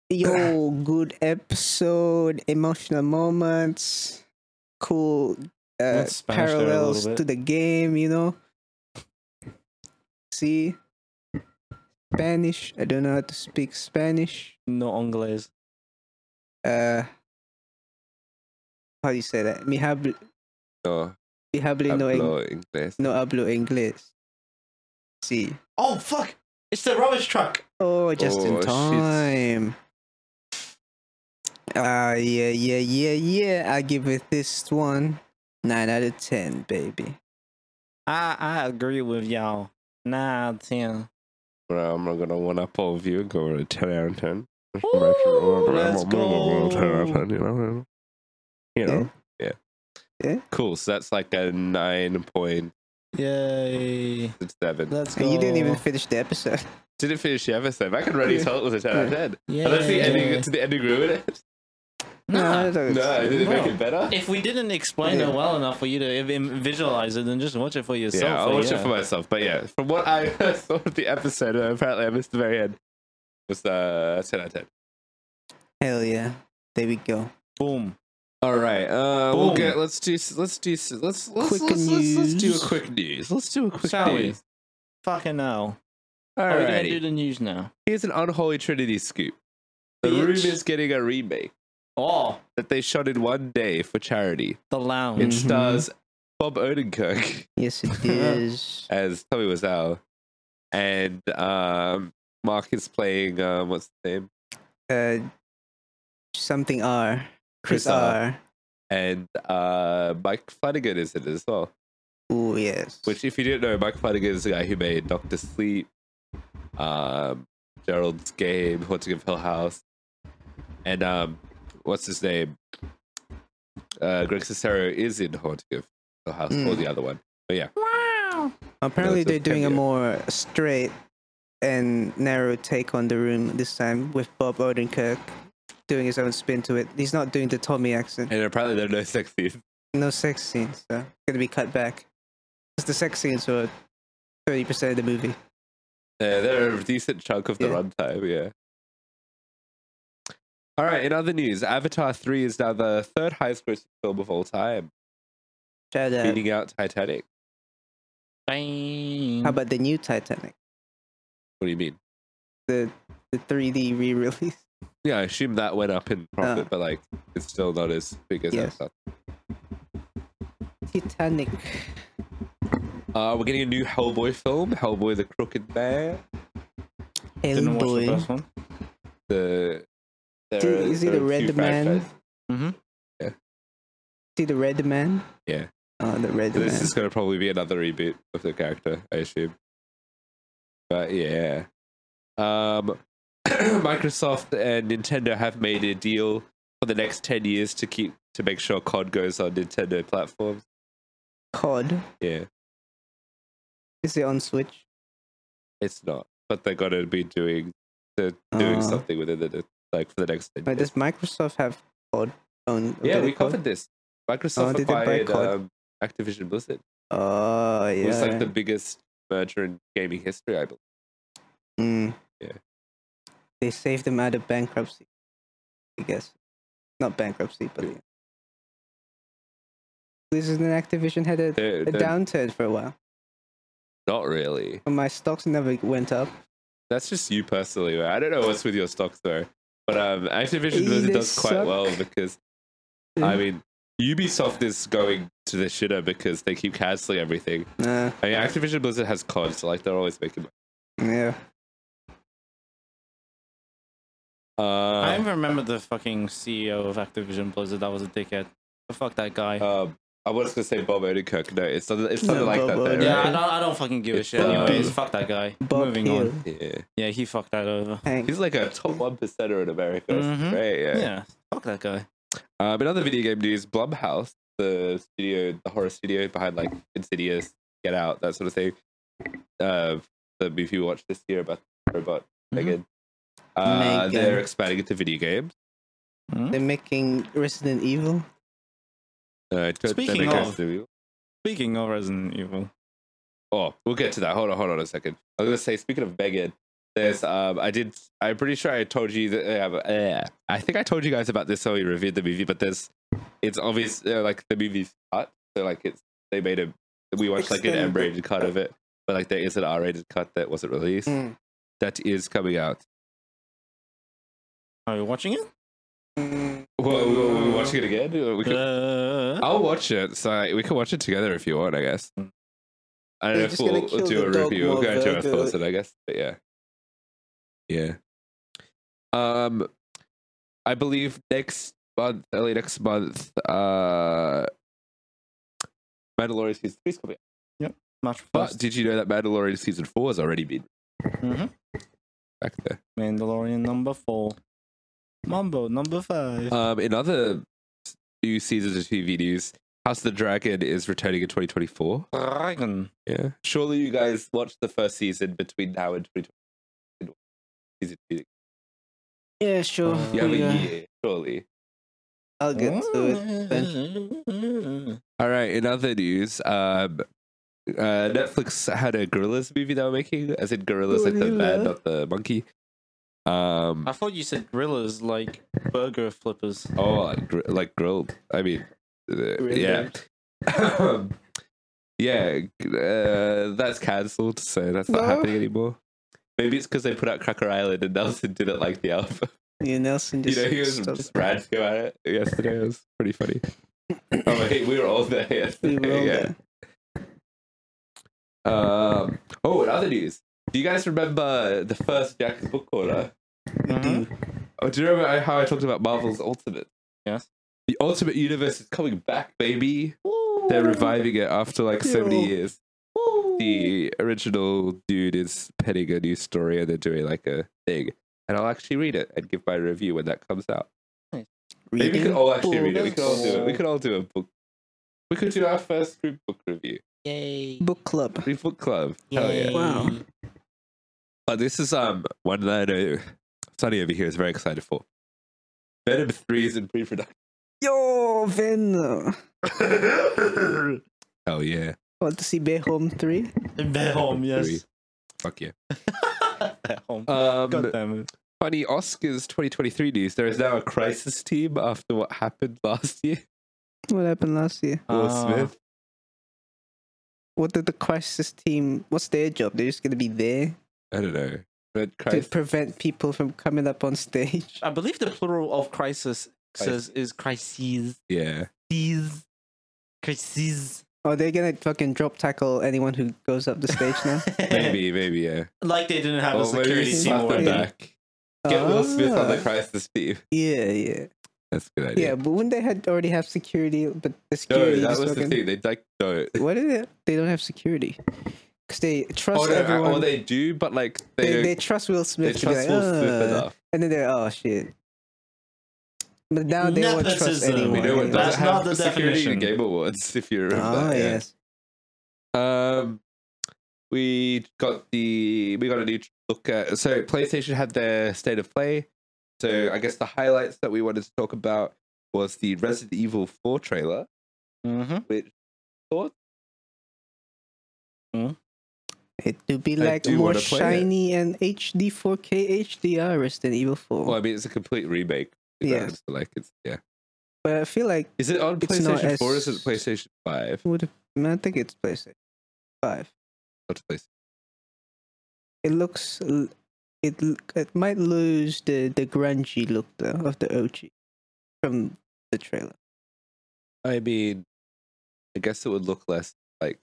Yo, good episode, emotional moments, cool uh,
Let's Spanish there a little
parallels
bit.
to the game, you know. See, Spanish. I don't know how to speak Spanish.
No Anglais.
Uh, how do you say that? Mi hablo,
No,
mi hablo no, eng-
Pablo Inglés.
no hablo inglés. See.
Oh fuck! It's the rubbish truck.
Oh, just
Oh,
in
shit.
time. Ah, yeah, yeah, yeah, yeah. I give it this one nine out of ten, baby.
I I agree with y'all. Nah, ten.
Well, I'm not gonna one up all of you and go on a ten out of ten.
Ooh, let's
Ten out of
go.
ten, you know. You know. Yeah.
Yeah.
Cool. So that's like a nine point
Yay.
seven.
Let's go.
And you didn't even finish the episode.
Didn't finish the episode. I can already tell it was a ten out of ten.
Yeah.
And that's the ending. Did the ending ruin it? No,
No,
did it make
No.
it better?
If we didn't explain
Yeah.
it well enough for you to ev- im- visualize it, then just watch it for yourself.
Yeah, I'll
uh,
watch
yeah.
it for myself. But yeah, from what I saw of the episode, uh, apparently I missed the very end. Was uh, ten out of ten.
Hell yeah. There we go.
Boom.
All right. Uh, we'll
Boom.
get, let's do s- let's do s- let's let's
Quick
let's, let's, let's do a
news.
quick news. Let's do a quick
Shall we?
news.
Fucking hell. Are we gonna do
Alrighty.
the news now?
Here's an unholy trinity scoop. The
Bitch.
room is getting a remake
Oh,
that they shot in one day for charity.
the
It
lounge.
Mhm.
stars Bob Odenkirk
Yes, it is.
as Tommy Wiseau, and um, Mark is playing um, what's the name?
uh, something R. Chris,
Chris uh, R.
R.
and uh, Mike Flanagan is in it as well.
Oh yes.
Which, if you didn't know, Mike Flanagan is the guy who made Doctor Sleep, um, Gerald's Game, Haunting of Hill House, and um, what's his name? Uh, Greg Cicero is in Haunting of Hill House or
Mm.
the other one.
apparently
Relative
they're doing a
cameo.
more straight and narrow take on the room this time with Bob Odenkirk doing his own spin to it. He's not doing the Tommy accent.
And apparently, there are no sex scenes.
No sex scenes. So it's gonna be cut back. 'Cause the sex scenes were thirty percent of the movie.
Uh, they're a decent chunk of the
Yeah.
runtime, yeah. All right, in other news, Avatar 3 is now the third highest grossing film of all time,
Shout out.
beating out Titanic.
Bang.
How about the new Titanic?
What do you mean?
The the 3D re-release.
Yeah, I assume that went up in profit,
Ah.
but like it's still not as big as
Yes.
that.
Titanic.
Uh, we're getting a new Hellboy film, Hellboy the Crooked Bear.
Didn't watch the
Hellboy.
first one.
The there
Dude,
are-
is he
there
the
are two
red man?
franchises.
See the red man?
Yeah.
Oh, the red
This
man.
is going to probably be another reboot of the character, I assume. But yeah, um, Microsoft and Nintendo have made a deal for the next ten years to keep to make sure COD goes on Nintendo platforms.
COD.
Yeah,
Is it on Switch?
it's not, but they're going to be doing they're doing
Ah.
something within the like for the next. 10
Wait,
years.
does Microsoft have COD on?
Yeah,
did
we
it COD?
covered this.
Oh,
Microsoft
did they buy
acquired
COD?
um, Activision Blizzard.
Oh yeah.
It was like the biggest merger in gaming history, I believe.
Mm.
Yeah.
They saved them out of bankruptcy. I guess, not bankruptcy, but yeah. Blizzard and Activision had a,
They're,
a
they're
downturn for a while,
Not really.
and my stocks never went up.
That's just you personally. Man. I don't know what's with your stocks though. But um, Activision
Eh,
Blizzard
they
does quite
suck.
well because I mean Ubisoft is going to the shitter because they keep canceling everything.
Nah,
I mean, Activision Blizzard has COD, so like they're always making.
yeah.
I
Uh,
remember the fucking CEO of Activision Blizzard. That was a dickhead. Fuck that guy.
um, I was gonna say Bob Odenkirk. No, it's something. It's
No,
something like
Bob
that. Though,
Odenkirk.
yeah, I
right?
don't, I don't fucking give a
It's
shit.
Bob
Anyways,
Hill.
fuck that guy.
Bob
Moving
Hill,
on.
yeah.
Yeah, he fucked that over.
Hank.
He's like a top one percenter in America.
Mhm.
Right?
Yeah.
Yeah.
fuck that guy.
Um, in other video game news, Blumhouse, the studio, the horror studio behind like Insidious, Get Out, that sort of thing. Uh, the movie we watched this year about the robot
Mhm.
Megan. Uh,
Megan.
they're expanding into video games.
They're making Resident Evil.
Uh, don't- don't
Speaking
make us
of-
do-
Speaking of Resident Evil,
oh, we'll get to that. Hold on, hold on a second. I was gonna say, speaking of Megan, there's um, I did. I'm pretty sure I told you that. Uh, uh, I think I told you guys about this when we reviewed the movie, but there's, it's obvious uh, like the movie's cut. So like it's they made a we watched like an
Extended.
M-rated cut of it, but like there is an R-rated cut that wasn't released
Mm.
that is coming out.
are you watching it?
Mm.
Well, we're watching it again. Uh, We could,
Uh,
I'll watch it. So like, we can watch it together if you want. I guess. I don't
They're
know if
Mm. just gonna
we'll,
kill
do
the
a
dog
review. We'll
more
go into our
than the-
thoughts, on it, I guess. But yeah, yeah. Um, I believe next month, early next month, uh, Mandalorian season three is coming. out.
March
But
first.
did you know that Mandalorian season four has already been?
Mhm.
back there.
Mandalorian number four. Mumbo number five.
Um, in other new seasons of TV news, House of the Dragon is returning in 2024.
Dragon.
Yeah. Surely you guys watched the first season between now and 2024. Season two.
Yeah, sure.
Uh,
You have
Yeah.
a year, surely.
I'll get to it.
All right. In other news, um, uh, Netflix had a gorillas movie they were making, as in gorillas, like the man,
Gorilla.
not the monkey. Um,
I thought you said grillers like burger flippers.
oh, like gr- like grilled. I mean, uh, yeah, yeah. Uh, that's cancelled, so that's not
No.
happening anymore. Maybe it's because they put out Cracker Island and Nelson didn't like the album.
Yeah, Nelson
you
just
know, he was
stopped.
just ranting about it yesterday. It was pretty funny. oh, wait, we were all there yesterday.
We were all
yeah.
there.
Um, oh, and other news. Do you guys remember the first Jack's book corner?
Mhm.
Oh, do you remember how I talked about Marvel's Ultimate?
Yes.
The Ultimate Universe is coming back, baby. They're reviving it after like so many years. The original dude is penning a new story and they're doing like a thing. And I'll actually read it and give my review when that comes out. Maybe we
Reading?
could all actually read it. We
books.
could all do it. We could all do a book. We could do our first group book review.
Yay.
Book club.
Group book club. Hell yeah.
Wow.
But this is um one that I know Sonny over here is very excited for. Venom 3 is in pre-production.
Yo, Venom.
Hell yeah.
Want to see Bay Home 3?
Bear home,
Three.
yes.
Fuck yeah.
Bear home. God
Um,
damn it.
funny Oscars 2023 news. There is now a crisis team after what happened last year.
What happened last year?
Will
Ah.
Smith.
What did the crisis team, what's their job? They're just going to be there
I don't know. But
to
crisis.
prevent people from coming up on stage.
I believe the plural of crisis says is crises.
Yeah.
Crises. Crises.
Are they going to fucking drop tackle anyone who goes up the stage now?
Maybe, maybe, yeah.
like they didn't have a
Or maybe
security team
slap them
already.
back. Get Will Smith on the
Ah.
crisis team.
Yeah, yeah.
That's a good idea.
Yeah, but wouldn't they had already have security? But the
No,
security
that
just
was the
fucking-
thing. They like don't.
What is it? They don't have security because they trust
Oh, no,
everyone.
or they do, but like they
they,
don't-
they trust Will
they
Smith to be
trust
like,
Will Smith
"Uh,"
enough.
and then they're oh shit. But now they won't trust
Nepotism.
anyone.
We know it
That's
doesn't
not
have
the
security in
definition.
Game Awards. If you remember,
Oh
that, yeah.
yes,
Um, we got the we got a new look at. So PlayStation had their state of play. So I guess the highlights that we wanted to talk about was the Resident Evil Four trailer.
Mm-hmm.
Which thoughts?
it do be
I
like
do
more
wanna play it.
shiny and HD 4K HDR Resident Evil 4.
Well, I mean, it's a complete remake.
Yeah.
So, like it's yeah.
but I feel like
Is it on
It's not
PlayStation Four? or Is it
as-
PlayStation Five?
would have, I think it's PlayStation 5.
Not PlayStation.
It looks l- it l- it might lose the the grungy look though of the OG from the trailer.
I mean, I guess it would look less like.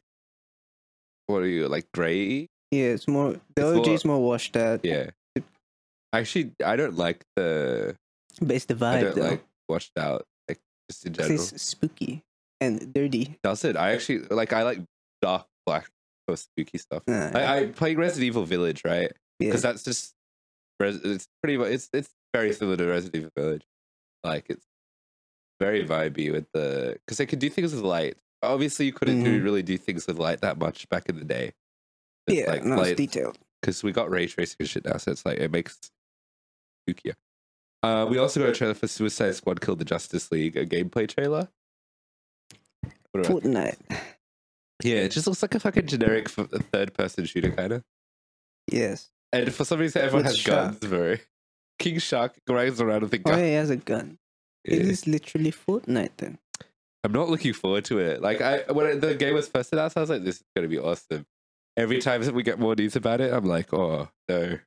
What are you like gray?
Yeah, it's more the
It's
OG is more washed out.
Yeah. Actually, I don't like the.
But it's the
I
vibe
don't
though.
like washed out. Like just in
'Cause
general,
it's spooky and dirty.
does it? I actually like. I like dark black or spooky stuff.
Nah,
I, I playing Resident Evil Village, right?
yeah.
Because that's just. Res, it's pretty much. It's it's very similar to Resident Evil Village. Like it's very vibey with the because they could do things with light. Obviously, you couldn't do,
Mhm.
really do things with light that much back in the day.
yeah, no, it's
light-
detailed.
because we got ray tracing and shit now, so it's like it makes spookier. Uh, we also got a trailer for Suicide Squad: Kill the Justice League, a gameplay trailer. What about-
Fortnite.
yeah, it just looks like a fucking generic f- third-person shooter kind of.
Yes.
And for some reason, everyone
With
has
Shark.
guns, bro. King Shark rides around with a
Oh
gun.
yeah, he has a gun. It
Yeah.
is literally Fortnite then.
I'm not looking forward to it. Like I, when the game was first announced, I was like, "This is gonna be awesome." Every time we get more news about it, I'm like, "Oh no,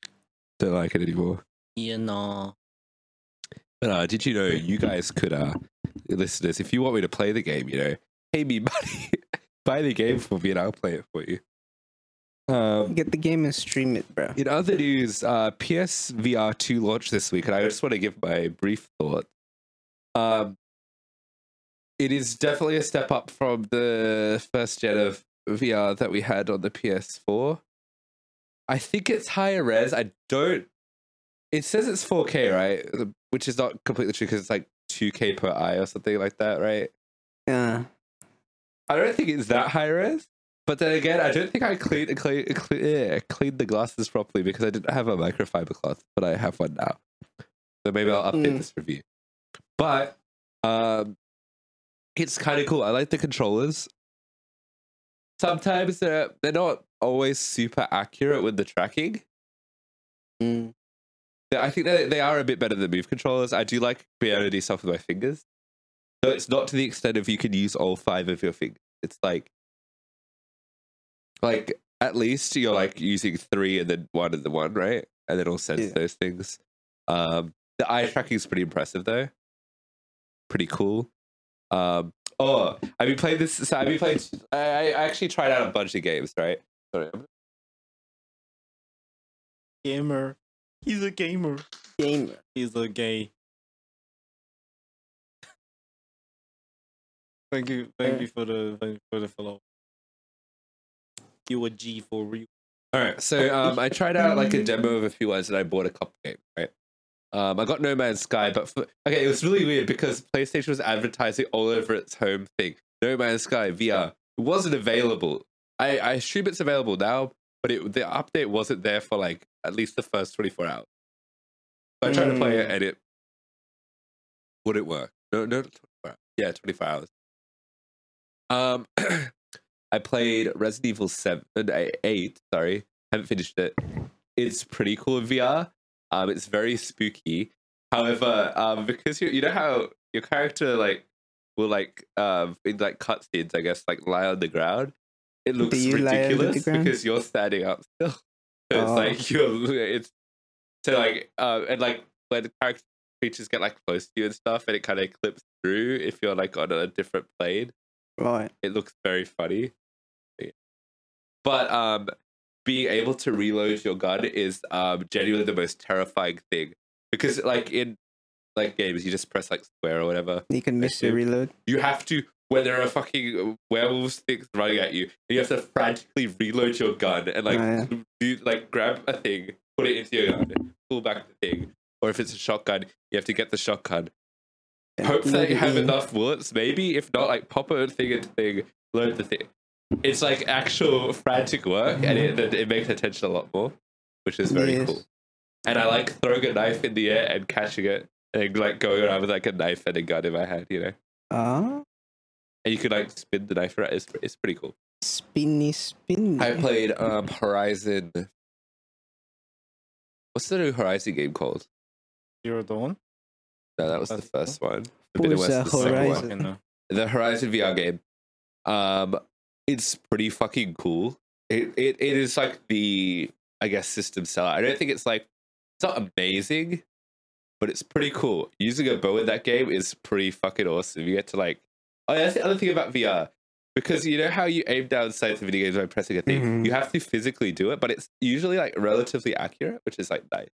don't like it anymore."
You know.
But uh, did you know you guys could, uh, listeners, if you want me to play the game, you know, pay me money, buy the game for me, and I'll play it for you. Um,
Get the game and stream it, bro.
in other news, uh, PSVR two launched this week, and I just want to give my brief thought. Um, it is definitely a step up from the first gen of VR that we had on the PS4. I think it's higher res. I don't. It says it's 4K, right? Which is not completely true because it's like 2K per eye or something like that, right?
Uh,
I don't think it's that high res. But then again, I don't think I cleaned clean, clean, yeah, cleaned the glasses properly because I didn't have a microfiber cloth, but I have one now. So maybe I'll update
Mm.
this review. But um, it's kind of cool. I like the controllers. Sometimes they're they're not always super accurate with the tracking.
mm,
They- I think they, they are a bit better than move controllers. I do like being able to do stuff with my fingers. So it's not to the extent of you can use all five of your fingers. It's like, like at least you're like using three and then one and then one, right? And then it'll sense
Yeah.
those things. Um, the eye tracking is pretty impressive though. Pretty cool. Um, oh, I've been playing this. So I've been playing. I, I actually tried out a bunch of games, right? Sorry, I'm
Gamer. He's a gamer.
gamer.
He's a gay. thank you, thank you for the thank you for the follow. You a G for real.
All right, so um, I tried out like a demo of a few ones, and I bought a couple games. Right, um, I got No Man's Sky, but for, okay, it was really weird because PlayStation was advertising all over its home thing. No Man's Sky VR it wasn't available. I, I assume it's available now, but it, the update wasn't there for like at least the first twenty four hours. So I tried to play it, and it wouldn't work. No, no, 24 hours. yeah, twenty four hours. Um, I played Resident Evil Seven, uh, Eight. Sorry, haven't finished it. It's pretty cool in VR. Um, it's very spooky. However, um, because you you know how your character like will like um in like cutscenes, I guess, like lie on the ground. It looks
you lie on the
ridiculous
ground?
because you're standing up still. So it's
Oh.
like you're it's so like um and like when the character creatures get like close to you and stuff, and it kind of clips through if you're like on a different plane
Right.
it looks very funny. But um, being able to reload your gun is um, genuinely the most terrifying thing because, like in like games, you just press like square or whatever.
You can miss the
Actually-
reload.
You have to when there are fucking werewolves things running at you, you have to frantically reload your gun and like
Oh,
do, like grab a thing, put it into your gun, pull back the thing, or if it's a shotgun, you have to get the shotgun,
Yeah,
Hope that you have
maybe.
enough bullets, maybe. If not, like pop a thing into thing, load the thing. It's like actual frantic work, and it, it, it makes attention a lot more, which is very
Yes.
cool. And I like throwing a knife in the air and catching it, and like going around with like a knife and a gun in my hand, you know.
Ah,
And you could like spin the knife around. It's, it's pretty cool.
spinny, spinny.
I played um Horizon. What's the new Horizon game called?
Zero Dawn.
No, that was the
That's-
first one.
Forza
Forbidden West is the second one.
Horizon.
Fucking no.
the Horizon VR game. Um, it's pretty fucking cool. It, it it is like the I guess system seller. I don't think it's like it's not amazing, but it's pretty cool. Using a bow in that game is pretty fucking awesome. You get to like oh that's the other thing about VR because you know how you aim down sights in video games by pressing a thing.
Mhm.
You have to physically do it, but it's usually like relatively accurate, which is like nice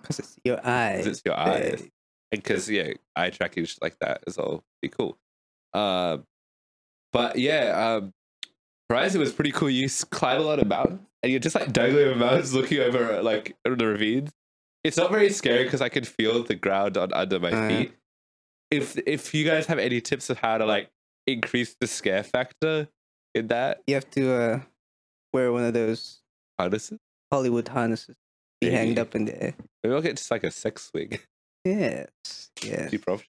Because it's your eye.
because it's your eyes because yeah, eye tracking shit like that is all pretty cool. Um, but yeah, um, Horizon was pretty cool. You s- climb a lot of mountains, and you're just like dangling over mountains, looking over uh, like over the ravines. It's not very scary because I can feel the ground on under my
Uh,
feet. If if you guys have any tips of how to like increase the scare factor in that
You have to uh, wear one of those
harnesses,
Hollywood harnesses. Be hanged
Maybe.
up in the air.
maybe I'll get just like a sex swing.
Yes. Yes.
cheaper option.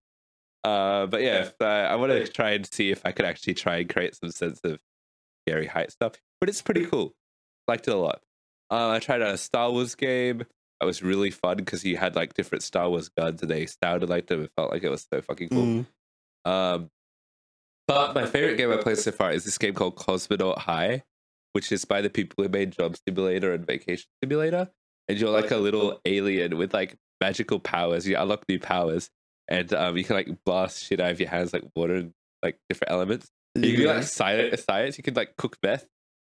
Uh, but yeah, if, uh, I want to try and see if I could actually try and create some sense of scary height stuff. But it's pretty cool. Liked it a lot. Uh, I tried out a Star Wars game. That was really fun because you had like different Star Wars guns and they sounded like them. It felt like it was so fucking cool.
Mm.
Um, but my favorite game I played so far is this game called Cosmonaut High, which is by the people who made Job Simulator and Vacation Simulator. And you're like a little alien with like magical powers. You unlock new powers, and um, you can like blast shit out of your hands like water and like different elements. And you can do like science, science. You can like cook meth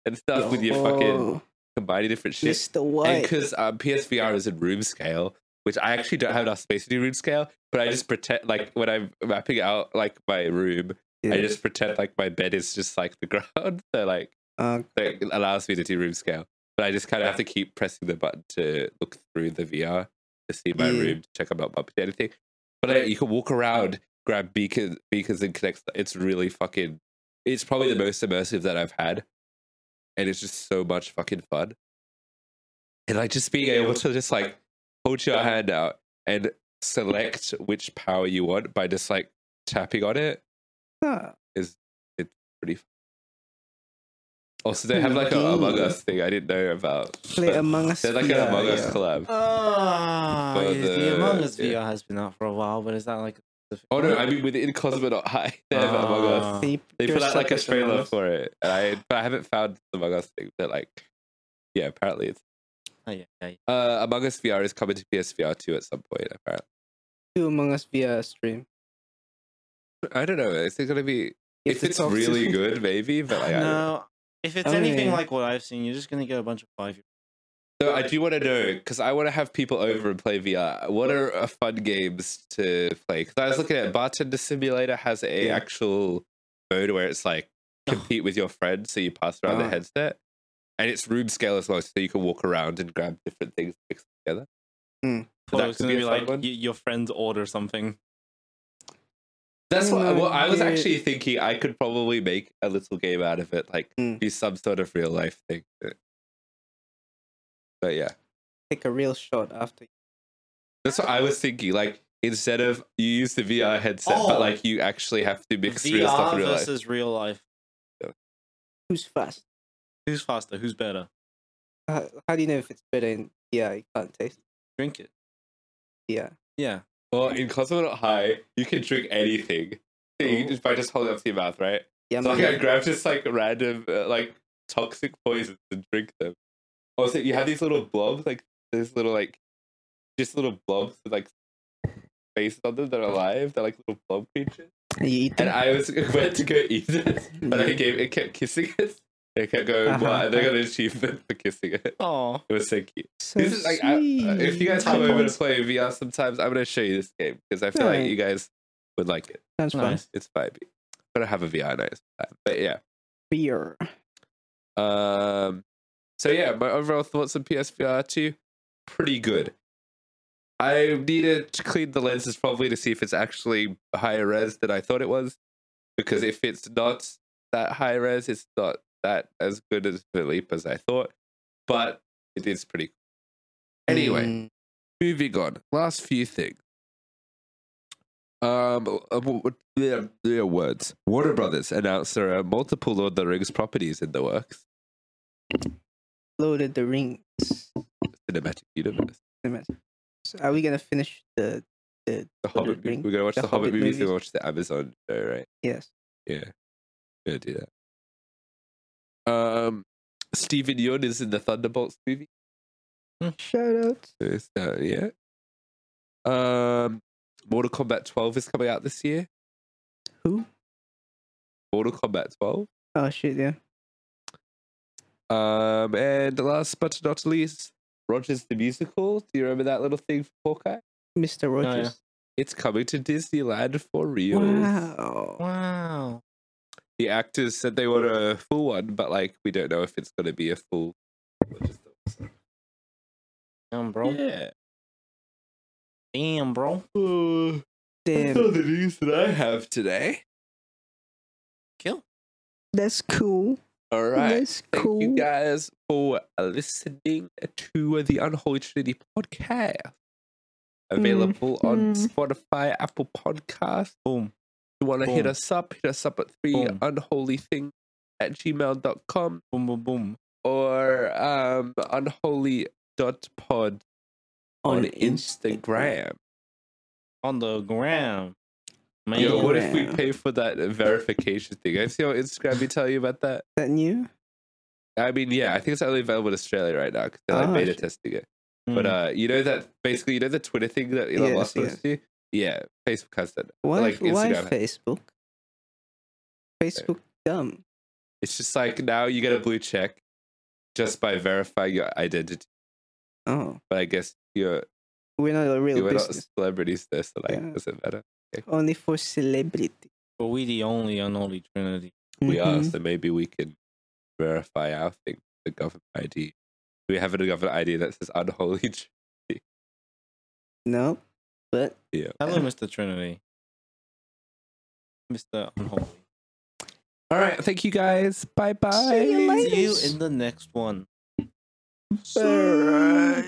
and stuff with your fucking
Oh,
combining different shit.
Mr.
And
White.
because um, PSVR is in room scale, which I actually don't have enough space to do room scale, but I just pretend like when I'm mapping out like my room, I
Yeah.
just pretend like my bed is just like the ground. So like
Uh,
that allows me to do room scale. But I just kind of
Yeah.
have to keep pressing the button to look through the VR to see my
Yeah.
room, to check about up to anything. But uh, you can walk around, grab beacons, beacons and connect. st- It's really fucking. It's probably the most immersive that I've had, and it's just so much fucking fun. And like just being able to just like hold your hand out and select which power you want by just like tapping on it.
Ah,
Also, they have like a Among Us thing I didn't know about.
Mm-hmm. play Among Us.
They're like
VR,
an Among Us
yeah.
collab.
Ah,
For
yeah, the, Among
the-
Us
yeah.
VR has been out for a while, but is that like? a specific
Oh no,
one?
I mean within Cosmonaut High, they have an Among
Ah.
Us.
They,
They put out like a
trailer
trailer for it, and I but I haven't found the Among Us thing. But like, yeah, apparently it's
Ah, yeah, yeah, yeah.
uh, Among Us VR is coming to PSVR two at some point. Apparently,
Do Among Us VR stream.
I don't know. Is it gonna be if,
they
it's
talk to-
really good? Maybe, but like, I don't know.
no, if it's
Oh,
anything
yeah.
like what I've seen, you're just gonna get a bunch of five.
So I do want to know because I want to have people over and play VR. What are uh, fun games to play? Because I was looking at Bartender Simulator has a
Yeah.
actual mode where it's like compete with your friends, so you pass around the
Ah.
headset, and it's room scale as well, so you can walk around and grab different things mix them together.
Oh,
that
it's
could
gonna
be
be,
a fun
like
one.
y- your friends order something.
That's what,
Mm,
well, I was
yeah.
actually thinking. I could probably make a little game out of it, like
Mm.
do some sort of real life thing. But yeah.
Take a real shot after.
That's what I was thinking. Like instead of you use the VR headset, but
Oh.
like you actually have to mix
VR
real stuff in real life.
versus real life.
Who's fast?
Who's faster? Who's better?
How, how do you know if it's better in VR? You can't taste
Drink it.
VR.
Yeah.
Well, in Cosmonaut High, you can drink anything So
Oh.
you just- by just holding it up to your mouth, right?
Yeah,
So
man.
like, I grabbed just like random uh, like toxic poisons and drink them. Also, you have these little blobs, like these little like just little blobs with like faces on them that are alive. They're like little blob creatures.
And you eat
And
them.
I was went to go eat it, but I gave it kept kissing it. It kept going,
Uh-huh.
wow, they got an achievement for kissing it.
Oh.
It was so cute.
so
This is like, I, if you guys
sweet.
come over to
Typhoons.
play VR sometimes, I'm going to show you this game because I feel like
Right.
you guys would like it.
Sounds fun.
Nice.
It's vibey. I'm going to have a VR night. sometime. But yeah.
Beer.
Um, so yeah, my overall thoughts on PSVR 2, pretty good. I needed to clean the lenses probably to see if it's actually higher res than I thought it was, because if it's not that high res, it's not that as good as the leap as I thought, but it is pretty cool. Anyway,
Mm.
moving on. Last few things. Um, uh, w- w- their, their words. Warner Brothers announced there are multiple Lord of the Rings properties in the works.
Lord of the Rings.
cinematic universe.
So are we gonna finish the
The
Lord of
Hobbit
the
movie.
Rings,
We're gonna watch the,
the
Hobbit,
Hobbit
movies. We're
movies.
gonna watch the Amazon show, right?
yes?
Yeah, we're gonna do that. Um, Steven Yeun is in the Thunderbolts movie.
Shout out.
So it's out, yeah. Um, Mortal Kombat 12 is coming out this year.
Who?
Mortal Kombat 12.
Oh shit, yeah.
Um, and last but not least, Rogers the Musical. Do you remember that little thing from Hawkeye?
Mr.
yeah.
Rogers.
It's coming to Disneyland for real.
Wow.
Wow.
the actors said they want a full one, but like we don't know if it's going to be a full.
Damn, bro.
Yeah.
Damn, bro.
Uh, that's all
Damn.
the news that I have today.
Kill.
That's cool.
All right.
That's
Thank
cool.
you guys for listening to the Unholy Trinity podcast. Available on
Mm.
Spotify, Apple Podcasts.
Boom.
You want to hit
Boom.
us up? Hit us up at three
Boom.
unholy thing at gmail.com.
Boom. Boom. Boom.
or um unholy dot pod on,
On
Instagram.
On the gram. Man.
Yo, what if we
Instagram.
pay for that verification thing? I see on Instagram we tell you about that.
That new?
I mean, yeah, I think it's only available in Australia right now because they're like
Ah,
beta
shit.
testing it.
Mm.
But uh, you know that basically, you know the Twitter thing that Elon
Yes,
Musk wants
yes.
to do. Yeah, Facebook has that.
Why?
Like
why
Instagram.
Facebook? Facebook dumb.
It's just like now you get a blue check just by verifying your identity.
Oh,
But I guess you're
we're not a real
you're not
business.
celebrities there, so like
Yeah.
it doesn't matter.
Only for celebrity.
But we the only unholy trinity.
we are.
Mhm.
So maybe we can verify our thing, the government ID. Do we have another idea that says unholy? Tr-
No, but
Yeah.
Hello, Mr. Trinity. Mr. Unholy.
All right. Thank you guys. Bye bye.
See you later.
See you in the next one.
Alright.